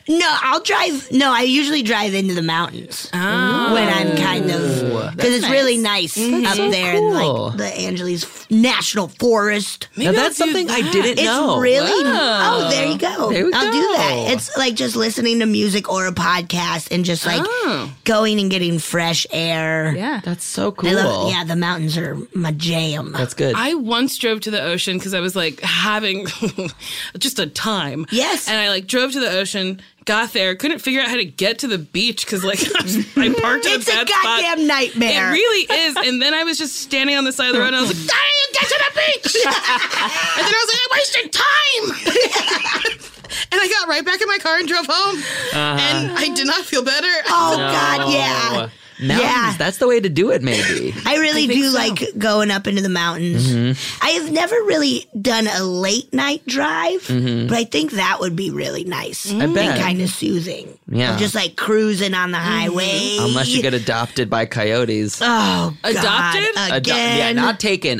[SPEAKER 6] No, I'll drive. No, I usually drive into the mountains
[SPEAKER 4] Oh.
[SPEAKER 6] when I'm kind of because it's really nice up there
[SPEAKER 4] cool.
[SPEAKER 6] in like the Angeles F- National Forest.
[SPEAKER 4] Now that's
[SPEAKER 3] I'll do
[SPEAKER 4] something I
[SPEAKER 3] that.
[SPEAKER 4] didn't
[SPEAKER 6] It's
[SPEAKER 4] know.
[SPEAKER 6] really oh, there you go.
[SPEAKER 4] There we
[SPEAKER 6] I'll do that.
[SPEAKER 4] go.
[SPEAKER 6] It's like just listening to music or a podcast and just like
[SPEAKER 4] Oh.
[SPEAKER 6] going and getting fresh air.
[SPEAKER 5] yeah.
[SPEAKER 4] That's so cool.
[SPEAKER 6] I love. Yeah, the mountains are my jam.
[SPEAKER 4] That's good.
[SPEAKER 3] I once drove to the ocean because I was like having just a time.
[SPEAKER 6] Yes.
[SPEAKER 3] And I like drove to the ocean, got there, couldn't figure out how to get to the beach because like I, was- I parked in
[SPEAKER 6] it's
[SPEAKER 3] a
[SPEAKER 6] a
[SPEAKER 3] bad
[SPEAKER 6] goddamn
[SPEAKER 3] spot.
[SPEAKER 6] nightmare.
[SPEAKER 3] It really is. And then I was just standing on the side of the road and I was like, I didn't get to the beach. and then I was like, I wasted time. and I got right back in my car and drove home. And I did not feel better.
[SPEAKER 6] oh god, yeah.
[SPEAKER 4] Oh, Mountains.
[SPEAKER 6] Yeah.
[SPEAKER 4] That's the way to do it, maybe.
[SPEAKER 6] I really do like going up into the mountains.
[SPEAKER 4] Mm-hmm.
[SPEAKER 6] I have never really done a late night drive, but I think that would be really nice
[SPEAKER 4] Mm-hmm. I
[SPEAKER 6] and
[SPEAKER 4] bet.
[SPEAKER 6] kind of soothing.
[SPEAKER 4] Yeah. Mm-hmm.
[SPEAKER 6] Of just like cruising on the highway.
[SPEAKER 4] Unless you get adopted by coyotes.
[SPEAKER 6] oh God,
[SPEAKER 3] Adopted? Ado-
[SPEAKER 4] Ado- yeah,
[SPEAKER 6] again.
[SPEAKER 4] not taken,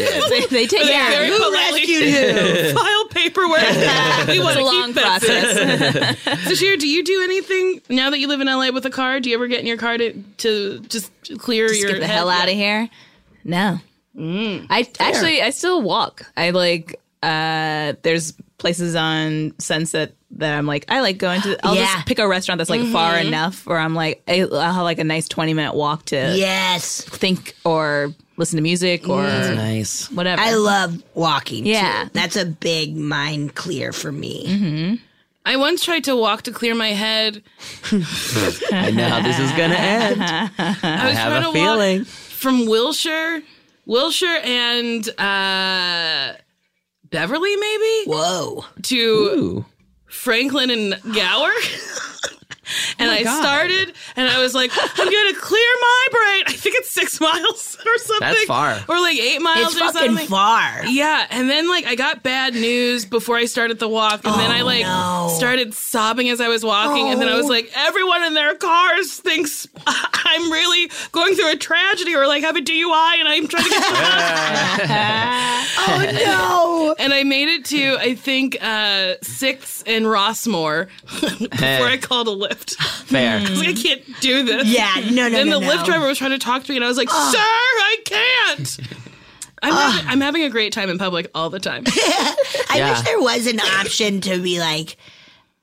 [SPEAKER 5] They, they take
[SPEAKER 3] Yeah,
[SPEAKER 5] yeah.
[SPEAKER 3] very
[SPEAKER 6] Who
[SPEAKER 3] politely.
[SPEAKER 6] rescued who?
[SPEAKER 3] file paperwork. we want
[SPEAKER 5] It's a
[SPEAKER 3] to
[SPEAKER 5] long
[SPEAKER 3] keep that.
[SPEAKER 5] process.
[SPEAKER 3] Sashir, do you do anything now that you live in LA with a car? Do you ever get in your car to, to just clear
[SPEAKER 5] Just
[SPEAKER 3] your
[SPEAKER 5] get the
[SPEAKER 3] head?
[SPEAKER 5] hell out of here. No.
[SPEAKER 3] Mm.
[SPEAKER 5] I actually I still walk. I like uh there's places on Sunset that I'm like I like going to I'll
[SPEAKER 6] Yeah.
[SPEAKER 5] just pick a restaurant that's like far
[SPEAKER 3] Mm-hmm.
[SPEAKER 5] enough where I'm like I- I'll have like a nice 20 minute walk to
[SPEAKER 6] Yes.
[SPEAKER 5] think or listen to music or
[SPEAKER 4] nice.
[SPEAKER 5] whatever.
[SPEAKER 6] I love walking.
[SPEAKER 5] Yeah.
[SPEAKER 6] Too. That's a big mind clear for me.
[SPEAKER 4] Mm-hmm.
[SPEAKER 3] I once tried to walk to clear my head.
[SPEAKER 4] I know how this is going to end.
[SPEAKER 3] I was
[SPEAKER 4] have
[SPEAKER 3] trying
[SPEAKER 4] a
[SPEAKER 3] to
[SPEAKER 4] feeling.
[SPEAKER 3] walk from Wilshire, Wilshire and uh, Beverly, maybe
[SPEAKER 6] Whoa.
[SPEAKER 3] to
[SPEAKER 4] Ooh.
[SPEAKER 3] Franklin and Gower. And
[SPEAKER 4] Oh
[SPEAKER 3] I started, and I was like, "I'm gonna clear my brain." I think it's six miles or something.
[SPEAKER 4] far.
[SPEAKER 3] or like eight miles
[SPEAKER 6] It's
[SPEAKER 3] or
[SPEAKER 6] fucking
[SPEAKER 3] something.
[SPEAKER 6] far.
[SPEAKER 3] Yeah, and then like I got bad news before I started the walk, and then
[SPEAKER 6] Oh,
[SPEAKER 3] I like started sobbing as I was walking, and then I was like, everyone in their cars thinks I'm really going through a tragedy or like have a DUI, and I'm trying to get.
[SPEAKER 6] Oh, No.
[SPEAKER 3] and I made it to I think uh sixth in Rossmore before I called a lift.
[SPEAKER 4] Fair.
[SPEAKER 6] Mm-hmm.
[SPEAKER 3] I was like, I can't do this.
[SPEAKER 6] Yeah, no, no,
[SPEAKER 3] Then
[SPEAKER 6] no,
[SPEAKER 3] the
[SPEAKER 6] no.
[SPEAKER 3] Lyft driver was trying to talk to me, and I was like, "Sir, I can't." I'm, having, I'm having a great time in public all the time.
[SPEAKER 6] I
[SPEAKER 4] Yeah.
[SPEAKER 6] wish there was an option to be like,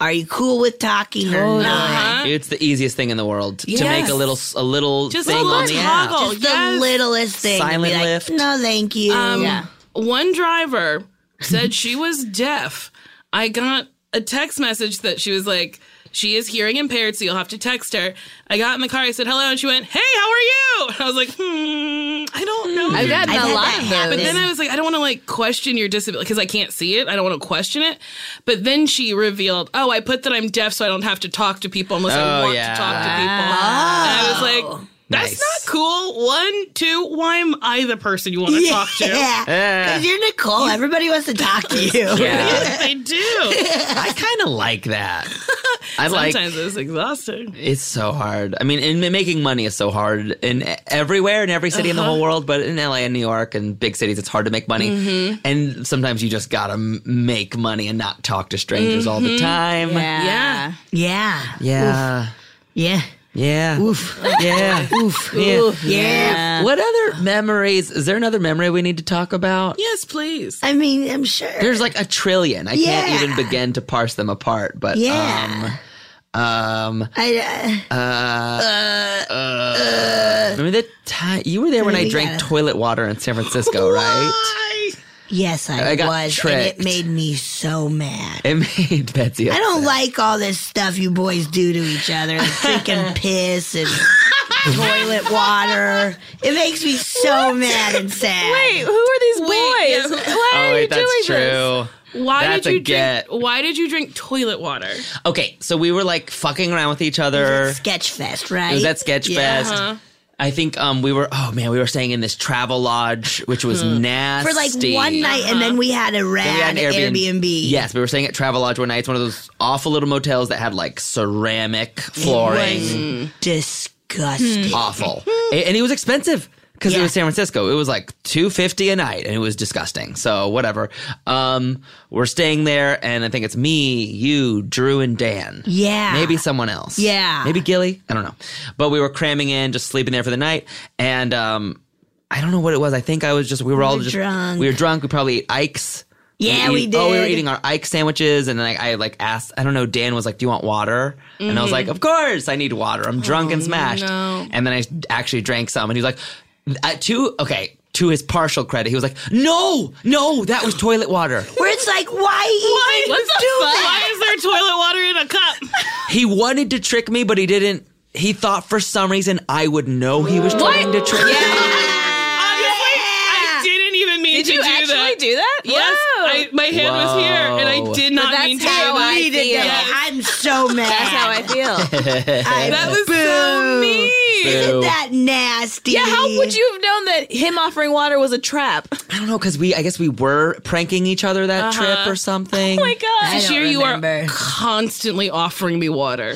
[SPEAKER 6] are you cool with talking or not?
[SPEAKER 4] It's the easiest thing in the world to make a little a little
[SPEAKER 3] Just a
[SPEAKER 4] thing
[SPEAKER 3] little
[SPEAKER 4] on the app.
[SPEAKER 3] toggle.
[SPEAKER 6] Just the
[SPEAKER 3] yes. Um,
[SPEAKER 6] littlest thing. to be
[SPEAKER 4] Silent
[SPEAKER 6] like,
[SPEAKER 4] lift.
[SPEAKER 6] No, thank you. yeah.
[SPEAKER 3] One driver said she was deaf. I got a text message that she was like, she is hearing impaired, so you'll have to text her. I got in the car, I said hello, and she went, Hey, how are you? And I was like, Hmm, I don't know.
[SPEAKER 5] I've gotten
[SPEAKER 6] I've
[SPEAKER 5] a
[SPEAKER 6] had
[SPEAKER 5] lot
[SPEAKER 6] that
[SPEAKER 5] of
[SPEAKER 6] happen.
[SPEAKER 5] those.
[SPEAKER 3] But then I was like, I don't want to like question your disability because I can't see it. I don't want to question it. But then she revealed, oh, I put that I'm deaf so I don't have to talk to people unless I
[SPEAKER 4] Oh,
[SPEAKER 3] want
[SPEAKER 4] yeah.
[SPEAKER 3] to talk to people. And I was like, that's
[SPEAKER 4] Nice.
[SPEAKER 3] not cool. One, two, why am I the person you want to talk to?
[SPEAKER 6] Yeah.
[SPEAKER 4] Eh.
[SPEAKER 6] Because you're Nicole. Everybody wants to talk to you.
[SPEAKER 4] Yeah,
[SPEAKER 3] Yes, I do.
[SPEAKER 4] I kind of like that. I like
[SPEAKER 3] Sometimes it's exhausting.
[SPEAKER 4] It's so hard. I mean, and ma- making money is so hard in e- everywhere in every city in the
[SPEAKER 6] Uh-huh.
[SPEAKER 4] whole world, but in LA and New York and big cities, it's hard to make money.
[SPEAKER 6] Mm-hmm.
[SPEAKER 4] And sometimes you just gotta m- make money and not talk to strangers all the time.
[SPEAKER 5] yeah.
[SPEAKER 3] Yeah.
[SPEAKER 6] Mm-hmm. Yeah.
[SPEAKER 4] Yeah.
[SPEAKER 6] Yeah.
[SPEAKER 4] Yeah.
[SPEAKER 6] Oof.
[SPEAKER 4] Yeah.
[SPEAKER 6] Oof.
[SPEAKER 4] Yeah.
[SPEAKER 6] Yeah.
[SPEAKER 4] What other memories? Is there another memory we need to talk about?
[SPEAKER 3] Yes, please.
[SPEAKER 6] I mean, I'm sure.
[SPEAKER 4] There's like a trillion. I
[SPEAKER 6] Yeah.
[SPEAKER 4] can't even begin to parse them apart. But
[SPEAKER 6] Yeah.
[SPEAKER 4] um, um,
[SPEAKER 6] I, uh,
[SPEAKER 4] um, remember that time you were there when I
[SPEAKER 6] Yeah.
[SPEAKER 4] drank toilet water in San Francisco, right?
[SPEAKER 6] yes, I,
[SPEAKER 4] I got
[SPEAKER 6] was. And
[SPEAKER 4] tricked.
[SPEAKER 6] it made me so mad.
[SPEAKER 4] It made Betsy.
[SPEAKER 6] I don't like all this stuff you boys do to each other. Like freaking piss and toilet water. It makes me so mad and sad.
[SPEAKER 5] Wait, who are these
[SPEAKER 3] Wait,
[SPEAKER 5] boys?
[SPEAKER 3] yeah.
[SPEAKER 5] Why
[SPEAKER 4] Oh
[SPEAKER 5] are
[SPEAKER 4] wait,
[SPEAKER 5] you
[SPEAKER 4] that's
[SPEAKER 5] doing this?
[SPEAKER 4] true.
[SPEAKER 3] Why
[SPEAKER 4] That's
[SPEAKER 3] did
[SPEAKER 4] a
[SPEAKER 3] you drink?
[SPEAKER 4] get.
[SPEAKER 3] Why did you drink toilet water?
[SPEAKER 4] Okay, so we were like fucking around with each other.
[SPEAKER 6] Sketch fest,
[SPEAKER 4] It
[SPEAKER 6] right?
[SPEAKER 4] was at Sketchfest. I think um we were. Oh man, we were staying in this travel lodge, which was nasty
[SPEAKER 6] Hmm. for like one night, and then we had a
[SPEAKER 4] Then we had
[SPEAKER 6] rad
[SPEAKER 4] an
[SPEAKER 6] Airbnb.
[SPEAKER 4] Yes, we were staying at Travel Lodge one night. It's one of those awful little motels that had like ceramic flooring.
[SPEAKER 6] disgusting.
[SPEAKER 4] awful, Mm. A- and it was expensive because it
[SPEAKER 6] Yeah.
[SPEAKER 4] was San Francisco. It was like two fifty a night, and it was disgusting. So whatever. Um, we're staying there, and I think it's me, you, Drew, and Dan.
[SPEAKER 6] Yeah.
[SPEAKER 4] maybe someone else.
[SPEAKER 6] Yeah.
[SPEAKER 4] maybe Gilly. I don't know. But we were cramming in, just sleeping there for the night, and um, I don't know what it was. I think I was just we were all
[SPEAKER 6] were
[SPEAKER 4] just
[SPEAKER 6] drunk.
[SPEAKER 4] we were drunk. We probably ate Ike's.
[SPEAKER 6] Yeah, we
[SPEAKER 4] eat- Oh, we were
[SPEAKER 6] did.
[SPEAKER 4] eating our Ike sandwiches, and then I, I like asked. I don't know. Dan was like, "Do you want water?" And I was
[SPEAKER 6] Mm-hmm.
[SPEAKER 4] like, "Of course, I need water. I'm
[SPEAKER 6] Oh,
[SPEAKER 4] drunk and smashed." And then I actually drank some, and he was like, at two, okay." To his partial credit, he was like, "No, no, that was toilet water."
[SPEAKER 6] Where it's like, why? even
[SPEAKER 3] What the
[SPEAKER 6] do
[SPEAKER 3] fuck?
[SPEAKER 6] that?
[SPEAKER 3] Why is there toilet water in a
[SPEAKER 5] Oh,
[SPEAKER 3] cup?
[SPEAKER 4] He wanted to trick me, but he didn't. He thought for some reason I would know he was trying to trick me.
[SPEAKER 3] Honestly, I didn't even mean
[SPEAKER 5] Did
[SPEAKER 3] to
[SPEAKER 5] you
[SPEAKER 3] do
[SPEAKER 5] actually
[SPEAKER 3] that.
[SPEAKER 5] do that?
[SPEAKER 3] Yes,
[SPEAKER 5] Whoa.
[SPEAKER 3] I, my hand was here, and I
[SPEAKER 4] Whoa.
[SPEAKER 3] did not
[SPEAKER 5] that's
[SPEAKER 3] mean to.
[SPEAKER 5] how
[SPEAKER 3] do
[SPEAKER 5] I
[SPEAKER 3] that.
[SPEAKER 6] We did
[SPEAKER 5] feel.
[SPEAKER 6] that. I'm so mad.
[SPEAKER 5] That's how I feel.
[SPEAKER 6] I
[SPEAKER 3] That was so mean.
[SPEAKER 6] Isn't that nasty?
[SPEAKER 5] yeah, how would you have known that him offering water was a trap?
[SPEAKER 4] I don't know because we, I guess we were pranking each other that trip or something.
[SPEAKER 5] Oh my god.
[SPEAKER 3] This year you are constantly offering me water.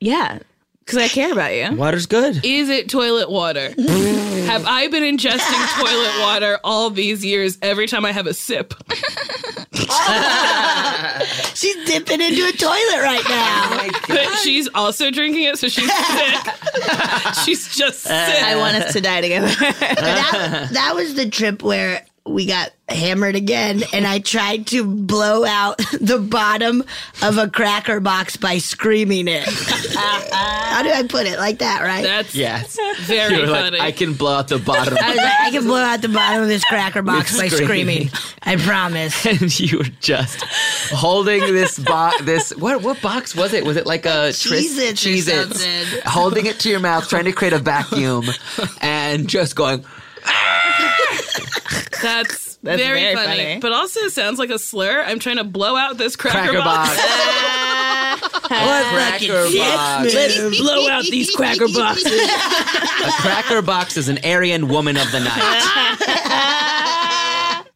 [SPEAKER 5] Yeah, because I care about you.
[SPEAKER 4] Water's good.
[SPEAKER 3] Is it toilet water? have I been ingesting toilet water all these years every time I have a sip?
[SPEAKER 6] She's dipping into a toilet right now.
[SPEAKER 3] But she's also drinking it, so she's sick. she's just sick.
[SPEAKER 5] Uh, I want us to die together.
[SPEAKER 6] that, that was the trip where we got hammered again, and I tried to blow out the bottom of a cracker box by screaming it. how do I put it? Like that, right?
[SPEAKER 3] That's
[SPEAKER 4] Yes.
[SPEAKER 3] very
[SPEAKER 4] You're like,
[SPEAKER 3] funny.
[SPEAKER 4] I can blow out the bottom.
[SPEAKER 6] I was like, I can blow out the bottom of this cracker box by
[SPEAKER 4] Screaming.
[SPEAKER 6] screaming. I promise.
[SPEAKER 4] and you were just holding this box. This what? What box was it? Was it like a
[SPEAKER 6] Cheez-Its or
[SPEAKER 4] Cheez-Its.
[SPEAKER 6] something.
[SPEAKER 4] Holding it to your mouth, trying to create a vacuum, and just going.
[SPEAKER 3] That's,
[SPEAKER 5] That's
[SPEAKER 3] very,
[SPEAKER 5] very
[SPEAKER 3] funny.
[SPEAKER 5] funny.
[SPEAKER 3] But also sounds like a slur. I'm trying to blow out this cracker,
[SPEAKER 4] Cracker
[SPEAKER 3] box.
[SPEAKER 4] box. what cracker box?
[SPEAKER 6] Let's
[SPEAKER 3] blow out these cracker boxes.
[SPEAKER 4] A cracker box is an Aryan woman of the night.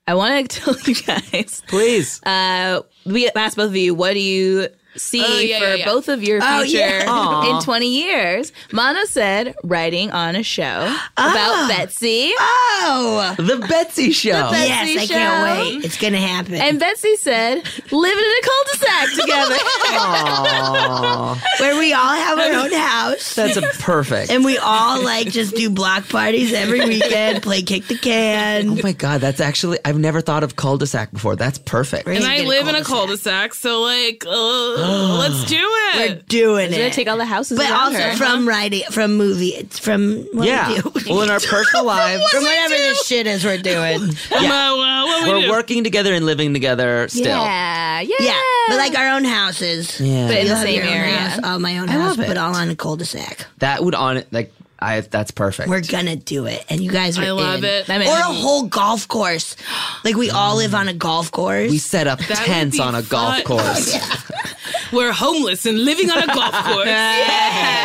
[SPEAKER 5] I want to tell you guys.
[SPEAKER 4] Please.
[SPEAKER 5] Uh, we asked both of you, what do you see
[SPEAKER 3] Oh, yeah,
[SPEAKER 5] for
[SPEAKER 3] yeah, yeah.
[SPEAKER 5] both of your
[SPEAKER 6] Oh,
[SPEAKER 5] future
[SPEAKER 6] yeah. Aw.
[SPEAKER 5] in 20 years. Mono said writing on a show
[SPEAKER 3] Ah.
[SPEAKER 5] about Betsy.
[SPEAKER 6] Oh,
[SPEAKER 4] The Betsy Show.
[SPEAKER 5] Betsy
[SPEAKER 6] yes, I
[SPEAKER 5] show.
[SPEAKER 6] can't wait. It's gonna happen.
[SPEAKER 5] And Betsy said, living in a cul-de-sac together.
[SPEAKER 4] Aw,
[SPEAKER 6] where we all have our own house.
[SPEAKER 4] that's a perfect.
[SPEAKER 6] and we all like just do block parties every weekend, play kick the
[SPEAKER 4] Oh
[SPEAKER 6] can.
[SPEAKER 4] my god, that's actually I've never thought of cul-de-sac before. That's perfect.
[SPEAKER 6] We're
[SPEAKER 3] And
[SPEAKER 6] gonna
[SPEAKER 3] I
[SPEAKER 6] get
[SPEAKER 3] live in a cul-de-sac, so like, uh, let's do
[SPEAKER 6] We're
[SPEAKER 3] it.
[SPEAKER 6] doing
[SPEAKER 5] Gonna
[SPEAKER 6] it.
[SPEAKER 5] take all the houses
[SPEAKER 6] but
[SPEAKER 5] around
[SPEAKER 6] also
[SPEAKER 5] her.
[SPEAKER 6] from writing, from movie, it's from what
[SPEAKER 4] Yeah.
[SPEAKER 6] we do.
[SPEAKER 4] Well, in our personal lives,
[SPEAKER 6] from whatever this shit is we're doing.
[SPEAKER 3] Uh, well, what we
[SPEAKER 4] we're
[SPEAKER 3] do?
[SPEAKER 4] working together and living together still.
[SPEAKER 5] yeah, yeah,
[SPEAKER 6] yeah, but like our own houses.
[SPEAKER 4] Yeah.
[SPEAKER 5] But in the
[SPEAKER 6] Love
[SPEAKER 5] same
[SPEAKER 6] your own
[SPEAKER 5] area.
[SPEAKER 6] house, all my own house, but all on a cul-de-sac.
[SPEAKER 4] That would on it like I that's perfect.
[SPEAKER 6] We're gonna do it, and you guys are.
[SPEAKER 3] I love
[SPEAKER 6] in.
[SPEAKER 3] it.
[SPEAKER 5] I'm in.
[SPEAKER 6] Or a whole golf course, like we all live on a golf course.
[SPEAKER 4] we set up
[SPEAKER 3] would
[SPEAKER 4] tents
[SPEAKER 3] be
[SPEAKER 4] on a
[SPEAKER 3] fun.
[SPEAKER 4] golf course.
[SPEAKER 3] We're homeless and living on a golf course.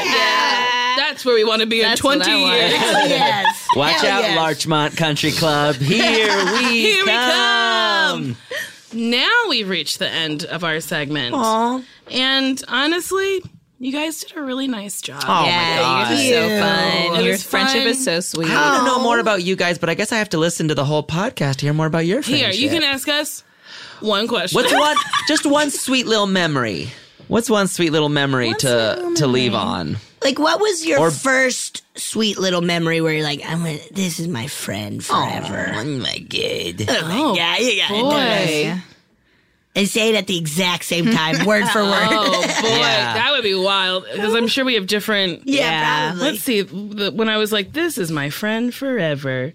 [SPEAKER 3] That's where we want to be
[SPEAKER 5] That's
[SPEAKER 3] in
[SPEAKER 5] what I
[SPEAKER 3] 20
[SPEAKER 5] want.
[SPEAKER 3] years.
[SPEAKER 6] yes.
[SPEAKER 4] Watch
[SPEAKER 6] Hell
[SPEAKER 4] out,
[SPEAKER 6] yes.
[SPEAKER 4] Larchmont Country Club. Here we
[SPEAKER 3] Here we
[SPEAKER 4] come.
[SPEAKER 3] come. Now we've reached the end of our segment. And honestly, you guys did a really nice job.
[SPEAKER 4] Oh my
[SPEAKER 5] yeah,
[SPEAKER 4] god.
[SPEAKER 5] yours is so
[SPEAKER 6] Ew.
[SPEAKER 5] fun.
[SPEAKER 3] It
[SPEAKER 5] Your
[SPEAKER 3] was
[SPEAKER 5] friendship
[SPEAKER 3] fun. Oh,
[SPEAKER 5] is so sweet.
[SPEAKER 4] I want to know more about you guys, but I guess I have to listen to the whole podcast to hear more about your
[SPEAKER 3] Here,
[SPEAKER 4] friendship.
[SPEAKER 3] you can ask us one question.
[SPEAKER 4] What's one? Just one sweet little memory. What's one sweet little memory to to leave on?
[SPEAKER 6] Like, what was your
[SPEAKER 4] Or-
[SPEAKER 6] first sweet little memory where you're like, I'm gonna, this is my friend forever? Oh, my god. Oh, yeah, you got it.
[SPEAKER 3] Boy,
[SPEAKER 6] And say it at the exact same time, word for word.
[SPEAKER 3] oh boy,
[SPEAKER 4] Yeah.
[SPEAKER 3] that would be wild because I'm sure we have different.
[SPEAKER 6] yeah,
[SPEAKER 5] yeah.
[SPEAKER 6] probably.
[SPEAKER 3] Let's see. the- When I was like, "This is my friend forever,"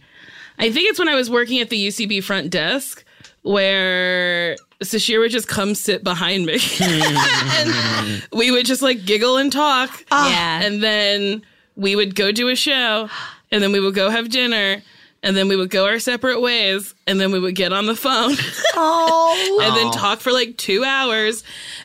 [SPEAKER 3] I think it's when I was working at the UCB front desk where Sashir would just come sit behind me, and we would just like giggle and talk.
[SPEAKER 6] Ah.
[SPEAKER 5] yeah.
[SPEAKER 3] and then we would go do a show and then we would go have dinner and then we would go our separate ways and then we would get on the phone
[SPEAKER 6] Oh,
[SPEAKER 3] and then talk for like two hours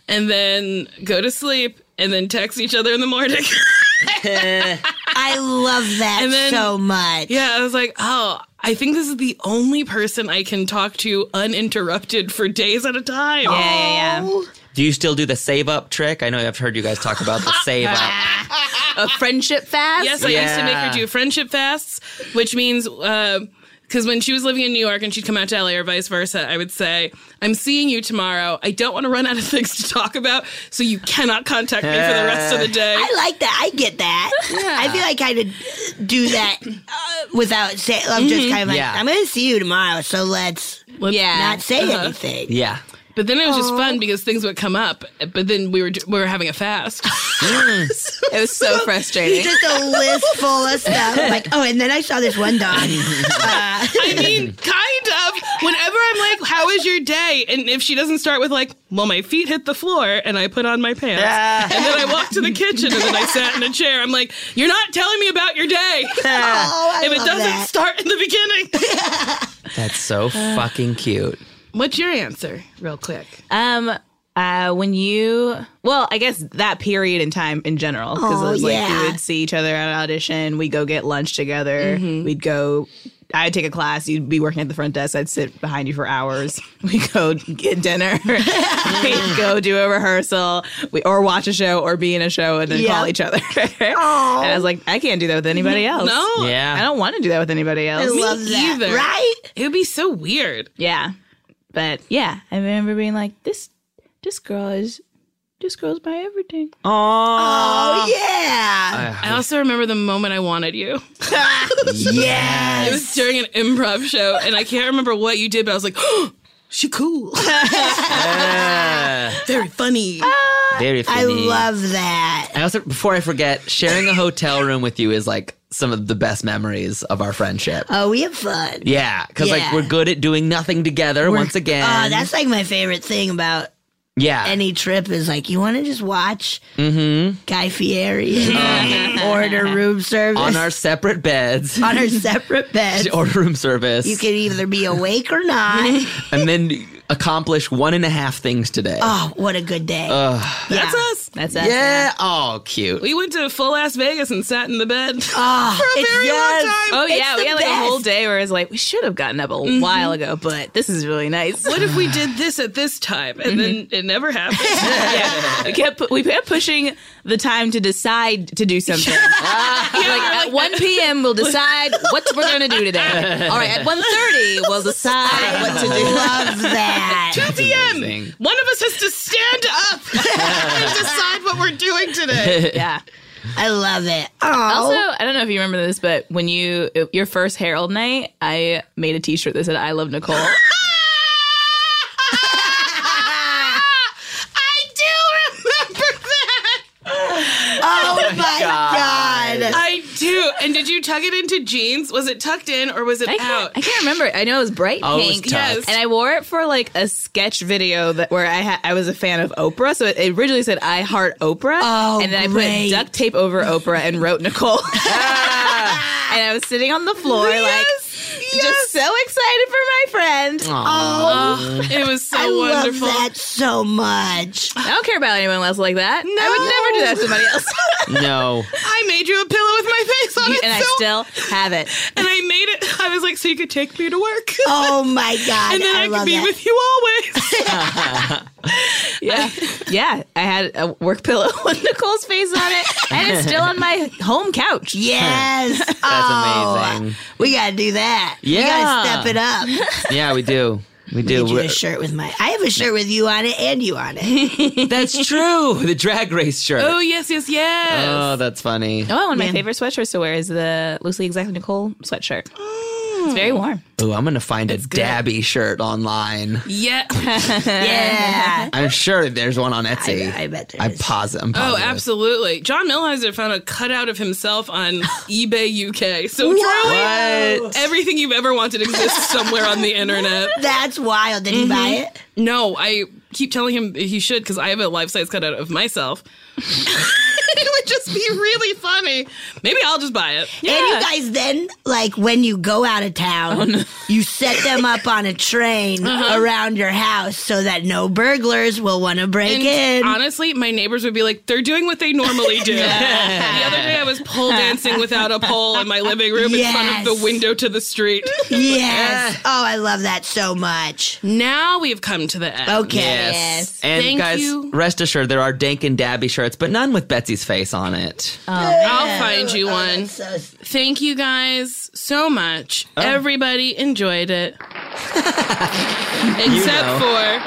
[SPEAKER 3] and then go to sleep and then text each other in the morning
[SPEAKER 6] I love that
[SPEAKER 3] And then-
[SPEAKER 6] so much.
[SPEAKER 3] yeah i was like oh i think this is the only person i can talk to uninterrupted for days at a time
[SPEAKER 5] yeah, yeah,
[SPEAKER 4] Do you still do the save up trick? I know I've heard you guys talk about the save up.
[SPEAKER 5] yeah. A friendship fast.
[SPEAKER 3] Yes, I used to make her
[SPEAKER 4] Yeah.
[SPEAKER 3] do friendship fasts, which means because when she was living in New York and she'd come out to LA or vice versa, I would say, "I'm seeing you tomorrow. I don't want to run out of things to talk about, so you cannot contact me for the rest of the day."
[SPEAKER 6] I like that. I get that. I feel like I could do that uh, without say. I'm
[SPEAKER 3] Mm-hmm.
[SPEAKER 6] just kind of like,
[SPEAKER 4] Yeah.
[SPEAKER 6] I'm going to see you tomorrow, so let's
[SPEAKER 5] Yeah.
[SPEAKER 6] not say
[SPEAKER 3] uh-huh.
[SPEAKER 6] anything.
[SPEAKER 4] Yeah.
[SPEAKER 3] But then it was just fun because things would come up. But then we were we were having a fast.
[SPEAKER 5] It was so frustrating.
[SPEAKER 6] Just a list full of stuff. Like, oh, and then I saw this one dog. Uh,
[SPEAKER 3] I mean, kind of. Whenever I'm like, "How was your day?" and if she doesn't start with like, "Well, my feet hit the floor and I put on my pants," and then I walked to the kitchen and then I sat in a chair, I'm like, "You're not telling me about your day."
[SPEAKER 6] oh, I
[SPEAKER 3] if it
[SPEAKER 6] love
[SPEAKER 3] doesn't
[SPEAKER 6] that.
[SPEAKER 3] start in the beginning.
[SPEAKER 4] That's so
[SPEAKER 6] Uh,
[SPEAKER 4] fucking cute.
[SPEAKER 3] What's your answer, real quick?
[SPEAKER 5] Um, uh, when you, well, I guess that period in time in general, because
[SPEAKER 6] Oh,
[SPEAKER 5] it was like
[SPEAKER 6] yeah.
[SPEAKER 5] we would see each other at an audition, we'd go get lunch together, we'd go. I'd take a class. You'd be working at the front desk. I'd sit behind you for hours. We would go get dinner. We'd go do a rehearsal. We or watch a show or be in a show and then
[SPEAKER 6] Yeah.
[SPEAKER 5] call each other. and I was like, I can't do that with anybody else.
[SPEAKER 3] No,
[SPEAKER 5] I
[SPEAKER 4] Yeah.
[SPEAKER 5] don't want to do that with anybody
[SPEAKER 6] I
[SPEAKER 5] else.
[SPEAKER 6] love that.
[SPEAKER 3] either.
[SPEAKER 6] Right?
[SPEAKER 3] it would be so weird.
[SPEAKER 5] Yeah. But yeah, I remember being like, this this girl is this girl's my everything.
[SPEAKER 6] Oh, yeah.
[SPEAKER 3] I also remember the moment I wanted you.
[SPEAKER 6] yes.
[SPEAKER 3] It was during an improv show, and I can't remember what you did, but I was like, oh, she cool, very funny.
[SPEAKER 5] Ah,
[SPEAKER 4] Very funny.
[SPEAKER 6] I love that.
[SPEAKER 4] I also before I forget, sharing a hotel room with you is like some of the best memories of our friendship.
[SPEAKER 6] Oh, we have fun.
[SPEAKER 4] Yeah, because like
[SPEAKER 6] Yeah.
[SPEAKER 4] we're good at doing nothing together once again.
[SPEAKER 6] Oh, that's like my favorite thing about
[SPEAKER 4] yeah.
[SPEAKER 6] any trip is like you want to just watch
[SPEAKER 5] Mm-hmm.
[SPEAKER 6] Guy Fieri and
[SPEAKER 5] Uh-huh.
[SPEAKER 6] order room service
[SPEAKER 4] on our separate beds,
[SPEAKER 6] on our separate beds.
[SPEAKER 4] order room service,
[SPEAKER 6] You can either be awake or not.
[SPEAKER 4] and then accomplish one and a half things today.
[SPEAKER 6] oh, what a Oh, good day!
[SPEAKER 3] That's us.
[SPEAKER 5] That's us.
[SPEAKER 4] Yeah. Oh, cute.
[SPEAKER 3] We went to full Las Vegas and sat in the bed.
[SPEAKER 6] Ah, it's yes.
[SPEAKER 5] Oh yeah,
[SPEAKER 6] It's
[SPEAKER 5] we
[SPEAKER 6] the
[SPEAKER 5] had like a whole
[SPEAKER 6] best.
[SPEAKER 5] day where it's like we should have gotten up a while ago, but this is really nice.
[SPEAKER 3] Mm-hmm. what if we did this at this time and then it never happened?
[SPEAKER 5] yeah, we kept pu- we kept pushing the time to decide to do something. like at one p.m. we'll decide what we're gonna do today. All right, at 1.30 we'll decide what to do.
[SPEAKER 6] Love that.
[SPEAKER 3] 2 p.m.
[SPEAKER 4] amazing.
[SPEAKER 3] One of us has to stand up and decide what we're doing today.
[SPEAKER 5] Yeah.
[SPEAKER 6] I love it. Oh,
[SPEAKER 5] Also, I don't know if you remember this, but when you your first Herald night, I made a T-shirt that said "I love Nicole."
[SPEAKER 3] I do remember that.
[SPEAKER 6] oh my god.
[SPEAKER 3] I do. And did you tuck it into jeans? Was it tucked in or was it
[SPEAKER 5] I
[SPEAKER 3] out?
[SPEAKER 5] can't, I can't remember. I know it was bright
[SPEAKER 4] Oh, it was
[SPEAKER 5] pink.
[SPEAKER 4] tough.
[SPEAKER 3] Yes.
[SPEAKER 5] And I wore it for like a sketch video that where I ha- I was a fan of Oprah, so it, it originally said "I heart Oprah,"
[SPEAKER 6] Oh,
[SPEAKER 5] and then I put
[SPEAKER 6] great.
[SPEAKER 5] duct tape over Oprah and wrote Nicole.
[SPEAKER 3] Ah.
[SPEAKER 5] and I was sitting on the floor, like just so excited for my friend. Oh.
[SPEAKER 3] It was so
[SPEAKER 6] I love
[SPEAKER 3] wonderful.
[SPEAKER 6] that so much.
[SPEAKER 5] I don't care about anyone else like that. I would never do that to somebody else,
[SPEAKER 4] No.
[SPEAKER 3] I made you a pillow with my face on it.
[SPEAKER 5] and I
[SPEAKER 3] so-
[SPEAKER 5] still have it.
[SPEAKER 3] and I made it. I was like, so you could take me to work.
[SPEAKER 6] Oh my god.
[SPEAKER 3] and then I,
[SPEAKER 6] love
[SPEAKER 3] could be
[SPEAKER 6] that.
[SPEAKER 3] with you always.
[SPEAKER 5] Yeah, yeah. I had a work pillow with Nicole's face on it, and it's still on my home couch.
[SPEAKER 6] Yes. That's oh,
[SPEAKER 4] amazing.
[SPEAKER 6] We gotta do that. We gotta
[SPEAKER 4] Yeah.
[SPEAKER 6] step it up.
[SPEAKER 4] Yeah, we do. We do.
[SPEAKER 6] Get you a
[SPEAKER 4] We're-
[SPEAKER 6] shirt with my. I have a shirt with you on it and you on it.
[SPEAKER 4] That's true. The drag race shirt.
[SPEAKER 3] oh, yes, yes, yes.
[SPEAKER 4] Oh, that's funny.
[SPEAKER 5] Oh, one of my favorite sweatshirts to wear is the Lucy Exactly Nicole sweatshirt. It's very warm.
[SPEAKER 4] Oh, I'm gonna find a dabby shirt online.
[SPEAKER 3] yeah.
[SPEAKER 6] yeah.
[SPEAKER 4] I'm sure there's one on Etsy.
[SPEAKER 6] I bet there
[SPEAKER 4] I
[SPEAKER 6] is.
[SPEAKER 4] posit. I'm
[SPEAKER 3] Oh,
[SPEAKER 4] positive.
[SPEAKER 3] absolutely. John Millhiser found a cutout of himself on eBay UK. So truly,
[SPEAKER 4] What?
[SPEAKER 3] everything you've ever wanted exists somewhere on the internet.
[SPEAKER 6] That's wild. Did he
[SPEAKER 3] Mm-hmm.
[SPEAKER 6] buy it?
[SPEAKER 3] No, I keep telling him he should because I have a life size cutout of myself. it would just be really funny. Maybe I'll just buy it.
[SPEAKER 6] And you guys then, like when you go out of town,
[SPEAKER 3] Oh,
[SPEAKER 6] you set them up on a train
[SPEAKER 3] Uh-huh.
[SPEAKER 6] around your house so that no burglars will want to break in.
[SPEAKER 3] And honestly, my neighbors would be like, they're doing what they normally do. The other day, I was pole dancing without a pole in my living room in front of
[SPEAKER 6] Yes.
[SPEAKER 3] the window to the street.
[SPEAKER 6] yes. Oh, I love that so much.
[SPEAKER 3] now we've come to the end.
[SPEAKER 6] Okay.
[SPEAKER 4] Yes. And
[SPEAKER 3] Thank
[SPEAKER 4] guys,
[SPEAKER 3] you.
[SPEAKER 4] rest assured, there are dank and dabby shirts, but none with Betsy's face on it.
[SPEAKER 3] Oh. I'll find you one.
[SPEAKER 6] So
[SPEAKER 3] Thank you guys so much. Everybody enjoyed it. Except for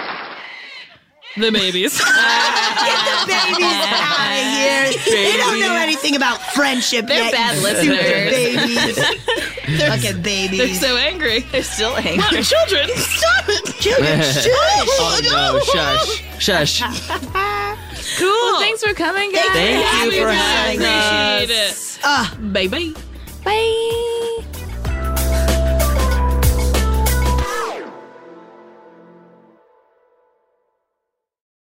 [SPEAKER 3] the babies.
[SPEAKER 6] babies out of here. They don't know anything about friendship. They're yet,
[SPEAKER 5] bad
[SPEAKER 6] you
[SPEAKER 5] listeners.
[SPEAKER 6] stupid Babies. Fucking
[SPEAKER 3] They're
[SPEAKER 6] babies.
[SPEAKER 3] so angry.
[SPEAKER 5] They're still angry.
[SPEAKER 3] Not children. Stop it.
[SPEAKER 6] Children, shush.
[SPEAKER 4] Oh no! Shush, shush.
[SPEAKER 3] Cool.
[SPEAKER 5] Thanks for coming, guys.
[SPEAKER 4] Thank you
[SPEAKER 3] you
[SPEAKER 4] for
[SPEAKER 3] guys.
[SPEAKER 4] having us.
[SPEAKER 3] Appreciate it.
[SPEAKER 6] Ah.
[SPEAKER 3] Bye bye.
[SPEAKER 5] Bye.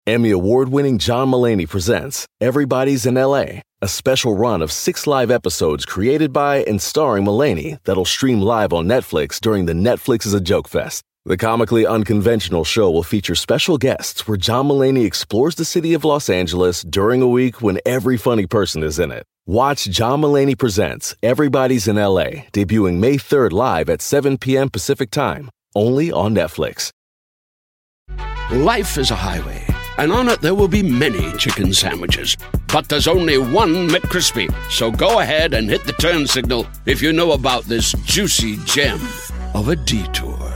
[SPEAKER 2] Emmy award winning John Mullaney presents Everybody's in LA, a special run of six live episodes created by and starring Mullaney that'll stream live on Netflix during the Netflix is a Joke Fest. The comically unconventional show will feature special guests where John Mullaney explores the city of Los Angeles during a week when every funny person is in it. Watch John Mullaney Presents Everybody's in LA, debuting May 3rd live at 7 p.m. Pacific Time, only on Netflix.
[SPEAKER 7] Life is a highway, and on it there will be many chicken sandwiches. But there's only one McCrispy. So go ahead and hit the turn signal if you know about this juicy gem of a detour.